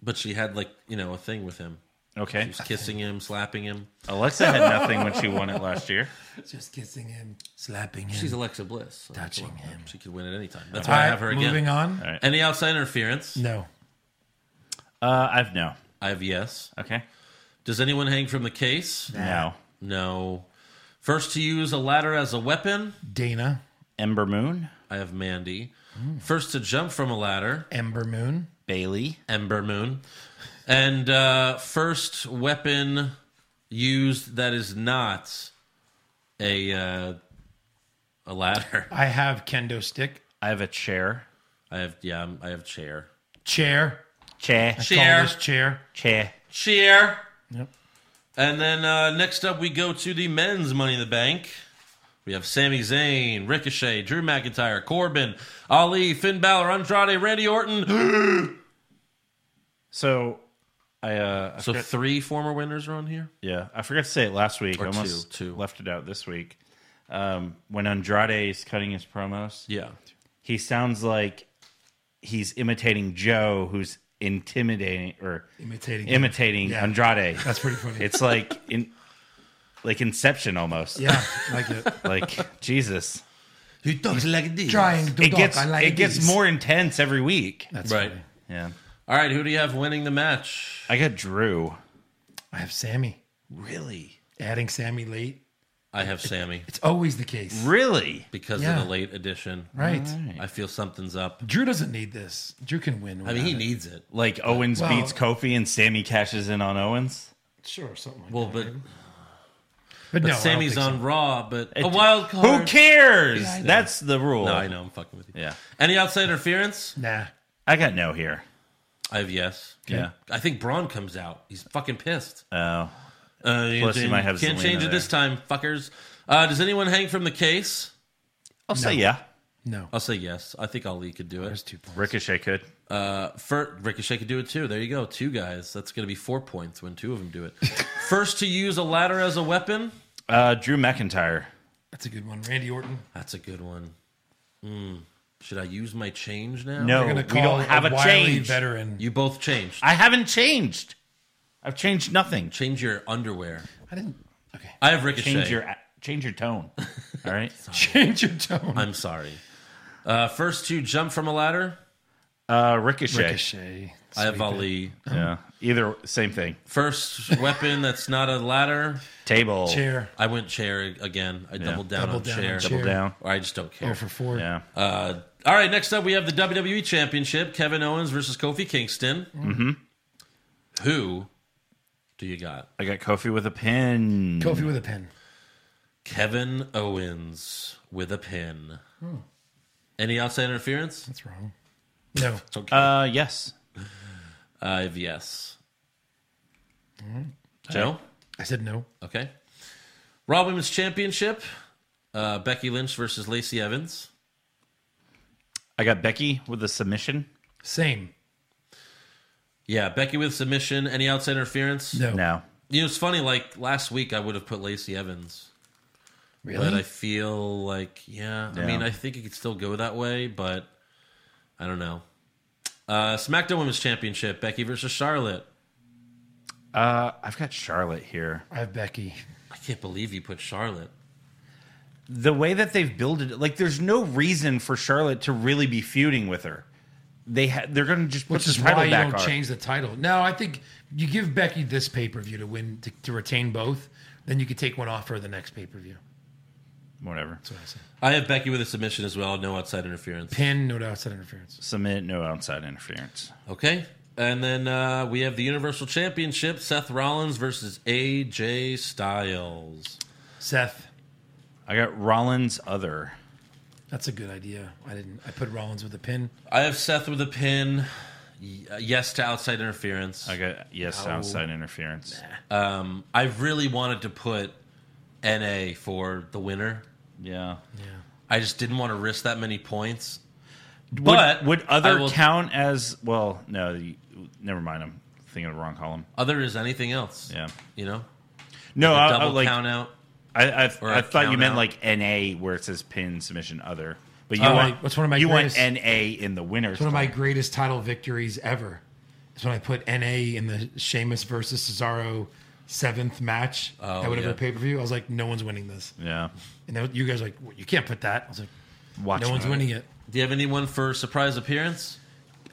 Speaker 4: but she had like you know a thing with him,
Speaker 6: Okay.
Speaker 4: kissing him, slapping him.
Speaker 6: Alexa had nothing when she won it last year.
Speaker 5: Just kissing him, slapping him.
Speaker 4: She's Alexa Bliss, so
Speaker 5: Touching
Speaker 4: come on,
Speaker 5: him.
Speaker 4: She could win at any time. That's
Speaker 5: All
Speaker 4: why I
Speaker 5: right,
Speaker 4: have her again.
Speaker 5: Moving on.
Speaker 6: right.
Speaker 4: Any outside interference?
Speaker 5: No.
Speaker 6: Uh, I've no.
Speaker 4: I have yes.
Speaker 6: Okay.
Speaker 4: Does anyone hang from the case?
Speaker 6: No.
Speaker 4: No. First to use a ladder as a weapon,
Speaker 5: Dana,
Speaker 6: Ember Moon,
Speaker 4: I have Mandy. First to jump from a ladder,
Speaker 5: Ember Moon,
Speaker 6: Bailey,
Speaker 4: Ember Moon. And uh, first weapon used that is not a uh, a ladder. *laughs*
Speaker 5: I have kendo stick,
Speaker 6: I have a chair.
Speaker 4: I have yeah, I'm- I have chair.
Speaker 5: chair,
Speaker 6: Chair.
Speaker 5: Call
Speaker 4: Chair.
Speaker 5: this chair.
Speaker 6: Chair.
Speaker 4: Cheer.
Speaker 5: Yep.
Speaker 4: And then uh, next up, we go to the men's Money in the Bank. We have Sami Zayn, Ricochet, Drew McIntyre, Corbin, Ali, Finn Balor, Andrade, Randy *gasps* Orton.
Speaker 6: So I uh I
Speaker 4: So
Speaker 6: forgot-
Speaker 4: three former winners are on here.
Speaker 6: yeah, I forgot to say it last week.
Speaker 4: Or
Speaker 6: I almost
Speaker 4: two, two.
Speaker 6: left it out this week. Um when Andrade is cutting his promos,
Speaker 4: Yeah.
Speaker 6: he sounds like he's imitating Joe who's intimidating or
Speaker 5: Imitating.
Speaker 6: imitating
Speaker 5: Yeah.
Speaker 6: Andrade.
Speaker 5: That's pretty funny.
Speaker 6: It's like in like Inception almost.
Speaker 5: yeah, like it.
Speaker 6: Like Jesus.
Speaker 4: Who talks like this?
Speaker 5: Trying to
Speaker 6: It
Speaker 5: talk,
Speaker 6: gets
Speaker 5: I like
Speaker 6: it gets
Speaker 5: this.
Speaker 6: more intense every week.
Speaker 5: That's
Speaker 4: Right.
Speaker 5: funny.
Speaker 6: Yeah.
Speaker 4: All right. Who do you have winning the match?
Speaker 6: I got Drew.
Speaker 5: I have Sammy.
Speaker 6: Really?
Speaker 5: Adding Sammy late.
Speaker 4: I have Sammy
Speaker 5: It's always the case,
Speaker 6: Really?
Speaker 4: because
Speaker 5: Yeah.
Speaker 4: of the late edition.
Speaker 5: right?
Speaker 4: I feel something's up.
Speaker 5: Drew doesn't need this. Drew can win.
Speaker 4: I mean,
Speaker 5: without
Speaker 4: he
Speaker 5: it.
Speaker 4: needs it.
Speaker 6: Like Owens
Speaker 5: Well-
Speaker 6: beats Kofi and Sammy cashes in on Owens?
Speaker 5: sure something like
Speaker 4: Well,
Speaker 5: that.
Speaker 4: but,
Speaker 5: but
Speaker 4: but
Speaker 5: no, I don't
Speaker 4: Sammy's
Speaker 5: think so.
Speaker 4: on Raw, but a wild card.
Speaker 6: Who cares? That's the rule.
Speaker 4: No, I know. I'm fucking with you.
Speaker 6: Yeah.
Speaker 4: Any outside interference?
Speaker 5: Nah,
Speaker 6: I got no here.
Speaker 4: I have yes.
Speaker 6: Yeah.
Speaker 4: I think Braun comes out. He's fucking pissed.
Speaker 6: Oh.
Speaker 4: Uh, you
Speaker 6: Plus, he
Speaker 4: didn't-
Speaker 6: might have
Speaker 4: can't
Speaker 6: Zelina
Speaker 4: change it
Speaker 6: there.
Speaker 4: this time, fuckers. Uh, does anyone hang from the case?
Speaker 6: I'll say yeah.
Speaker 5: no.
Speaker 4: I'll say yes. I think Ali could do
Speaker 5: There's
Speaker 4: it.
Speaker 5: two points.
Speaker 6: Ricochet could.
Speaker 4: Fir- Ricochet could do it too. There you go. Two guys. That's going to be four points when two of them do it. First to use a ladder as a weapon.
Speaker 6: Uh, Drew McIntyre.
Speaker 5: That's a good one. Randy Orton.
Speaker 4: That's a good one. Mm. Should I use my change now?
Speaker 6: No,
Speaker 5: We're
Speaker 6: we
Speaker 5: gonna call
Speaker 6: don't have a,
Speaker 5: wily
Speaker 6: change.
Speaker 4: *laughs*
Speaker 5: veteran.
Speaker 4: You both changed.
Speaker 6: I haven't changed. I've changed nothing.
Speaker 4: Change your underwear.
Speaker 5: I didn't. Okay.
Speaker 4: I have Ricochet.
Speaker 6: Change your change your tone. All right.
Speaker 5: Change your tone.
Speaker 4: I'm sorry. Uh, first to jump from a ladder.
Speaker 6: Uh, Ricochet.
Speaker 5: Ricochet.
Speaker 4: I have Ali.
Speaker 6: Yeah. Either same thing.
Speaker 4: First weapon that's not a ladder.
Speaker 6: Table.
Speaker 5: Chair.
Speaker 4: I went chair again. I doubled down
Speaker 5: Double
Speaker 4: on
Speaker 5: down
Speaker 4: chair.
Speaker 5: on
Speaker 6: Double
Speaker 5: chair.
Speaker 6: down.
Speaker 4: Or I just don't care.
Speaker 5: Four for four.
Speaker 6: Yeah.
Speaker 4: Uh, all right, next up we have the WWE Championship: Kevin Owens versus Kofi Kingston. Mm-hmm. Who do you got?
Speaker 6: I got Kofi with a pin.
Speaker 5: Kofi with a pen.
Speaker 4: Kevin Owens with a pin. Any outside interference?
Speaker 5: Hmm. That's wrong. No.
Speaker 6: Uh, yes.
Speaker 4: I have Uh, yes.
Speaker 5: Mm-hmm.
Speaker 4: Joe.
Speaker 5: I said no.
Speaker 4: Okay. Raw Women's Championship: uh, Becky Lynch versus Lacey Evans.
Speaker 6: I got Becky with a submission.
Speaker 5: Same.
Speaker 4: Yeah, Becky with submission. Any outside interference?
Speaker 5: No.
Speaker 6: No.
Speaker 4: You know, it's funny. Like last week, I would have put Lacey Evans,
Speaker 5: Really?
Speaker 4: but I feel like, yeah, I
Speaker 6: Yeah.
Speaker 4: mean, I think it could still go that way, but I don't know. Uh, SmackDown Women's Championship: Becky versus Charlotte.
Speaker 6: Uh, I've got Charlotte here.
Speaker 5: I have Becky.
Speaker 4: I can't believe you put Charlotte.
Speaker 6: the way that they've builded it, like there's no reason for Charlotte to really be feuding with her. They ha- they're going to just put
Speaker 5: Which
Speaker 6: the
Speaker 5: is
Speaker 6: title
Speaker 5: why you
Speaker 6: back
Speaker 5: don't
Speaker 6: on her.
Speaker 5: change the title. No, I think you give Becky this pay per view to win to, to retain both. Then you could take one off for the next pay per view.
Speaker 6: Whatever.
Speaker 5: That's what I said.
Speaker 4: I have Becky with a submission as well. No outside interference.
Speaker 5: Pin, no outside interference.
Speaker 6: Submit no outside interference.
Speaker 4: Okay. And then uh, we have the Universal Championship: Seth Rollins versus AJ Styles.
Speaker 5: Seth,
Speaker 6: I got Rollins other.
Speaker 5: that's a good idea. I didn't. I put Rollins with a pin.
Speaker 4: I have Seth with a pin. Y- uh, Yes to outside interference.
Speaker 6: I got yes
Speaker 5: Oh.
Speaker 6: outside interference.
Speaker 4: Um, I really wanted to put NA for the winner.
Speaker 6: Yeah.
Speaker 4: I just didn't want to risk that many points.
Speaker 6: But
Speaker 4: But
Speaker 6: would
Speaker 4: I
Speaker 6: other
Speaker 4: will-
Speaker 6: count as well? No, you, never mind. I'm thinking of the wrong column.
Speaker 4: Other is anything else.
Speaker 6: Yeah.
Speaker 4: You know?
Speaker 6: No,
Speaker 4: A
Speaker 6: I, I,
Speaker 4: double
Speaker 6: like
Speaker 4: count out.
Speaker 6: I I,
Speaker 4: or
Speaker 6: I
Speaker 4: a
Speaker 6: thought you
Speaker 4: count
Speaker 6: meant
Speaker 4: out.
Speaker 6: like NA where it says pin submission other. But you
Speaker 5: Oh,
Speaker 6: want
Speaker 5: I- that's one of my
Speaker 6: you
Speaker 5: greatest-
Speaker 6: want NA in the winners.
Speaker 5: It's one of my
Speaker 6: column.
Speaker 5: greatest title victories ever. Is when I put NA in the Sheamus versus Cesaro seventh match
Speaker 4: Oh,
Speaker 5: at whatever
Speaker 4: yeah.
Speaker 5: pay per view. I was like, no one's winning this.
Speaker 6: yeah.
Speaker 5: And then you guys were like, well, you can't put that. I was like,
Speaker 6: Watch
Speaker 5: no one's
Speaker 6: mode.
Speaker 5: winning it.
Speaker 4: Do you have anyone for surprise appearance?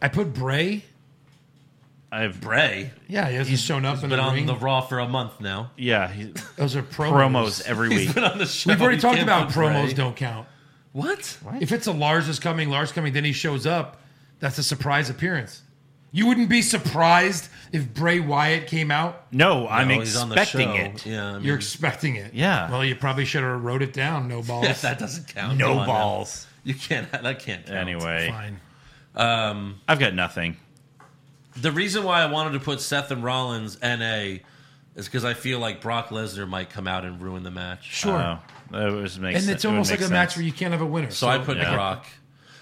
Speaker 5: I put Bray
Speaker 6: I've
Speaker 4: Bray.
Speaker 5: Yeah, he hasn't shown up in
Speaker 4: Been
Speaker 5: the
Speaker 4: on
Speaker 5: ring.
Speaker 4: the Raw for a month now. *laughs*
Speaker 6: yeah
Speaker 5: *laughs*
Speaker 6: he-
Speaker 5: Those are promos.
Speaker 6: promos every week.
Speaker 4: Been on the show.
Speaker 5: We've already
Speaker 4: You
Speaker 5: talked
Speaker 4: can't
Speaker 5: about
Speaker 4: put Bray.
Speaker 5: promos don't count.
Speaker 4: What?
Speaker 5: If it's a Lars is coming, Lars coming, then he shows up. That's a surprise appearance. You wouldn't be surprised if Bray Wyatt came out.
Speaker 6: No, I'm
Speaker 4: Oh, he's on the
Speaker 6: expecting
Speaker 4: show.
Speaker 6: it.
Speaker 4: Yeah, I mean,
Speaker 5: You're expecting it.
Speaker 6: Yeah.
Speaker 5: Well, you probably should have wrote it down. No
Speaker 4: *laughs* *laughs*
Speaker 5: balls.
Speaker 4: that doesn't count. Come
Speaker 6: No
Speaker 4: on now.
Speaker 6: balls.
Speaker 4: You can't. *laughs* That can't. Count.
Speaker 6: Anyway,
Speaker 5: Fine.
Speaker 6: I've got nothing.
Speaker 4: the reason why I wanted to put Seth and Rollins NA is because I feel like Brock Lesnar might come out and ruin the match.
Speaker 5: Sure.
Speaker 6: Oh, that was makes
Speaker 5: and it's almost like a match where you can't have a winner.
Speaker 4: So I put
Speaker 6: Yeah.
Speaker 4: Brock.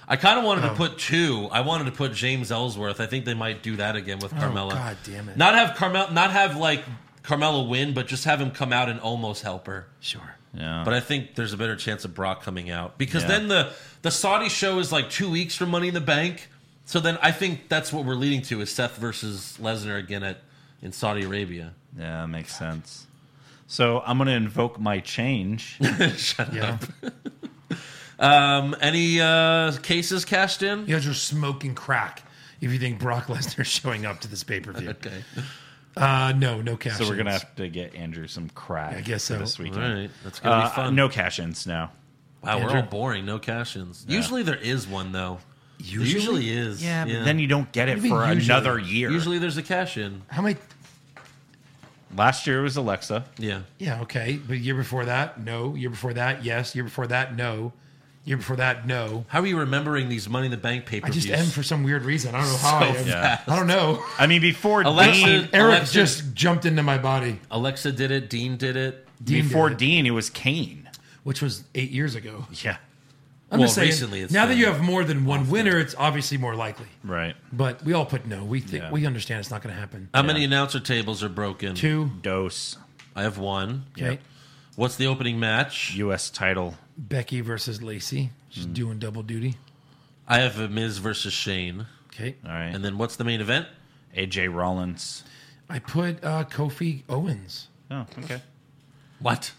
Speaker 4: I kind of
Speaker 5: Oh.
Speaker 4: wanted to put two. I wanted to put James Ellsworth. I think they might do that again with Carmella.
Speaker 5: Oh, God damn it.
Speaker 4: Not have Carmel. Not have like Carmella win, but just have him come out and almost help her.
Speaker 5: sure.
Speaker 6: Yeah.
Speaker 4: But I think there's a better chance of Brock coming out because
Speaker 6: Yeah.
Speaker 4: then the the Saudi show is like two weeks from Money in the Bank. So then I think that's what we're leading to is Seth versus Lesnar again at in Saudi Arabia.
Speaker 6: yeah, makes sense. So I'm gonna invoke
Speaker 5: *laughs*
Speaker 6: my change.
Speaker 5: *laughs* Yeah.
Speaker 4: Um, any uh, cases cashed in?
Speaker 5: You guys are smoking crack if you think Brock Lesnar's showing up to this pay per
Speaker 6: *laughs*
Speaker 5: view.
Speaker 4: Okay,
Speaker 5: Uh, no, no cash.
Speaker 6: so we're gonna have to get Andrew some crack.
Speaker 5: I guess
Speaker 6: for
Speaker 5: so.
Speaker 6: this
Speaker 4: all
Speaker 6: weekend.
Speaker 4: right, that's gonna
Speaker 6: Uh,
Speaker 4: be fun.
Speaker 6: No cash ins now.
Speaker 4: wow, we're
Speaker 5: Andrew?
Speaker 4: all boring. No cash-ins. Usually there is one though. There
Speaker 5: Usually?
Speaker 4: usually is.
Speaker 6: Yeah, but then you don't get it
Speaker 5: do you
Speaker 6: for
Speaker 5: mean usually?
Speaker 6: another year.
Speaker 4: usually there's a cash-in.
Speaker 5: How many?
Speaker 6: Last year was Alexa.
Speaker 4: Yeah,
Speaker 5: Yeah, okay. But year before that, no. Year before that, yes. Year before that, no. Year before that, no.
Speaker 4: how are you remembering these Money in the Bank
Speaker 5: I
Speaker 4: pay-per-views?
Speaker 5: just am for some weird reason. I don't know how I
Speaker 4: So
Speaker 5: am.
Speaker 6: fast.
Speaker 5: I don't know.
Speaker 6: I mean, before
Speaker 4: Alexa-
Speaker 6: Dean,
Speaker 5: Eric
Speaker 4: Alexa-
Speaker 5: just jumped into my body,
Speaker 4: Alexa did it. Dean did it.
Speaker 5: Dean
Speaker 6: before
Speaker 5: did it.
Speaker 6: Dean, it was Kane.
Speaker 5: which was eight years ago.
Speaker 6: Yeah,
Speaker 5: I'm
Speaker 4: Well,
Speaker 5: just saying,
Speaker 4: recently it's
Speaker 5: now that
Speaker 4: been
Speaker 5: you have more than one winner, it's obviously more likely.
Speaker 6: right.
Speaker 5: But we all put no. We think
Speaker 6: Yeah.
Speaker 5: we understand it's not going to happen.
Speaker 4: How many announcer tables are broken?
Speaker 5: Two.
Speaker 6: Dose
Speaker 4: I have one.
Speaker 5: Okay.
Speaker 4: What's the opening match?
Speaker 6: U.S. title.
Speaker 5: Becky versus Lacey. She's
Speaker 4: Mm.
Speaker 5: doing double duty.
Speaker 4: I have a Miz versus Shane.
Speaker 5: Okay.
Speaker 6: All right,
Speaker 4: And then what's the main event?
Speaker 6: AJ Rollins.
Speaker 5: I put uh, Kofi Owens.
Speaker 6: Oh, okay.
Speaker 4: What?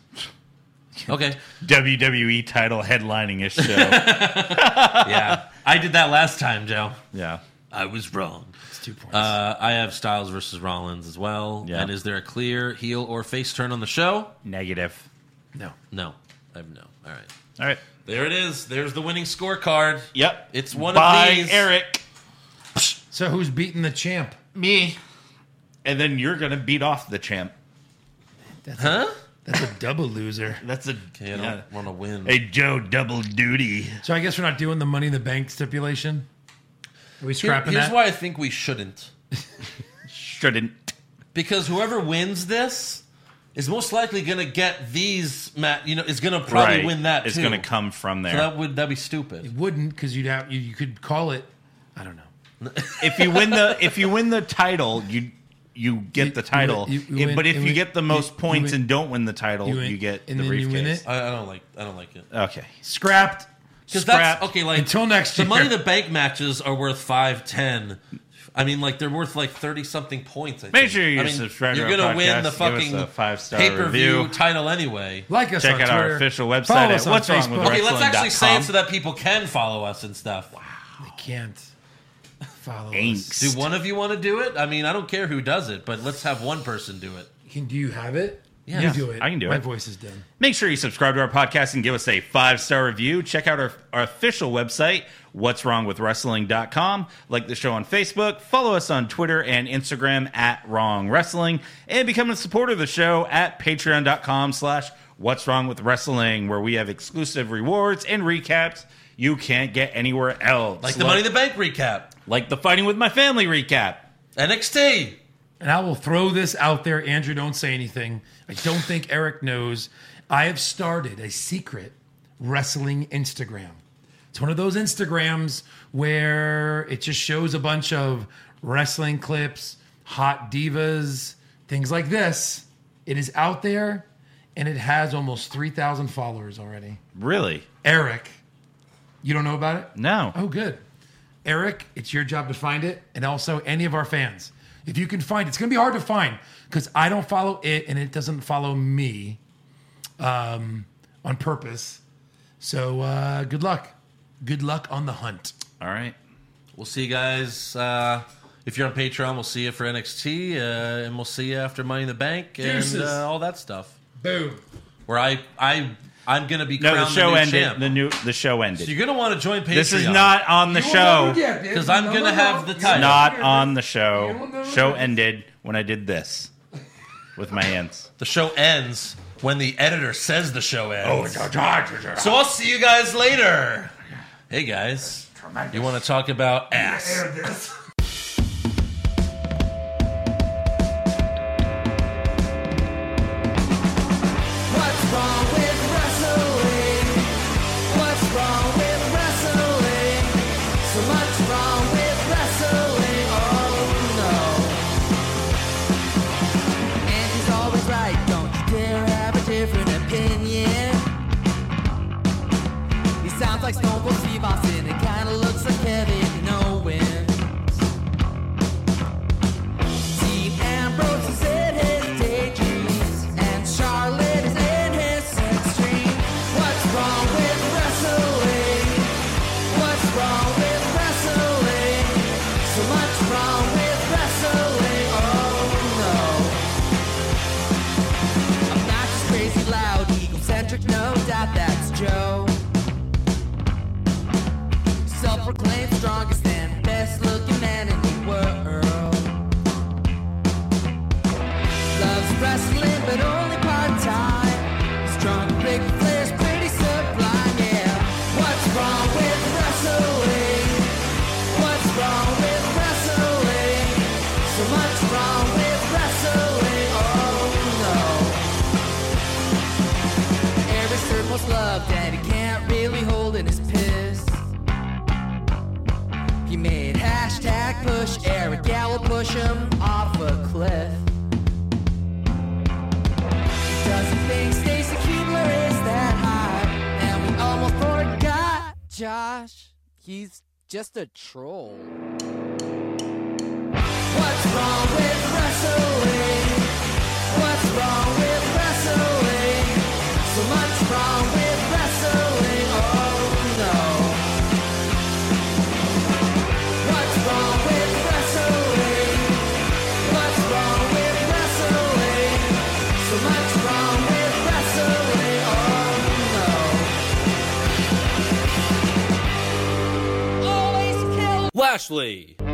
Speaker 4: Okay.
Speaker 6: WWE E title headlining a *laughs* show.
Speaker 4: Yeah. I did that last time, Joe.
Speaker 6: yeah.
Speaker 4: I was wrong.
Speaker 5: It's two points.
Speaker 4: Uh, I have Styles versus Rollins as well.
Speaker 6: Yeah.
Speaker 4: And is there a clear heel or face turn on the show?
Speaker 6: Negative.
Speaker 5: no.
Speaker 4: No. I have no. All right.
Speaker 6: All right.
Speaker 4: There it is. There's the winning scorecard.
Speaker 6: Yep.
Speaker 4: It's one
Speaker 6: Bye,
Speaker 4: of these.
Speaker 6: Eric.
Speaker 5: So who's beating the champ?
Speaker 6: Me. And then you're gonna beat off the champ.
Speaker 5: That's
Speaker 4: Huh?
Speaker 5: A, that's a double loser.
Speaker 6: That's a
Speaker 4: Okay, I don't
Speaker 6: yeah.
Speaker 4: want to win.
Speaker 6: Hey Joe, double duty.
Speaker 5: So I guess we're not doing the Money in the Bank stipulation. Are we
Speaker 4: Here-
Speaker 5: scrapping
Speaker 4: here's
Speaker 5: that?
Speaker 4: why I think we shouldn't.
Speaker 6: Shouldn't.
Speaker 4: because whoever wins this is most likely going to get these. Matt, you know, is going to probably
Speaker 6: Right.
Speaker 4: win that.
Speaker 6: It's
Speaker 4: too.
Speaker 6: gonna come from there.
Speaker 4: So that would that be stupid?
Speaker 5: Wouldn't because you'd have you, you could call it. I don't know.
Speaker 6: if you win the if you win the title, you you get
Speaker 5: You-
Speaker 6: the title.
Speaker 5: you- you win-
Speaker 6: but if
Speaker 5: you
Speaker 6: you,
Speaker 5: win-
Speaker 6: get the most
Speaker 5: you- you
Speaker 6: points
Speaker 5: win-
Speaker 6: and don't win the title, you,
Speaker 5: win-
Speaker 6: get the
Speaker 5: and then you
Speaker 6: briefcase.
Speaker 5: win it?
Speaker 4: I, I don't like. I don't like it.
Speaker 6: Okay.
Speaker 5: Scrapped.
Speaker 4: Because that's
Speaker 6: Scrap.
Speaker 4: okay. Like
Speaker 5: Until next
Speaker 4: the
Speaker 5: year.
Speaker 4: money the bank matches are worth five ten. I mean, like they're worth like thirty something points. I
Speaker 6: Make
Speaker 4: think.
Speaker 6: sure you
Speaker 4: I mean,
Speaker 6: subscribe to
Speaker 4: You're
Speaker 6: our
Speaker 4: gonna
Speaker 6: podcast,
Speaker 4: win the
Speaker 6: give us a
Speaker 4: fucking
Speaker 6: five-star
Speaker 4: pay per view
Speaker 6: review.
Speaker 4: title anyway.
Speaker 5: Like us
Speaker 6: Check
Speaker 5: on
Speaker 6: out our
Speaker 5: Twitter.
Speaker 6: official website
Speaker 5: Follow
Speaker 6: at
Speaker 5: us on
Speaker 6: What's Wrong with
Speaker 5: Facebook.
Speaker 4: Okay, let's actually say it
Speaker 6: Wrestling.com.
Speaker 4: so that people can follow us and stuff.
Speaker 5: I can't follow. Us.
Speaker 6: Thanks.
Speaker 4: Do one of you want to do it? I mean, I don't care who does it, but let's have one person do it.
Speaker 5: Can do you have it?
Speaker 4: Yeah.
Speaker 5: you do it.
Speaker 6: I can do
Speaker 5: My
Speaker 6: it.
Speaker 5: voice is done.
Speaker 6: Make sure you subscribe to our podcast and give us a five star review. Check out our, our official website, what's wrong with wrestling.com. Like the show on Facebook, follow us on Twitter and Instagram at wrong wrestling, and become a supporter of the show at patreon.com slash what's wrong with wrestling, where we have exclusive rewards and recaps you can't get anywhere else.
Speaker 4: Like the Money in the Bank recap,
Speaker 6: like the Fighting with My Family recap.
Speaker 4: NXT.
Speaker 5: And I will throw this out there. Andrew, don't say anything. I don't think Eric knows. I have started a secret wrestling Instagram. It's one of those Instagrams where it just shows a bunch of wrestling clips, hot divas, things like this. It is out there and it has almost 3,000 followers already.
Speaker 6: Really?
Speaker 5: Eric, you don't know about it?
Speaker 6: No.
Speaker 5: Oh, good. Eric, it's your job to find it, and also any of our fans. If you can find it, it's going to be hard to find because I don't follow it and it doesn't follow me um, on purpose. So uh, good luck. Good luck on the hunt.
Speaker 6: All right.
Speaker 4: We'll see you guys uh, If you're on Patreon, we'll see you for NXT, uh, and we'll see you after Money in the Bank
Speaker 5: Deuces.
Speaker 4: and uh, all that stuff.
Speaker 5: Boom.
Speaker 4: Where I I I'm gonna be
Speaker 6: No,
Speaker 4: crowned
Speaker 6: the show
Speaker 4: new
Speaker 6: ended.
Speaker 4: champ.
Speaker 6: The new the show ended.
Speaker 4: So you're gonna want to join Patreon.
Speaker 6: this is not on the show.
Speaker 4: because I'm gonna have the title.
Speaker 6: Not on the show. Show ended when I did this with my hands.
Speaker 4: The show ends when the editor says the show ends. So I'll see you guys later. Hey guys, you want to talk about ass?
Speaker 1: What's wrong with wrestling? What's wrong with wrestling? So much wrong with wrestling. Oh no. And she's always right. Don't you dare have a different opinion. He sounds like Stone Cold Steve Austin. It kinda looks like Kevin Owens. Dean Ambrose is in his daydreams, and Charlotte is in his sex dream. What's wrong with wrestling? What's wrong with wrestling? So much wrong with wrestling. Oh no. I'm not just crazy loud, egocentric, no doubt that's Joe. Self proclaimed strongest and best looking man in the world. Loves wrestling, but only part time. Strong big players, pretty sublime, yeah. What's wrong with wrestling? What's wrong with wrestling? So much wrong with wrestling, oh no. Every circle's love that he can't really hold in his piss. He made hashtag push Eric Gallo push him off a cliff. He doesn't think Stacy Kubler is that hot, and we almost forgot Josh. He's just a troll. What's wrong with wrestling? What's wrong with wrestling? So much wrong with wrestling. Oh no. What's wrong with wrestling? What's wrong with wrestling? So much wrong with wrestling. Oh no. Lashley.